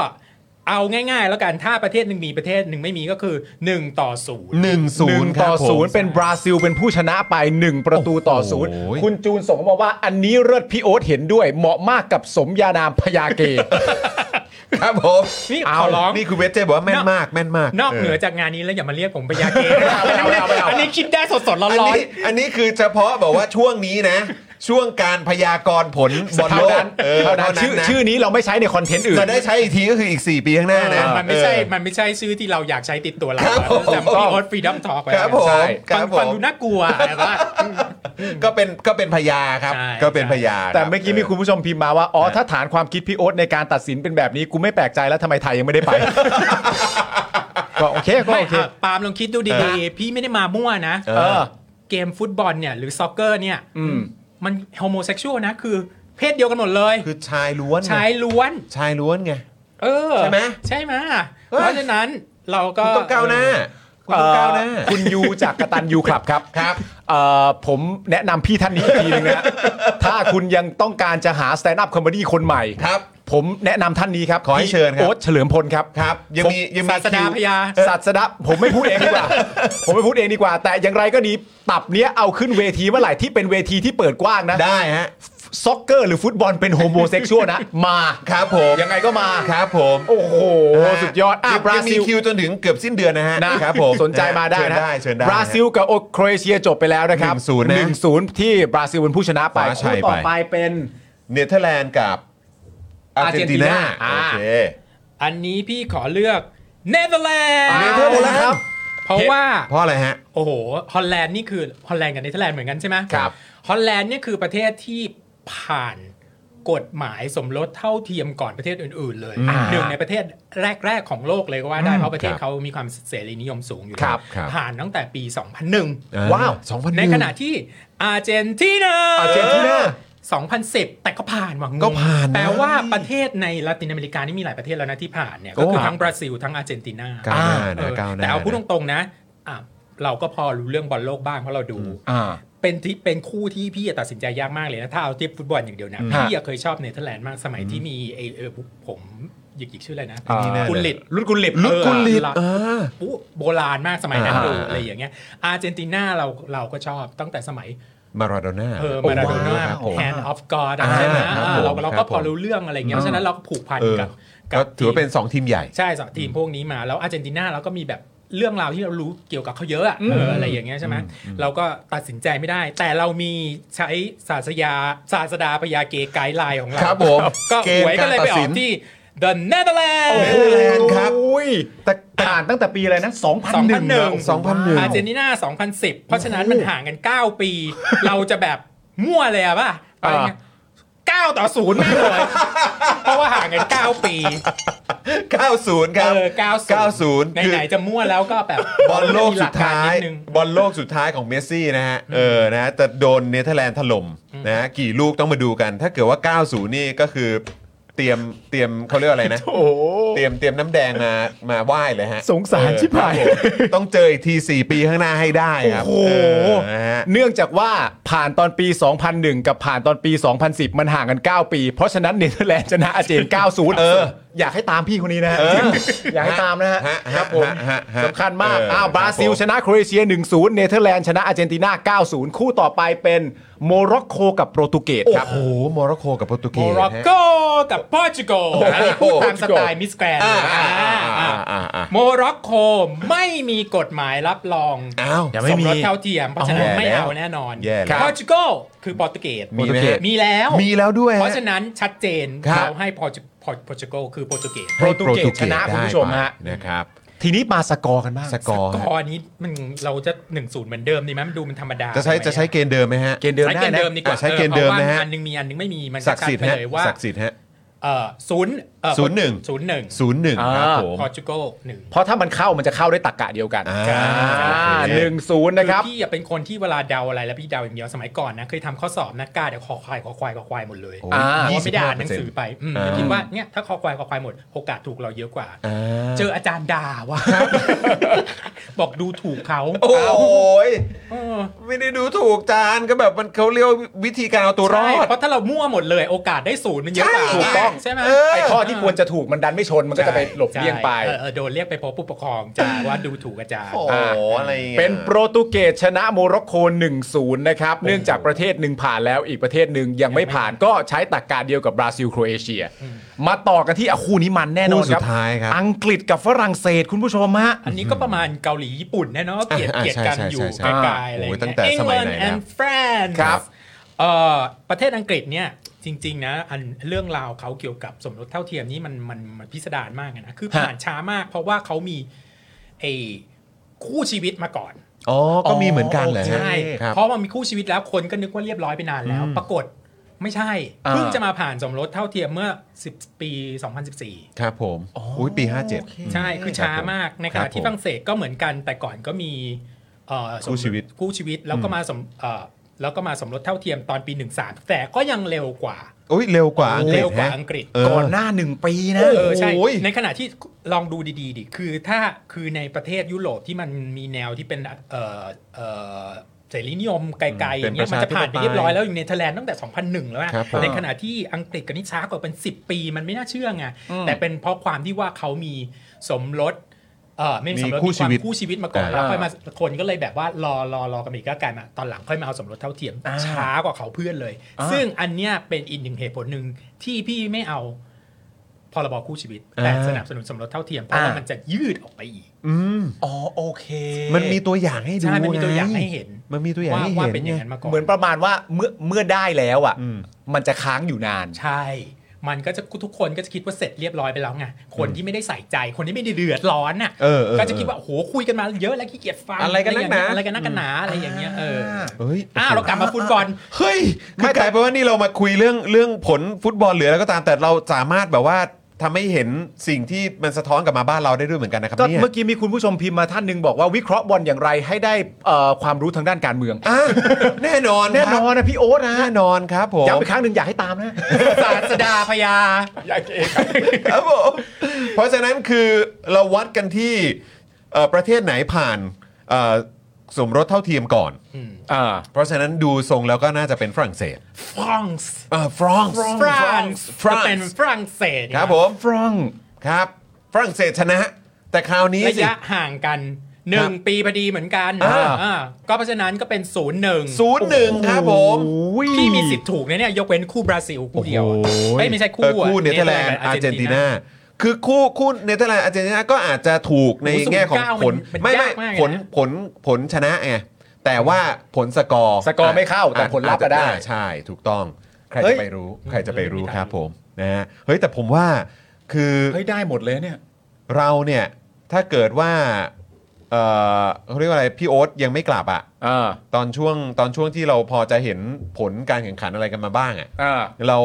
เอาง่ายๆ แล้วกันถ้าประเทศหนึ่งมีประเทศหนึ่งไม่มีก็คือ 1 ต่อศูนย์ หนึ่งศู หนึ่ น ง ย์ ต่คอรับผม ศูนย์เป็นบราซิลเป็นผู้ชนะไปหนึ่งประตูต่อศูนย์ โอ้โห คุณจูนส่งมาว่าอันนี้เลิศพี่โอ๊ตเห็นด้วย เหมาะมากกับสมญานามพยาเก ครับผม นี่ เอา ขอร้อง นี่คือเวสเจบอกว่าแม่นมากแม่นมาก นอกเหนือ เ จากงานนี้แล้วอย่ามาเรียกผมไปยาเก ไม่เอาไม่เอาไม่เอา อันนี้คิดได้สดอๆร้ ออัน อน นี้อันนี้คือเฉพาะบอกว่าช่วงนี้นะ ช่วงการพยากรณ์ผลบอล เท่า โลก นั้น ออ เท่านั้นชื่อชื่อนี้เราไม่ใช้ในคอนเทนต์อื่น จะได้ใช้อีกทีก็คืออีก 4 ปีข้างหน้านะ ๆมันไม่ใช่ มันไม่ใช่ชื่อที่เราอยากใช้ติดตัวเรา ครับผม จำพี่ออสฟรีดัมทอล์กไว้ ครับผม ใช่ ครับ ฟัง ผม ฟังดูน่ากลัวแต่ว่า ก็เป็นก็เป็นพยาครับ ใช่ ก็เป็นพยาครับ แต่เมื่อกี้มีคุณผู้ชมพิมพ์มาว่า อ๋อ ถ้าฐานความคิดพี่โอ๊ตในการตัดสินเป็นแบบนี้ กูไม่แปลกใจแล้วทำไมไทยยัง ไม่ได้ไป ก็โอเคก็ ไม่ โอเค อ่ะปาล์มลองคิดดูดีๆ พี่ไม่ได้มามั่วนะ เอ เอ อ อ เกมฟุตบอลเนี่ยหรือซ็อกเกอร์เนี่ย อืม มันโฮโมเซ็กชวลนะคือ เพศเดียวกันหมดเลย คือชายล้วนไง ชายล้วน ชายล้วนไง เออ ใช่ไหม ใช่ไหม เฮ้ย เพราะฉะนั้นเราก็ คุณต้องก้าวหน้าคุณต้องก้าวหน้า เอ่อคุณยูจากกตันยูครับครับ ครับ เอ่อผมแนะนำพี่ท่านนี้อีกทีนึง นะฮะ ถ้าคุณยังต้องการจะหาสแตนด์อัพคอมเมดี้คนใหม่ ครับ ผมแนะนำท่านนี้ครับ ขอให้ พี่ เชิญครับ โอ๊ตเฉลิมพลครับ ครับ ยังมียังมี ศาสดา คิว พยา ศาสดาผมไม่พูดเองดีกว่า ผมไม่พูดเองดีกว่า แต่อย่างไรก็ดีตับเนี้ยเอาขึ้นเวทีเมื่อไหร่ที่เป็นเวทีที่เปิดกว้างนะ ได้ฮะ ซ็อกเกอร์หรือฟุตบอลเป็นโฮโมเซ็กชวลนะ มา ครับผม ยังไงก็มา ครับผม โอ้โหสุดยอดอ่ะ ยัง บรา ยังมี ซิล คิวจนถึงเกือบสิ้นเดือนนะฮะ นะครับ ผม สนใจมาได้ เชิญ นะ ได้เชิญได้ บราซิลกับโอโครเอเชียจบไปแล้วนะครับ 1-0นะ หงศูนย์ที่บราซิลเป็นผู้ชนะไป คว้าชัยไป ต่อไปเป็น เนเธอร์แลนด์กับอาร์เจนตินา อา โอ ร์เจนติเคนาอันนี้พี่ขอเลือกเนเธอร์แลนด์ เนเธอร์แลนด์ ครับ เพราะว่า เพราะอะไรฮะ โอ้โห ฮอลแลนด์นี่คือ ฮอลแลนด์กับเนเธอร์แลนด์เหมือนกันใช่ไหม ครับ ฮอลแลนด์เนี่ยคือประเทศที่ผ่านกฎหมายสมรสเท่าเทียมก่อนประเทศอื่น ๆ เลย อ่า หนึ่งในประเทศแรก ๆ ของโลกเลยก็ว่าได้เพราะประเทศเขามีความเสรีนิยมสูงอยู่แล้ว ครับ ครับ ผ่านตั้งแต่ปี 2001 อ่ ว้าว สองพัน ในขณะที่อาร์เจนตินา อาร์เจนตินา 2010 แต่ก็ผ่านว่ะงง ก็ผ่านนะ แปลว่าประเทศในละตินอเมริกานี่มีหลายประเทศแล้วนะที่ผ่านเนี่ย ก็คือ โอ้ ทั้งบราซิลทั้งอาร์เจนตินา ก้าวหน้านะ เออ ก้าวหน้า แต่เอาพูดตรงๆนะอ่ะเราก็พอรู้เรื่องบอลโลกบ้างเพราะเราดู อ่า เป็นที่เป็นคู่ที่พี่ตัดสินใจยากมากเลยนะถ้าเอาที่ฟุตบอลอย่างเดียวนะ อืม พี่อะเคยชอบเนเธอร์แลนด์มากสมัยที่มีไอเออผมหยิกหยิกชื่ออะไรนะ อันนี้แน่เลย กุลลิต รุ่นกุลิบ เออ กุลิต ะ เออ ปุ๊โบราณมากสมัยนั้น อ่า ดูอะไรอย่างเงี้ยอาร์เจนตินาเราเราก็ชอบตั้งแต่สมัย มาราโดน่า เออมาราโดน่า ครับผม แฮนด์ออฟกอด อ่า ใช่ไหม ครับ อ่า ผม เราเรา ครั ก็ บ พ ผ อ ม รู้เรื่องอะไรอย่างเงี้ยเพราะฉะนั้นเราก็ผูกพัน เออ กับ ก็ถือว่าเป็น ทีม สองทีมใหญ่ ใช่สองทีมพวกนี้มา แล้วอาร์เจนตินาเราก็มีแบบเรื่องราวที่เรารู้เกี่ยวกับเขาเยอะอะเอออะไรอย่างเงี้ยใช่ไหมเราก็ตัดสินใจไม่ได้ แต่เรามีใช้ศาสยาศาสดาพยาเกไกด์ไลน์ของเรา ครับผม ก็ เกณฑ์ หวยก็เลยไปอ การตัดสิ อก น ที่ The Netherlands เนเธอร์แลนด์ครับ แต่ผ่านตั้งแต่ปีอะไรนะ 2001 2001 2001 อาร์เจนตินา2010 เพราะฉะนั้นมันห่างกัน 9 ปี เราจะแบบมั่วเลยอะป่ะไปเงี้ยเก้าต่อศูนย์แม่งเลย เพราะว่าห่างกัน 9 ปี 90 ค เอ รับ อ90 90คือ ไหนๆจะมั่วแล้วก็แบบ บอลโลกสุดท้าย มีหลักกรนิดนึง บอลโลกสุดท้ายของเมสซี่นะฮะเออนะฮะแต่โดนเนเธอร์แลนด์ถล่มนะฮะกี่ลูกต้องมาดูกัน ถ้าเกิดว่า 90 นี่ก็คือเตรียมเตรียมเขาเรียกว่าอะไรนะ โอ้โห เตรียมเตรียมน้ำแดงมามาไหว้เลยฮะ สงสาร เออ ชิบหาย ครับผมต้องเจออีกที 4 ปีข้างหน้าให้ได้ครับ โอ้โห เออนะฮะ เนื่องจากว่าผ่านตอนปี 2001 กับผ่านตอนปี 2010 มันห่างกัน 9 ปี เพราะฉะนั้นเนเธอร์แลนด์ชนะอาเจน 90 เออ อยากให้ตามพี่คนนี้นะฮะ เออ อยากให้ตามนะฮะ ฮะ ครับผม ฮะฮะ สำคัญมาก เ อ้าวบราซิล ช คผม นะโครเอเชีย 1-0 เนเธอร์แลนด์ชนะอาร์เจนตินา 90 คู่ต่อไปเป็นโมร็อกโกกับโปรตุเกส โอ้ ครับ โหโมร็อกโกกับโปรตุเก โม ส ร็อกโก นะฮะ กับโปรตุเกสอันนี้พูดตามสไตล์มิสแกรนด์ อ่า อ่า อ่า อ่า อ่าอ่า โมร็อกโกไม่มีกฎหมายรับรอง อ้าว ยังไม่ สม มี รสเท่าเทียม เพราะฉะนั้น อ๋อ ไม่ แย่แล้ว เอาแน่นอน แย่แล้ว โปรตุเกสคือโปรตุเกส มีไหมฮะ มีแล้ว มีแล้วด้วยฮ เพราะฉะนั้นชัดเจน ครับ เราให้โปรตุโปรตุโปรตุเกสคือโปรตุเกส โปรตุเกสชนะคุณผู้ชมฮะ ได้ไปนะครับ ทีนี้มาสกอร์กันบ้าง สกอร์ ก ฮะ อร์นี้มันเราจะ1นศูนย์เหมือนเดิมดีไหมมันดูมันธรรมดา จะใช้ ไปไหม จะใช้เกณฑ์เดิมไหมฮะ เกณฑ์เดิม ใช้ ได้ เกณฑ์ นะ เดิมดีกว่า อ่ะใช้เกณฑ์เดิม ออพรา นะฮะ ว่าอันหนึงมีอันหนึงไม่มีมัน ศักดิ์สิทธิ์ ชั ฮะ ดไปเลยว่า ศักดิ์สิทธิ์ฮะ เออศูนย์เออ ศูนย์หนึ่ง ศูนย์หนึ่ง ศูนย์หนึ่งครับ อ่า ผม พอร์ตุเกสหนึ่ง เพราะถ้ามันเข้ามันจะเข้าด้วยตรกกะเดียวกัน อ่า หนึ่งศูนย์นะครับ พี่อะเป็นคนที่เวลาเดาอะไรแล้วพี่เดาอย่างเดียวสมัยก่อนนะเคยทำข้อสอบนะกล้าเดี๋ยวคอควายคอควายคอควายหมดเลย โอ้ อ่า เพ ยี่สิราะไม่ บ ได้ ห้า อ่าน เปอร์หนัง เซ็น สือ ต์ ไปอืม อ่า คิดว่าเนี่ยถ้าคอควายคอควายหมดโอกาสถูกเราเยอะกว่า อ่า เจออาจารย์ด่าว่ะ บอกดูถูกเขา โอ้ย เออ ไม่ได้ดูถูกจานก็แบบมันเขาเรียกวิธีการเอาตัวรอ ใช่ ด เพราะถ้าเรามั่วหมดเลย โอกาสได้ศูนย์มันเยอะกว่า ใช่ ถูกต้อง ใช่ไหม เออ ไอข้อที่ควรจะถูกมันดันไม่ชนมันก็จะไปหลบเลี่ยงไป ใช่ออออโดนเรียกไปพบผู้ปกครองจ้าว่าดูถูกอาจารย์ โอ้โหอะไรอย่างงี้ย เป็นโปรตุเกสชนะโมร็อกโก1-0 นะครับ เนื่องจากประเทศหนึ่งผ่านแล้วอีกประเทศหนึ่งยังไม่ผ่านก็ใช้ตรกกะเดียวกับบราซิลโครเอเชีย มาต่อกันที่อะคู่นี้มันแน่นอน คู่ ค สุ รับ ดท้ายครับ อังกฤษกับฝรั่งเศสคุณผู้ชมฮะ อันนี้ก็ประมาณเกาหลีญี่ปุ่นแน่เนอะเกลียด อ่ะ เกลียดกัน ใช่ใช่ อยู่ ใช่ ไกลๆ อ่ะ อะไร โอ้ย เงี้ย ตั้งแต่สมัยไหน England นะ and France ครับ เอ่อประเทศอังกฤษเนี่ยจริงๆนะอันเรื่องราวเขาเกี่ยวกับสมรสเท่าเทียมนี่มันมันมันพิสดารมากอะนะคือผ่านช้ามาก เพราะว่าเขามีไอ้คู่ชีวิตมาก่อน อ๋อ ก็มีเหมือนกันเหรอฮะ ใช่ ครับ เพราะมันมีคู่ชีวิตแล้วคนก็นึกว่าเรียบร้อยไปนานแล้ว ปรากฏไม่ใช่ อ่า เพิ่งจะมาผ่านสมรสเท่าเทียมเมื่อ 10 ปี 2014 ครับผมอุ้ยปี 57 ใช่ คือช้ามากในข ครั ณะ บผม ที่ฝรั่งเศสก็เหมือนกัน แต่ก่อนก็มีเอ่อสม คู่ชีวิต คู่ชีวิต แล้วก็มาสมเอ่อแล้วก็มาสมรสเท่าเทียมตอนปี 13 แต่ก็ยังเร็วกว่า อุ้ยเร็วกว่าอังกฤษ เร็วกว่า ฮะ อังกฤษ เออ ก่อนหน้าหนึ่งปีนะ เออใช่ โอ้ย ในขณะที่ลองดูดีๆดิคือถ้าคือในประเทศยุโรปที่มันมีแนวที่เป็นเออเออเสรีนิยมไกลๆอย่างเงี้ยมันจะผ่านไปเรียบร้อยแล้วอยู่ในเนเธอร์แลนด์ตั้งแต่ 2001 แล้วอะ ครับผม ในขณะที่อังกฤษกับนิช้ากว่าเป็น 10 ปีมันไม่น่าเชื่อไงแต่เป็นเพราะความที่ว่าเขามีสมรสเออไม่มีสมรส มีคู่ มีคชีวามวิต คู่ชีวิตมาก่อน อ่า แล้วค่อยมาคนก็เลยแบบว่ารอรอรอกันอีกก็กลายมาตอนหลังค่อยมาเอาสมรสเท่าเทียม อ่า ช้ากว่าเขาเพื่อนเลย ซึ่งอันเนี้ยเป็นอีกหนึ่งเหตุผลหนึ่งที่พี่ไม่เอา พรบคู่ชีวิตแต่ อ่า สนับสนุนสมรสเท่าเทียมเพราะว่า อ่ามั มันจะยืดออกไปอีก อืม อ๋อโอเค มันมีตัวอย่างให้ดู ใช่มันมีตัวอย่าง ไ ให้เห็น มันมีตัวอย่าง ว่า ให้เห็น ว่าเป็นอย่าง ไง นั้นมาก่อน เหมือนประมาณว่าเมื่อเมื่อได้แล้วอ่ะ อืม มันจะค้างอยู่นาน ใช่ มันก็จะทุกคนก็จะคิดว่าเสร็จเรียบร้อยไปแล้วไงคนที่ไม่ได้ใส่ใจคนที่ไม่ได้เดือดร้อนน่ะ เออเออ ก็จะคิดว่าโอ้โหคุยกันมาเยอะแล้วขี้เกียจฟัง อะไรกันนักหนา อะไรกันนักกันหนาอะไรอย่างเงี้ยเออ เฮ้ย อ้าวเรากลับมาฟุตบอล เฮ้ยคือกลายเป็นว่านี่เรามาคุยเรื่องเรื่องผลฟุตบอลเหลือแล้วก็ตามแต่เราสามารถแบบว่า ทำให้เห็นสิ่งที่มันสะท้อนกลับมาบ้านเราได้ด้วยเหมือนกันนะครับ ก็ เนี่ย เมื่อกี้มีคุณผู้ชมพิมพ์มาท่านหนึ่งบอกว่าวิเคราะห์บอลอย่างไรให้ได้เอ่อความรู้ทางด้านการเมือง อ่ะแน่นอน แน่นอนนะพี่โอ๊ต ครับ นะ แน่นอนครับผม ย้ำอีกครั้งหนึ่งอยากให้ตามนะ ศาสดาพญา ครับผมเพราะฉะนั้นคือเราวัดกันที่เอ่อประเทศไหนผ่านเอ่อสมรสเท่าเทียมก่อน อ่า เพราะฉะนั้นดูทรงแล้วก็น่าจะเป็นฝรั่งเศส ฟรองซ์ ฟรานซ์ ฟรานซ์ ฟราน เป็น ซ์ ฝรั่งเศส ครับผมฟรองครับฝรั่งเศสชนะ แต่คราวนี้ ระ สิ ยะห่างกันหนึ่งปีพอดีเหมือนกัน อ่า อ่าก็เพราะฉะนั้นก็เป็นศูนย์หนึ่ง ศูนย์หนึ่งครับผม ที่มีสิทธิ์ถูกนะเนี่ยยกเว้นคู่บราซิลคู่เดียวอะเอ้ยไม่ใช่คู่ เอ่อ อะ คู่เนเธอร์แลนด์อา กับ ร์เจนตินาคือคู่คู่เนเธอร์แลนด์อาร์เจนตินาก็อาจจะถูกใน โอ้โห แง่ของ 09 ผล มัน ไม่ไม่ ยากมากเลยนะ ผลผลผลชนะไงแต่ว่าผลสกอร์ สกอร์ไม่เข้าแต่ อ่ะ ผลลัพธ์อะได้ อ่ะใช่ ถูกต้องใคร เฮ้ จะ ย ไปรู้ใครจะไปรู้ครับผมนะฮะเฮ้ยแต่ผมว่าคือ เฮ้ยได้หมดเลยเนี่ย เราเนี่ยถ้าเกิดว่าเอ่อเขาเรียกว่าอะไรพี่โอ๊ตยังไม่กลับอ่ะ อ่า ตอนช่วงตอนช่วงที่เราพอจะเห็นผลการแข่งขันอะไรกันมาบ้างอ่ะ อ่า เรา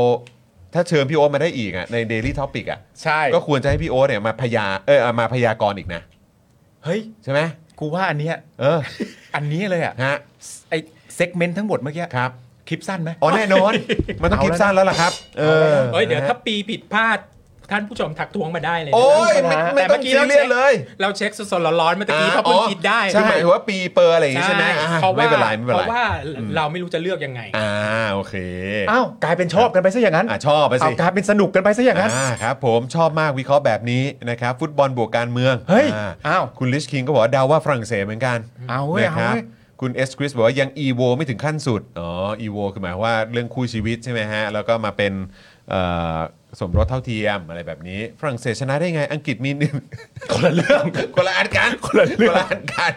ถ้าเชิญพี่โอ๊ตมาได้อีกอ่ะใน Daily Topic อ่ะ ใช่ ก็ควรจะให้พี่โอ๊ตเนี่ยมาพยาเออเอามาพยากรณ์อีกนะ เฮ้ย ใช่ไหม กูว่าอันเนี้ย เออ อันนี้เลยอ่ะ ฮะ ไอเซกเมนต์ทั้งหมดเมื่อกี้ ครับ คลิปสั้นไหม อ๋อแน่นอน มันต้องคลิปสั้นแล้วล่ะครับ เออ เอ้ยเดี๋ยวถ้าปีผิดพลาดท่านผู้ชมถักท้วงมาได้เลยนะ โอ้ยไม่ไม่ แต่ ต้อ เมื่ ง อ ซี กี้เรา เรียเช็ค สเลย เราเช็คสดๆร้อนๆเมื่อกี้เพราะ อ๋ เพิ่ง อ คิดได้ ใช่หมายถึงว่าปีเปอร์อะไรอย่างงี้ใช่ไหมอ่ะ เพราะว่า ไม่เป็นไรไม่เป็น เพ ไร ราะว่าเราไม่รู้จะเลือกยังไง อ่าโอเค อ้าวกลายเป็นชอบกันไปซะอย่างนั้น อ่ะชอบไป เอา สิ กลายเป็นสนุกกันไปซะอย่างนั้น อ่าครับผมชอบมากวิเคราะห์แบบนี้นะครับฟุตบอลบวกการเมือง เฮ้ย า อ้าว คุณลิชคิงก็บอกว่าเดาว่าฝรั่งเศสเหมือนกัน เอาเว้ย นะครับเอาเว้ย คุณเอสคริสบอกว่ายังอีโวไม่ถึงขั้นสุดอ๋ออีโวคือหมายความว่าเรื่องคู่ชีวิตใช่ไหมฮะ แล้วก็มาเป็นเอ่อสมรสเท่าเทียมอะไรแบบนี้ ฝรั่งเศสชนะได้ไงอังกฤษมีหนึ่ง คนละเรื่องคนละอันกันคนละเรื่องคนละอันกัน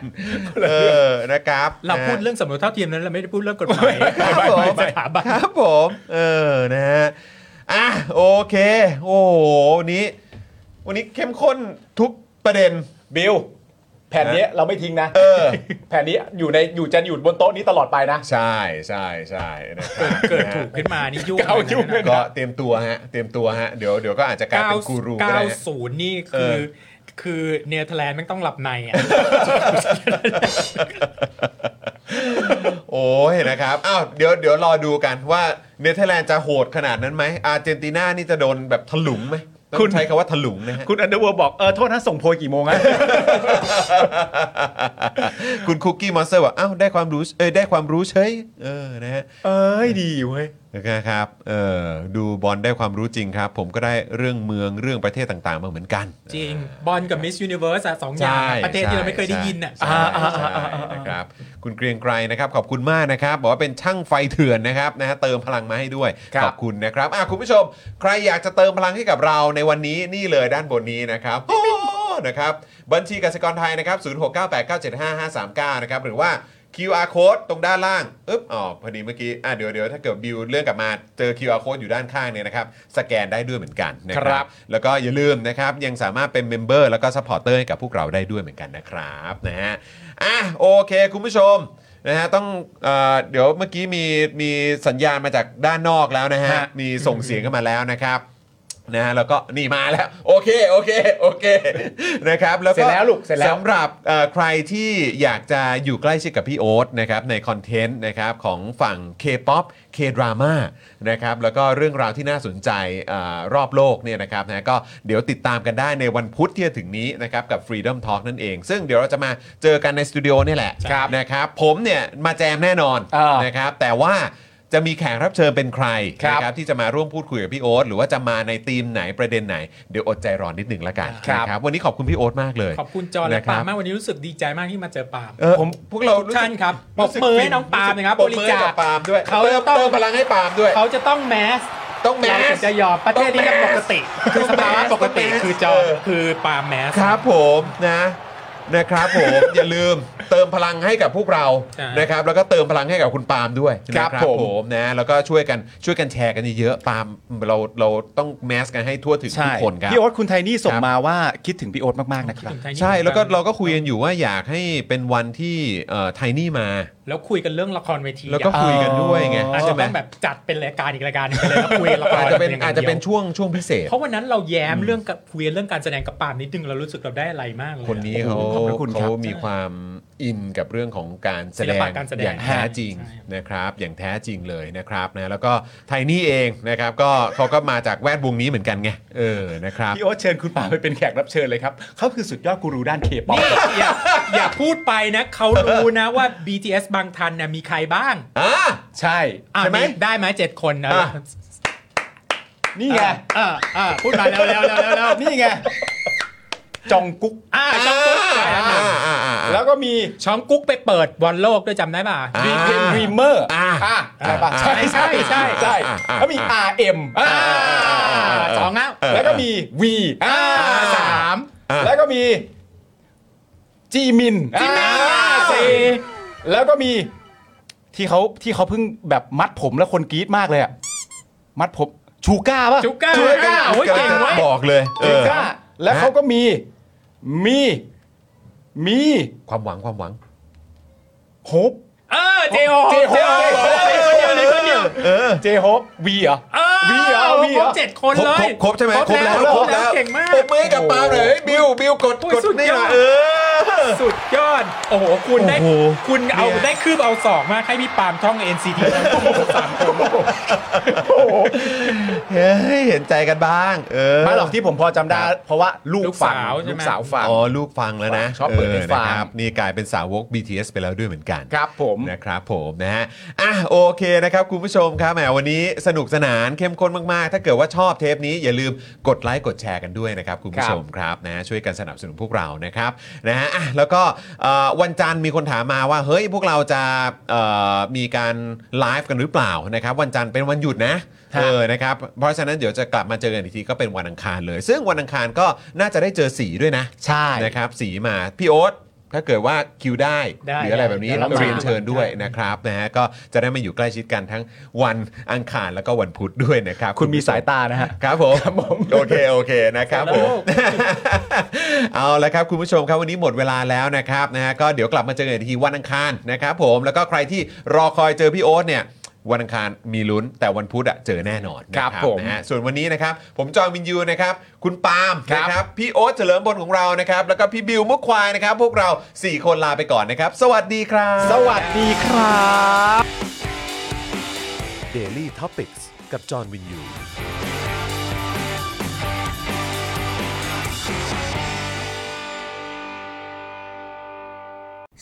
เออนะครับ เราพูด นะ เรื่องสมรสเท่าเทียมนั้นเราไม่ได้พูดเรื่องกฎหมาย ครับผ ไม่ ม สถาบัน ครับผม เออ นะฮะ อ่ะ โอเค โอ้โหวันนี้ วันนี้เข้มข้นทุกประเด็น บิลแผ่นเนี้ยเราไม่ทิ้งนะ เออ แผ่นนี้อยู่ในอยู่จะอยู่บนโต๊ะนี้ตลอดไปนะ ใช่ใช่ใช่นะครับ เกิด นะ ถู ฮะ กขึ้นมานี่ยุ่ง เก้ายุ่งเลย ก็เตรียมตัวฮะ เตรียมตัวฮะ เดี๋ยวเดี๋ยวก็อาจจะกลาย เก้า เป็นกูรูก็ เก้า ได้ฮะ ศูนย์นี่ เอ คือ อ คือเนเธอร์แลนด์แม่งต้องหลับในอ่ะ โอ้ยนะครับ อ้าว เดี๋ยวเดี๋ยวรอดูกันว่าเนเธอร์แลนด์จะโหดขนาดนั้นไหม อาร์เจนตินานี่จะโดนแบบถลุงไหมต้อ คุ ง ณ ใช้คำว่าถลุงนะฮะ คุณอันเดอร์เวิร์บอก เออ โทษนะส่งโพยกี่โมงอะ คุณคุกกี้มอนสเตอร์บอกอ้าวได้ความรู้เอ้ยได้ความรู้เฉยเออนะฮะ เอ้ยดีเว้ย นะครับเออดูบอลได้ความรู้จริงครับ ผมก็ได้เรื่องเมืองเรื่องประเทศต่างๆมาเหมือนกัน จริง บอลกับมิสยูนิเวิร์สสองอย่าง ใช่ อะประเทศที่เราไม่เคยได้ยินอ่ะ อ่ะใช่ใช่ใช่นะครับคุณเกรียงไกรนะครับขอบคุณมากนะครับบอกว่าเป็นช่างไฟเถื่อนนะครับนะฮะเติมพลังมาให้ด้วย ครับ ขอบคุณนะครับอ่ะคุณผู้ชม ใครอยากจะเติมพลังให้กับเราในวันนี้นี่เลยด้านบนนี้นะครับโอ้นะครับบัญชีกสิกรไทยนะครับ0698975539นะครับหรือว่า QR code ตรงด้านล่างอึ๊บอ๋อพอดีเมื่อกี้อ่ะเดี๋ยวเดี๋ยวถ้าเกิดบิวเรื่องกลับมาเจอ QR code อยู่ด้านข้างเนี่ยนะครับสแกนได้ด้วยเหมือนกันนะค ครั รับ บ แล้วก็อย่าลืมนะครับ ยังสามารถเป็นเมมเบอร์แล้วก็ซัพพอร์เตอร์ให้กับพวกเราได้ด้วยเหมือนกันนะครับนะฮะอ่ะโอเค คุณผู้ชมนะฮะต้องเออเดี๋ยวเมื่อกี้มีมีสัญญาณมาจากด้านนอกแล้วนะฮะ ฮะ มีส่งเสียงเข้ามาแล้วนะครับนะฮะแล้วก็นี่มาแล้ว โอเค โอเค โอเคนะครับแล้วก็ เสร็จแล้วลูกเสร็จแล้ว สำหรับเอ่อใครที่อยากจะอยู่ใกล้ชิดกับพี่โอ๊ตนะครับในคอนเทนต์นะครับของฝั่ง K-POP K-DRAMA นะครับแล้วก็เรื่องราวที่น่าสนใจเออรอบโลกเนี่ยนะครับนะก็เดี๋ยวติดตามกันได้ในวันพุธที่จะถึงนี้นะครับกับ Freedom Talk นั่นเอง ซึ่งเดี๋ยวเราจะมาเจอกันในสตูดิโอนี่แหละ ครับ นะครับผมเนี่ยมาแจมแน่นอน อ่าน นะครับแต่ว่าจะมีแขกรับเชิญเป็นใคร ครับ นะครับที่จะมาร่วมพูดคุยกับพี่โอ๊ตหรือว่าจะมาในธีมไหนประเด็นไหนเดี๋ยวอดใจรอนิดหนึ่งละกัน ครับ นะครับวันนี้ขอบคุณพี่โอ๊ตมากเลย ขอบคุณจอห์นและ นะครับ ปาล์มมากวันนี้รู้สึกดีใจมากที่มาเจอปาล์ม เออผมพวกเรา ทุกท่านครับปรบมือให้น้องปาล์มนะครับ บริจา บริจา ค ค ปาล์มด้วย เขา เติม ต้อง เติมพลังให้ปาล์มด้วย เขาจะต้องแมส ต้องแมส เราถึงจะยอมประเทศที่จะปกติ คือสภาวะปกติ ต้องแมส คือจอห์น เออ คือปาล์มแมส ครับผมนะ นะครับผม อย่าลืมเติมพลังให้กับพวกเรา ใช่ นะครับ แล้วก็เติมพลังให้กับคุณปาล์มด้วยนะครับ ผม นะแล้วก็ช่วยกันช่วยกันแชร์กันเยอะๆปาล์มเราเราต้องแมสกันให้ทั่วถึงทุ ใช่ กคนครับ พี่โอ๊ตคุณไทนี่ส่ง ครับ มาว่าคิดถึงพี่โอ๊ตมากๆนะครับ ใช่แล้วก็เราก็คุยกันอยู่ว่าอยากให้เป็นวันที่ไทนี่มา แล้วคุยกันเรื่องละครเวที แล้วก็ อ่ะ คุยกันด้วยไง อาจ ใช่ จะ ไหม ต้องแบบจัดเป็นรายการอีกรายการหนึงไปเลยแล้วคุยละคอารจจะเป็น ย่งดียว อาจจะเป็นช่วงช่วงพิเศษ เพราะวันนั้นเราแย้มเรื่องกับคุยเรื่องการแสดงกับปาล์มนิดนึงเรารู้สึกเราได้อะไรมากเลยอะ คนนี้เขา โอ้โหขอบพระคุณครับ เขามีความอินกับเรื่องของการแส ศิ ด ล ง ปะการแสดง อย่างแท้จริง ใช่ นะครับ อย่างแท้จริงเลยนะครับนะแล้วก็ไทนี่เองนะครับ ก็เขาก็มาจากแวดวงนี้เหมือนกันไงเออนะครับ พี่โอ๊ตเชิญคุณป่าไปเป็นแขกรับเชิญเลยครับเขาคือสุดยอดกูรูด้านเคป๊อป นี่อย่าอย่าพูดไปนะเขารู้นะว่า BTS บางทันเนี่ยมีใครบ้าง อ่ะ ใช่ อ่ะ ใช่ไหม ได้ไหมเจ็ดคนนะ อ่ะ นี่ไง อ่ะอ่ะพูดมาแล้วแล้วแล้วแล้ว นี่ไงจองกุ๊ก อ่ะช่องกุ๊ก อ่าอ่าอ่า แล้วก็มี ช่องกุ๊กไปเปิดบอลโลกด้วยจำได้ป่ะ อ่ะ ดีเพนรีเมอร์ อ่า อะไรปะ อ่า ใช่ใช่ใช่ใช่ อ่าอ่า แล้วมี RM อ่าสองแล้ว เออ แล้วก็มี V อ่า สาม อ่า แล้วก็มีจีมิน จิมมี่ อ่า สี่ แล้วก็มีที่เขาที่เขาเพิ่งแบบมัดผมแล้วคนกรี๊ดมากเลยอะมัดผมชูก้าปะ จุก้าก้าโอ้ยเก่งเว้ย บอกเลยเอ เอ อ อแล้ว ฮะ เขาก็มี มี มี ความหวังความหวัง โฮป เออเจโอ เจโฮป คนเดียวเลยคนเดียว เออ เจโฮปวีเหรอ เออ วีเหรอวี ค เห ร ร บ อ เจ็ดคนเลย ครบใช่ไหมครบแล้ว ครบแล้วเก่งมาก ปรบมือให้กับปาล์มหน่อยเฮ้ยบิวบิวกด โอ้ย กด สุด นี่ ย หน่อดอยเออ สุดยอด โอ้โห คุณได้ โอ้โห คุณเอา เนี่ย ได้คืบเอาสองมากให้พี่ปาล์มท่อง NCT สามคน เฮ้ยเห็นใจกันบ้าง เออ ไม่หรอกที่ผมพอจำได้ เพราะว่าลูก ลูก ฝัง สาวใช่ไหม ลูกสาวฝัง อ๋อ ลูกฟังแล้วนะ ชอบเปิดให้ฟัง นะครับนี่กลายเป็นสาวก BTS ไปแล้วด้วยเหมือนกัน ครับผม นะครับผมนะฮะอ่ะโอเคนะครับ คุณผู้ชมครับแหมวันนี้สนุกสนานเข้มข้นมาก ๆ ถ้าเกิดว่าชอบเทปนี้อย่าลืมกดไลค์กดแชร์กันด้วยนะครับ คุณผู้ชมครับนะช่วยกันสนับสนุนพวกเรานะครับนะฮะอ่ะแล้วก็เอ่อวันจันทร์มีคนถามมาว่า เฮ้ยพวกเราจะเอ่อมีการไลฟ์กันหรือเปล่านะครับวันจันทร์เป็นวันหยุดนะ ครับ เออ นะครับ เพราะฉะนั้นเดี๋ยวจะกลับมาเจอกันอีกทีก็เป็นวันอังคารเลย ซึ่งวันอังคารก็น่าจะได้เจอสีด้วยนะ ใช่ นะครับ สีมา พี่โอ๊ต ถ้าเกิดว่าคิวได้ ได้ หรืออะไรแบบนี้ ได้ เรียน ได้ เชิญด้วย ได้ นะครับนะฮะ ก็จะได้มาอยู่ใกล้ชิดกันทั้งวันอังคารแล้วก็วันพุธด้วยนะครับ คุณมี ผู้ช สายตานะฮะ ครับผมโอเค โอเคนะครับผม เอาละครับ คุณผู้ชมครับวันนี้หมดเวลาแล้วนะครับนะฮะก็เดี๋ยวกลับมาเจอกันอีกทีวันอังคารนะครับผมแล้วก็ใครที่รอคอยเจอพี่โอ๊ตเนี่ย วันอังคารมีลุ้นแต่วันพุธอะเจอแน่นอนนะครับ ผม นะฮะส่วนวันนี้นะครับ ผมจอห์นวินยูนะครับ คุณปาล์ม ครับ นะครับพี่โอ๊ตเฉลิมพลของเรานะครับ แล้วก็พี่บิวมุกควายนะครับ พวกเราสี่คนลาไปก่อนนะครับ สวัสดีครับ สวัสดีครับ Daily Topics กับจอห์นวินยู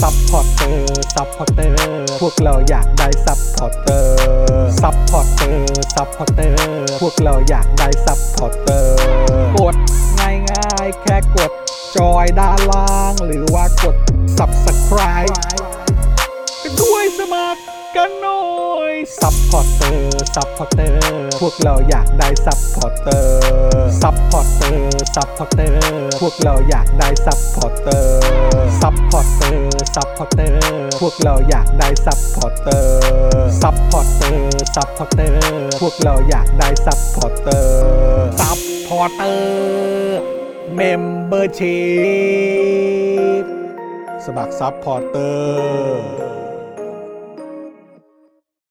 ซัพพอร์เตอร์ ซัพพอร์เตอร์ พวกเราอยากได้ซัพพอร์เตอร์ ซัพพอร์เตอร์ ซัพพอร์เตอร์ พวกเราอยากได้ซัพพอร์เตอร์ กดง่ายง่ายๆแค่กดจอยด้านล่าง หรือว่ากด subscribe กันด้วยสมัครกันหน่อย ซัพพอร์เตอร์ ซัพพอร์เตอร์ พวกเราอยากได้ซัพพอร์เตอร์ ซัพพอร์เตอร์ ซัพพอร์เตอร์ พวกเราอยากได้ซัพพอร์เตอร์ ซัพพอร์เตอร์ ซัพพอร์เตอร์ พวกเราอยากได้ซัพพอร์เตอร์ ซัพพอร์เตอร์ ซัพพอร์เตอร์ พวกเราอยากได้ซัพพอร์เตอร์ ซัพพอร์เตอร์ เมมเบอร์ชีพสมัครซัพพอร์เตอร์